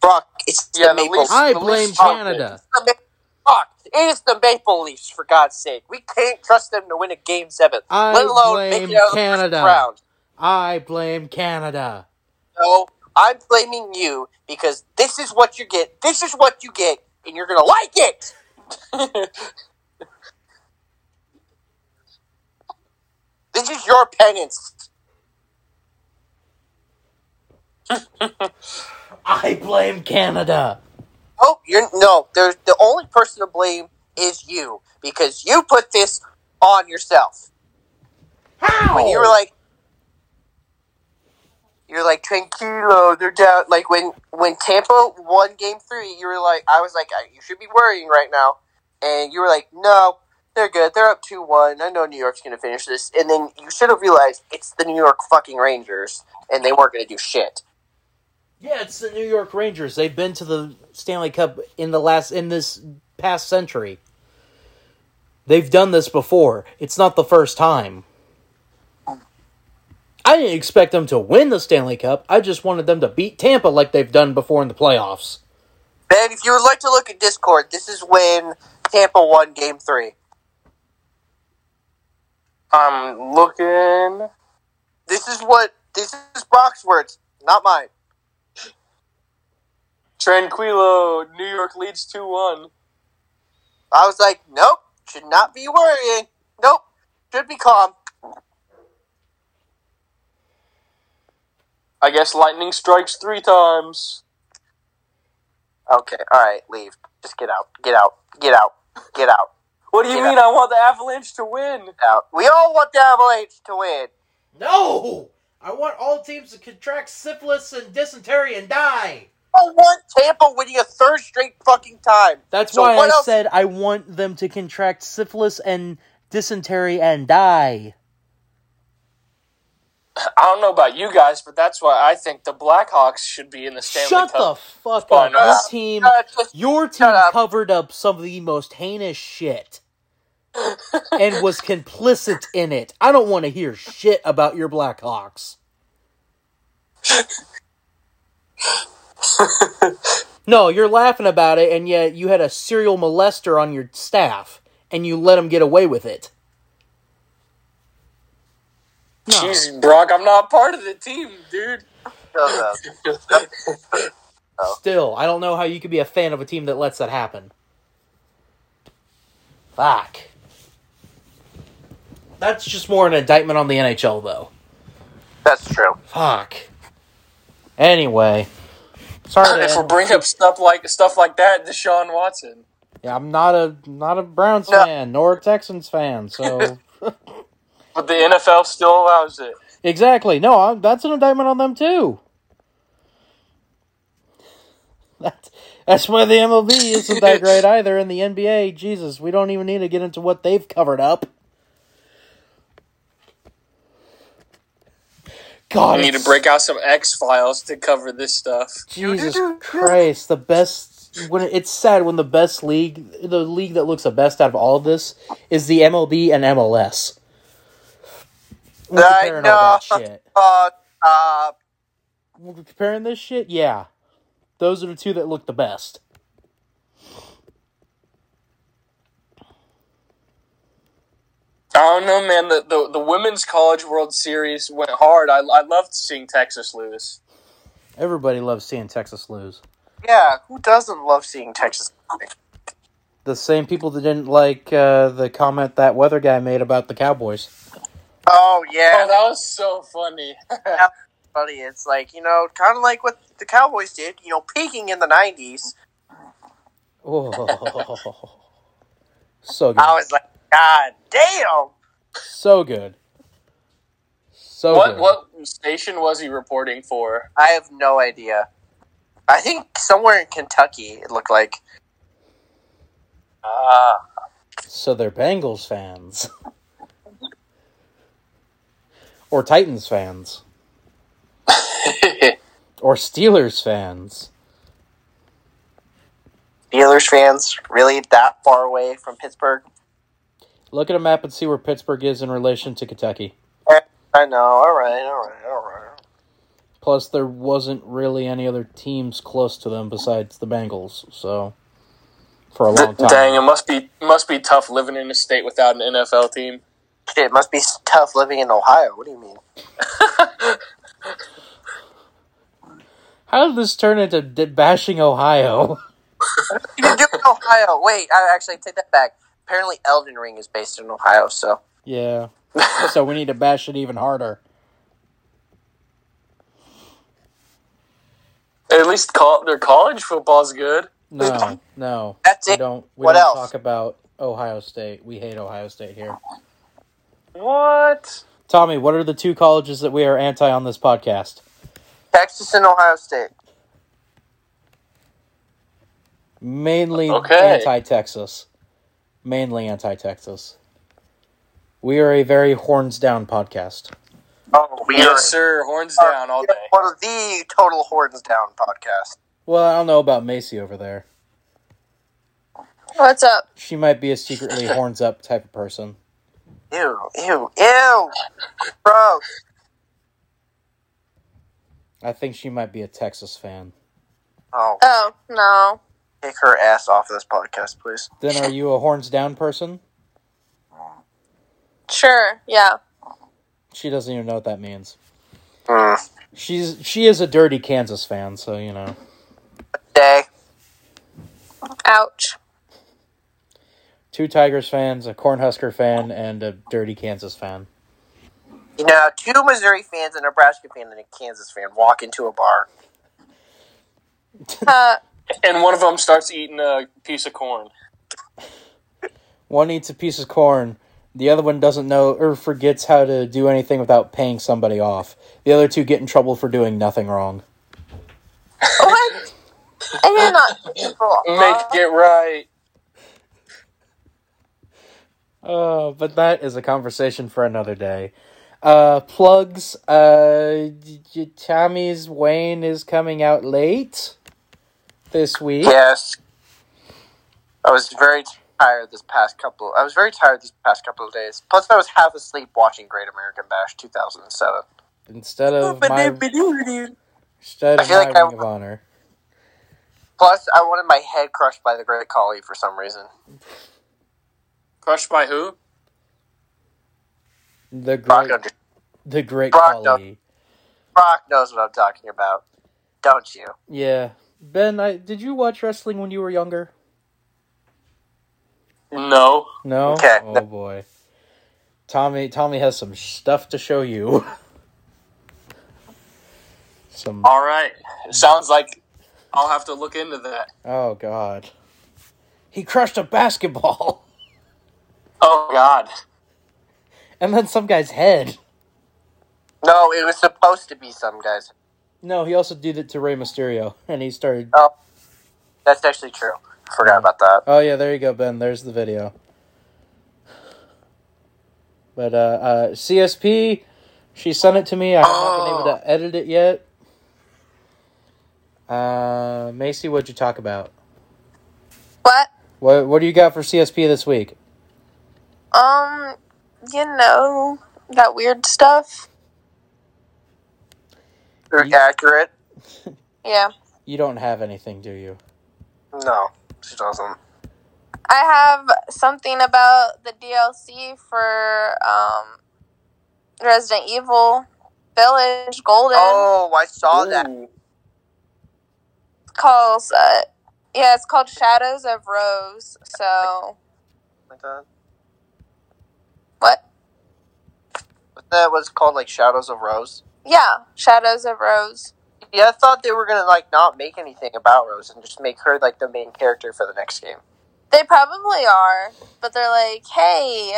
B: Brock, it's
E: Yeah,
B: the
E: the
B: Maple
E: Leafs-
A: I
E: The
A: blame
E: choked it.
A: Canada.
B: the fuck. It is the Maple Leafs, for God's sake. We can't trust them to win a game seven,
D: I
B: let alone
D: blame
B: make it out of the first
D: Canada.
B: round.
D: I blame Canada.
B: No, I'm blaming you because this is what you get. This is what you get, and you're gonna like it. this is your penance.
D: I blame Canada.
B: Oh, you're no. There's the only person to blame is you because you put this on yourself.
D: How?
B: When you were like, you're like tranquilo. They're down. Like when when Tampa won Game Three, you were like, I was like, you should be worrying right now, and you were like, no, they're good. They're up two one. I know New York's gonna finish this, and then you should have realized it's the New York fucking Rangers, and they weren't gonna do shit.
A: Yeah, it's the New York Rangers. They've been to the Stanley Cup in the last in this past century. They've done this before. It's not the first time. I didn't expect them to win the Stanley Cup. I just wanted them to beat Tampa like they've done before in the playoffs.
B: Ben, if you would like to look at Discord, this is when Tampa won Game Three.
E: I'm looking.
B: This is what this is Brock's words, not mine.
E: Tranquilo, New York leads 2 1.
B: I was like, nope, should not be worrying. Nope, should be calm.
E: I guess lightning strikes three times.
B: Okay, all right, leave. Just get out, get out, get out, get out,
E: What do you
B: Yeah.
E: mean I want the Avalanche to win?
B: out. We all want the Avalanche to win.
D: No! I want all teams to contract syphilis and dysentery and die.
B: I want Tampa winning a third straight fucking time.
A: That's
B: So
A: why
B: what
A: I
B: else-
A: said I want them to contract syphilis and dysentery and die.
E: I don't know about you guys, but that's why I think the Blackhawks should be in the Stanley
A: Shut
E: Cup.
A: the fuck
E: Why
A: up.
E: not?
A: Your team,
B: Uh, just-
A: your team
B: Shut up.
A: covered up some of the most heinous shit and was complicit in it. I don't want to hear shit about your Blackhawks. no, you're laughing about it, and yet you had a serial molester on your staff, and you let him get away with it. No.
E: Jeez, Brock, I'm not part of the team, dude.
B: uh,
A: Still, I don't know how you could be a fan of a team that lets that happen. Fuck. That's just more an indictment on the NHL, though.
B: that's true.
A: Fuck. Anyway, sorry.
E: if
A: to-
E: we bring up stuff like stuff like that, Deshaun Watson.
A: yeah, I'm not a not a Browns
B: No.
A: fan nor a Texans fan, so
E: But the NFL still allows it.
A: exactly. No, I, that's an indictment on them too. That's that's why the MLB isn't that great either, and the NBA. Jesus, we don't even need to get into what they've covered up. God,
E: I need to
A: it's-
E: break out some X Files to cover this stuff.
A: Jesus Christ, the best when it's sad when the best league, the league that looks the best out of all of this is the MLB and MLS. When
B: I
A: comparing all that
B: know.
A: shit.
B: Uh, uh,
A: When comparing this shit, yeah. Those are the two that look the best.
E: I don't know, man. The, the the women's college World Series went hard. I I loved seeing Texas lose.
A: Everybody loves seeing Texas lose.
B: yeah, who doesn't love seeing Texas?
A: The same people that didn't like uh, the comment that weather guy made about the Cowboys.
B: Oh yeah,
E: Oh, that was so funny.
B: funny. It's like you know, kind of like what the Cowboys did. You know, peaking in the nineties.
A: Oh, so good,
B: I was like, God damn.
A: so good, so
E: what
A: good.
E: what station was he reporting for?
B: I have no idea. I think somewhere in Kentucky it looked like.
E: Ah,
A: So they're Bengals fans. or Titans fans. or Steelers fans.
B: Steelers fans really that far away from Pittsburgh?
A: Look at a map and see where Pittsburgh is in relation to Kentucky.
B: Eh, I know. All right. All right. All right.
A: Plus, there wasn't really any other teams close to them besides the Bengals, so.
F: for a long time.
E: Dang, it must be must be tough living in a state without an NFL team.
B: Shit, it must be tough living in Ohio. What do you mean?
A: How did this turn into d- bashing Ohio?
B: You can do it in Ohio. Wait, I actually take that back. Apparently, Elden Ring is based in Ohio, so
A: yeah. so we need to bash it even harder.
E: At least col- their college football's good.
A: No, no.
B: That's
A: We
B: it.
A: don't. We
B: What
A: don't
B: else?
A: talk about Ohio State. We hate Ohio State here.
E: What?
A: Tommy, what are the two colleges that we are anti on this podcast?
B: Texas and Ohio State.
A: Mainly
E: Okay.
A: anti-Texas. Mainly anti-Texas. We are a very horns down podcast.
B: Oh, we
E: Yes, sir. Horns
B: are-
E: down all
B: we
E: day.
B: are One of the total horns down podcast.
A: Well, I don't know about Macy over there.
C: What's up?
A: She might be a secretly horns up type of person.
B: Ew, ew, ew, bro.
A: I think she might be a Texas fan.
B: Oh,
C: Oh no,
B: kick her ass off this podcast, please.
A: Then are you a horns down person?
C: sure, yeah.
A: She doesn't even know what that means.
B: Mm.
A: She's she is a dirty Kansas fan, so you know.
B: Day.
C: Ouch.
A: Two Tigers fans, a Cornhusker fan, and a dirty Kansas fan.
B: You know, two Missouri fans, a Nebraska fan, and a Kansas fan walk into a bar.
C: Uh,
E: And one of them starts eating a piece of corn.
A: One eats a piece of corn, the other one doesn't know or forgets how to do anything without paying somebody off. The other two get in trouble for doing nothing wrong.
C: what? I did not see people.
E: Make it right.
A: Uh, but that is a conversation for another day. Uh, plugs. Uh, y- y- Tommy's Wayne is coming out late this week.
B: Yes. I was very tired this past couple. I was very tired these past couple of days. Plus, I was half asleep watching Great American Bash 2007.
A: Instead of my instead
B: I
A: of
B: feel
A: my
B: like I
A: Ring of Honor.
B: Plus, I wanted my head crushed by the Great Collie for some reason.
E: Crushed by who?
A: The
B: Brock,
A: great,
B: under-
A: the great
B: Brock
A: collie.
B: Brock knows what I'm talking about, don't you?
A: Yeah, Ben, I did you watch wrestling when you were younger?
E: No.
A: No.
B: Okay.
A: Oh boy, Tommy. Tommy has some stuff to show you. some.
E: All right. Sounds like I'll have to look into that.
A: Oh god, he crushed a basketball
E: Oh God.
A: and then some guy's head.
B: No, it was supposed to be some guys.
A: No, he also did it to Rey Mysterio, and he started.
B: Oh, that's actually true. Forgot about that.
A: Oh yeah, there you go, Ben. There's the video. But uh, uh, CSP, she sent it to me. I haven't been able to edit it yet. Uh, Macy, what'd you talk about?
C: What?
A: What What do you got for CSP this week?
C: Um, you know that weird stuff.
B: You're accurate?
C: Yeah,
A: You don't have anything, do you?
B: No, she doesn't.
C: I have something about the DLC for um Resident Evil Village Golden.
B: Oh, I saw that.
E: Ooh.
C: calls uh yeah it's called shadows of rose so
B: Like that.
C: what
B: Wasn't That was called like Shadows of Rose.
C: yeah shadows of rose
B: Yeah, I thought they were gonna like not make anything about Rose and just make her like the main character for the next game.
C: they probably are but they're like hey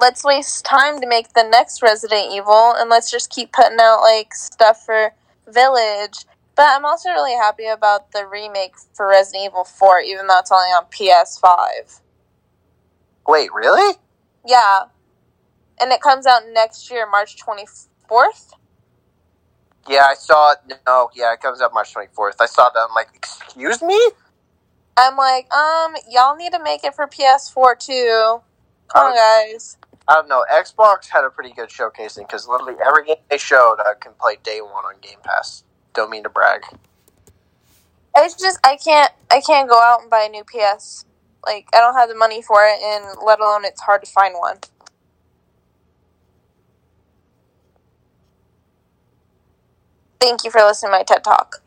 C: let's waste time to make the next resident evil and let's just keep putting out like stuff for village but i'm also really happy about the remake for resident evil 4 even though it's only on ps5
B: Wait, really?
C: yeah and it comes out next year march 24th
B: Yeah, I saw it. No, yeah, it comes out March twenty fourth. I saw that. I'm like, excuse me?
C: I'm like, um, y'all need to make it for PS4 too. Come on, guys.
B: I don't know. Xbox had a pretty good showcasing because literally every game they showed, I can play day one on Game Pass. Don't mean to brag.
C: It's just I can't I can't go out and buy a new PS Like, I don't have the money for it, and let alone it's hard to find one. Thank you for listening to my TED Talk.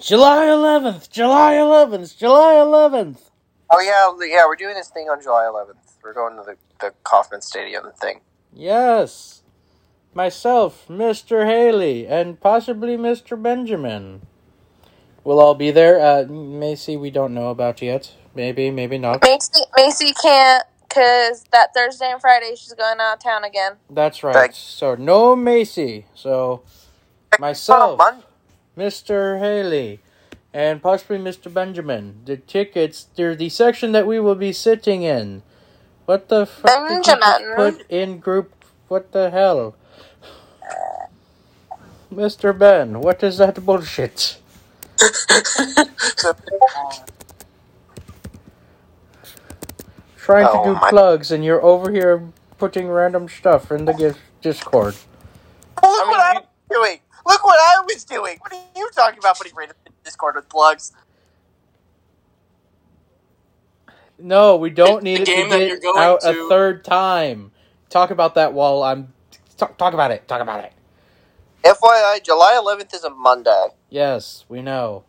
A: July 11th, July 11th, July 11th.
B: Oh yeah, yeah. We're doing this thing on July 11th. We're going to the, the Kauffman Stadium thing.
A: Yes. Myself, Mr. Haley, and possibly Mr. Benjamin. We'll all be there. Uh, Macy, we don't know about yet. Maybe, maybe not.
C: Macy, Macy can't because that Thursday and Friday she's going out of town again.
A: That's right.
B: Thanks.
A: So, no Macy. So, myself,
B: On Mon-
A: Mr. Haley, and possibly Mr. Benjamin. The tickets, they're the section that we will be sitting in. What the fuck did you just
C: Benjamin.
A: put in group? What the hell? Mr. Ben, what is that bullshit? Trying to
B: Oh,
A: do
B: my-
A: plugs and you're over here putting random stuff in the
E: Oh.
A: gif- Discord.
B: Well, look
E: I mean,
B: what I
E: you-
B: was doing. Look what I was doing. What are you talking about? Putting random in Discord with plugs.
A: No, we don't
E: The
A: need it
E: game
A: to
E: that
A: get
E: you're going
A: out a
E: to-
A: third time. Talk about that while I'm talk, talk about it. Talk about it.
B: FYI, July 11th is a Monday.
A: Yes, we know.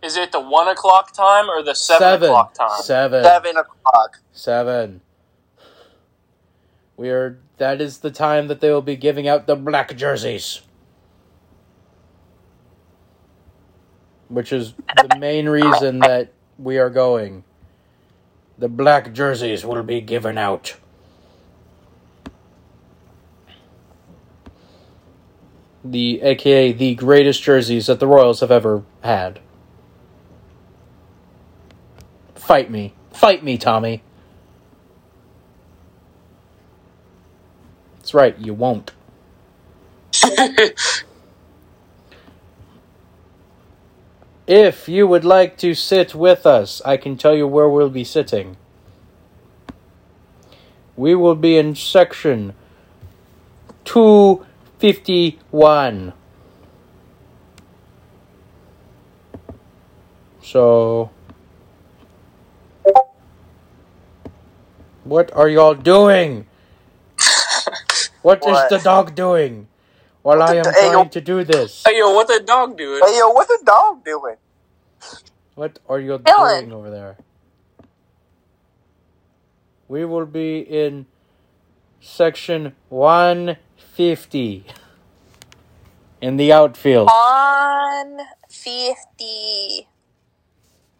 E: Is it the one o'clock time or the seven, o'clock time?
A: Seven.
B: Seven o'clock.
A: Seven. We are. That is the time that they will be giving out the black jerseys, which is the main reason that we are going. The black jerseys will be given out. The AKA the greatest jerseys that the Royals have ever had. Fight me. Fight me, Tommy. That's right, you won't. If you would like to sit with us, I can tell you where we'll be sitting. We will be in section 251. So. What are y'all doing? what is
B: What?
A: the dog doing? While
B: What
A: I
B: the
A: am
B: dog-
A: trying to do this.
E: Hey, yo, what the dog doing?
B: Hey, yo, what's a dog doing?
A: What are you
C: Dylan.
A: doing over there? We will be in section 150 in the outfield.
C: On 50.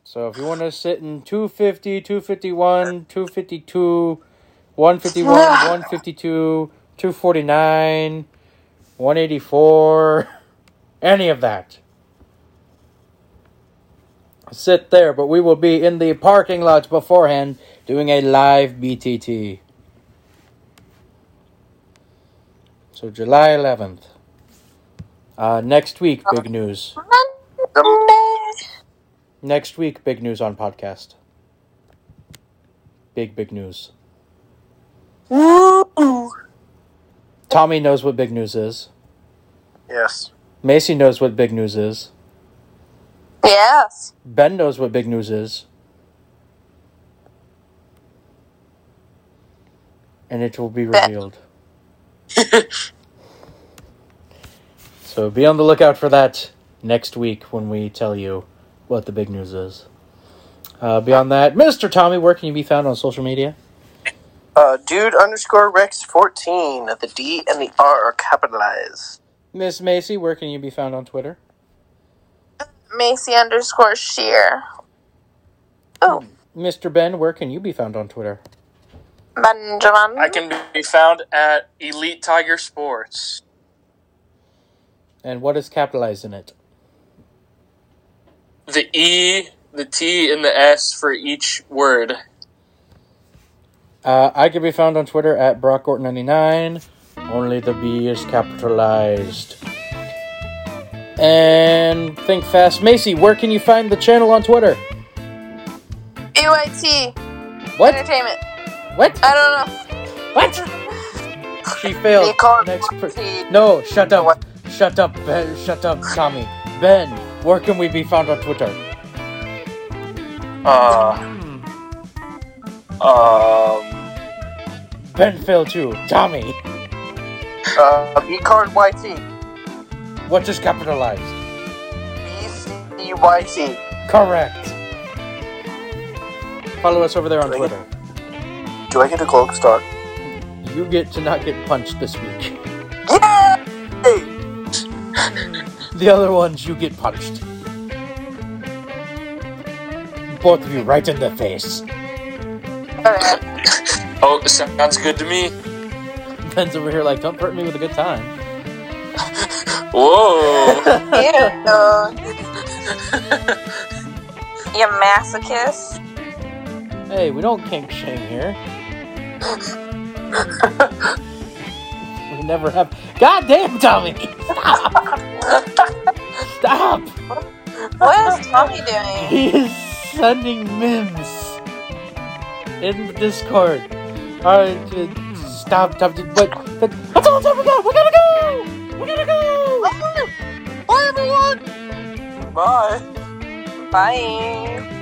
A: So if you want to sit in 250, 251, 252, 151, 152, 249, 184, any of that. Sit there, but we will be in the parking lot beforehand doing a live BTT. So July 11th. Uh, next week, big news.
C: Monday.
A: Next week, big news on podcast. Big, big news. Tommy knows what big news is.
B: Yes.
A: Macy knows what big news is.
C: Yes.
A: Ben knows what big news is. And it will be
C: Ben.
A: revealed. so be on the lookout for that next week when we tell you what the big news is. Uh, beyond that, Mr. Tommy, where can you be found on social media?
B: Uh, dude underscore Rex 14. The D and the R are capitalized.
A: Miss Macy, where can you be found on Twitter?
C: Macy underscore sheer. Oh,
A: Mr. Ben, where can you be found on Twitter?
C: Benjamin.
E: I can be found at Elite Tiger Sports.
A: And what is capitalized in it?
E: The E, the T, and the S for each word.
A: Uh, I can be found on Twitter at BrockGort99. Only the B is capitalized. And think fast, Macy. Where can you find the channel on Twitter?
C: UIT.
A: What?
C: Entertainment.
A: What?
C: I don't know.
A: What? She failed.
B: They call it
A: Next per-
B: Monty.
A: no, shut up. Shut up, Ben. Shut up, Tommy. Ben, Where can we be found on Twitter?
E: Uh, um,
A: Benfail 2, Tommy,
B: Uh, B card YT.
A: what is capitalized?
B: B C E Y T.
A: Correct. Follow us over there on
B: Bring it.
A: Twitter.
B: Do I get a gold star?
A: You get to not get punched this week.
B: Yeah!
A: The other ones, you get punched. Both of you right in the face.
C: Okay.
E: oh, sounds good to me.
A: Ben's over here like, don't hurt me with a good time.
E: Whoa.
C: Ew. you masochist.
A: Hey, we don't kink shame here. we never have. God damn, Tommy! Stop! Stop!
C: What is Tommy doing?
A: He is sending memes in the Discord. Alright, uh, stop, stop, but, but that's all the time we got! We gotta go! We gotta go!
B: Bye, everyone! Bye.
C: Bye.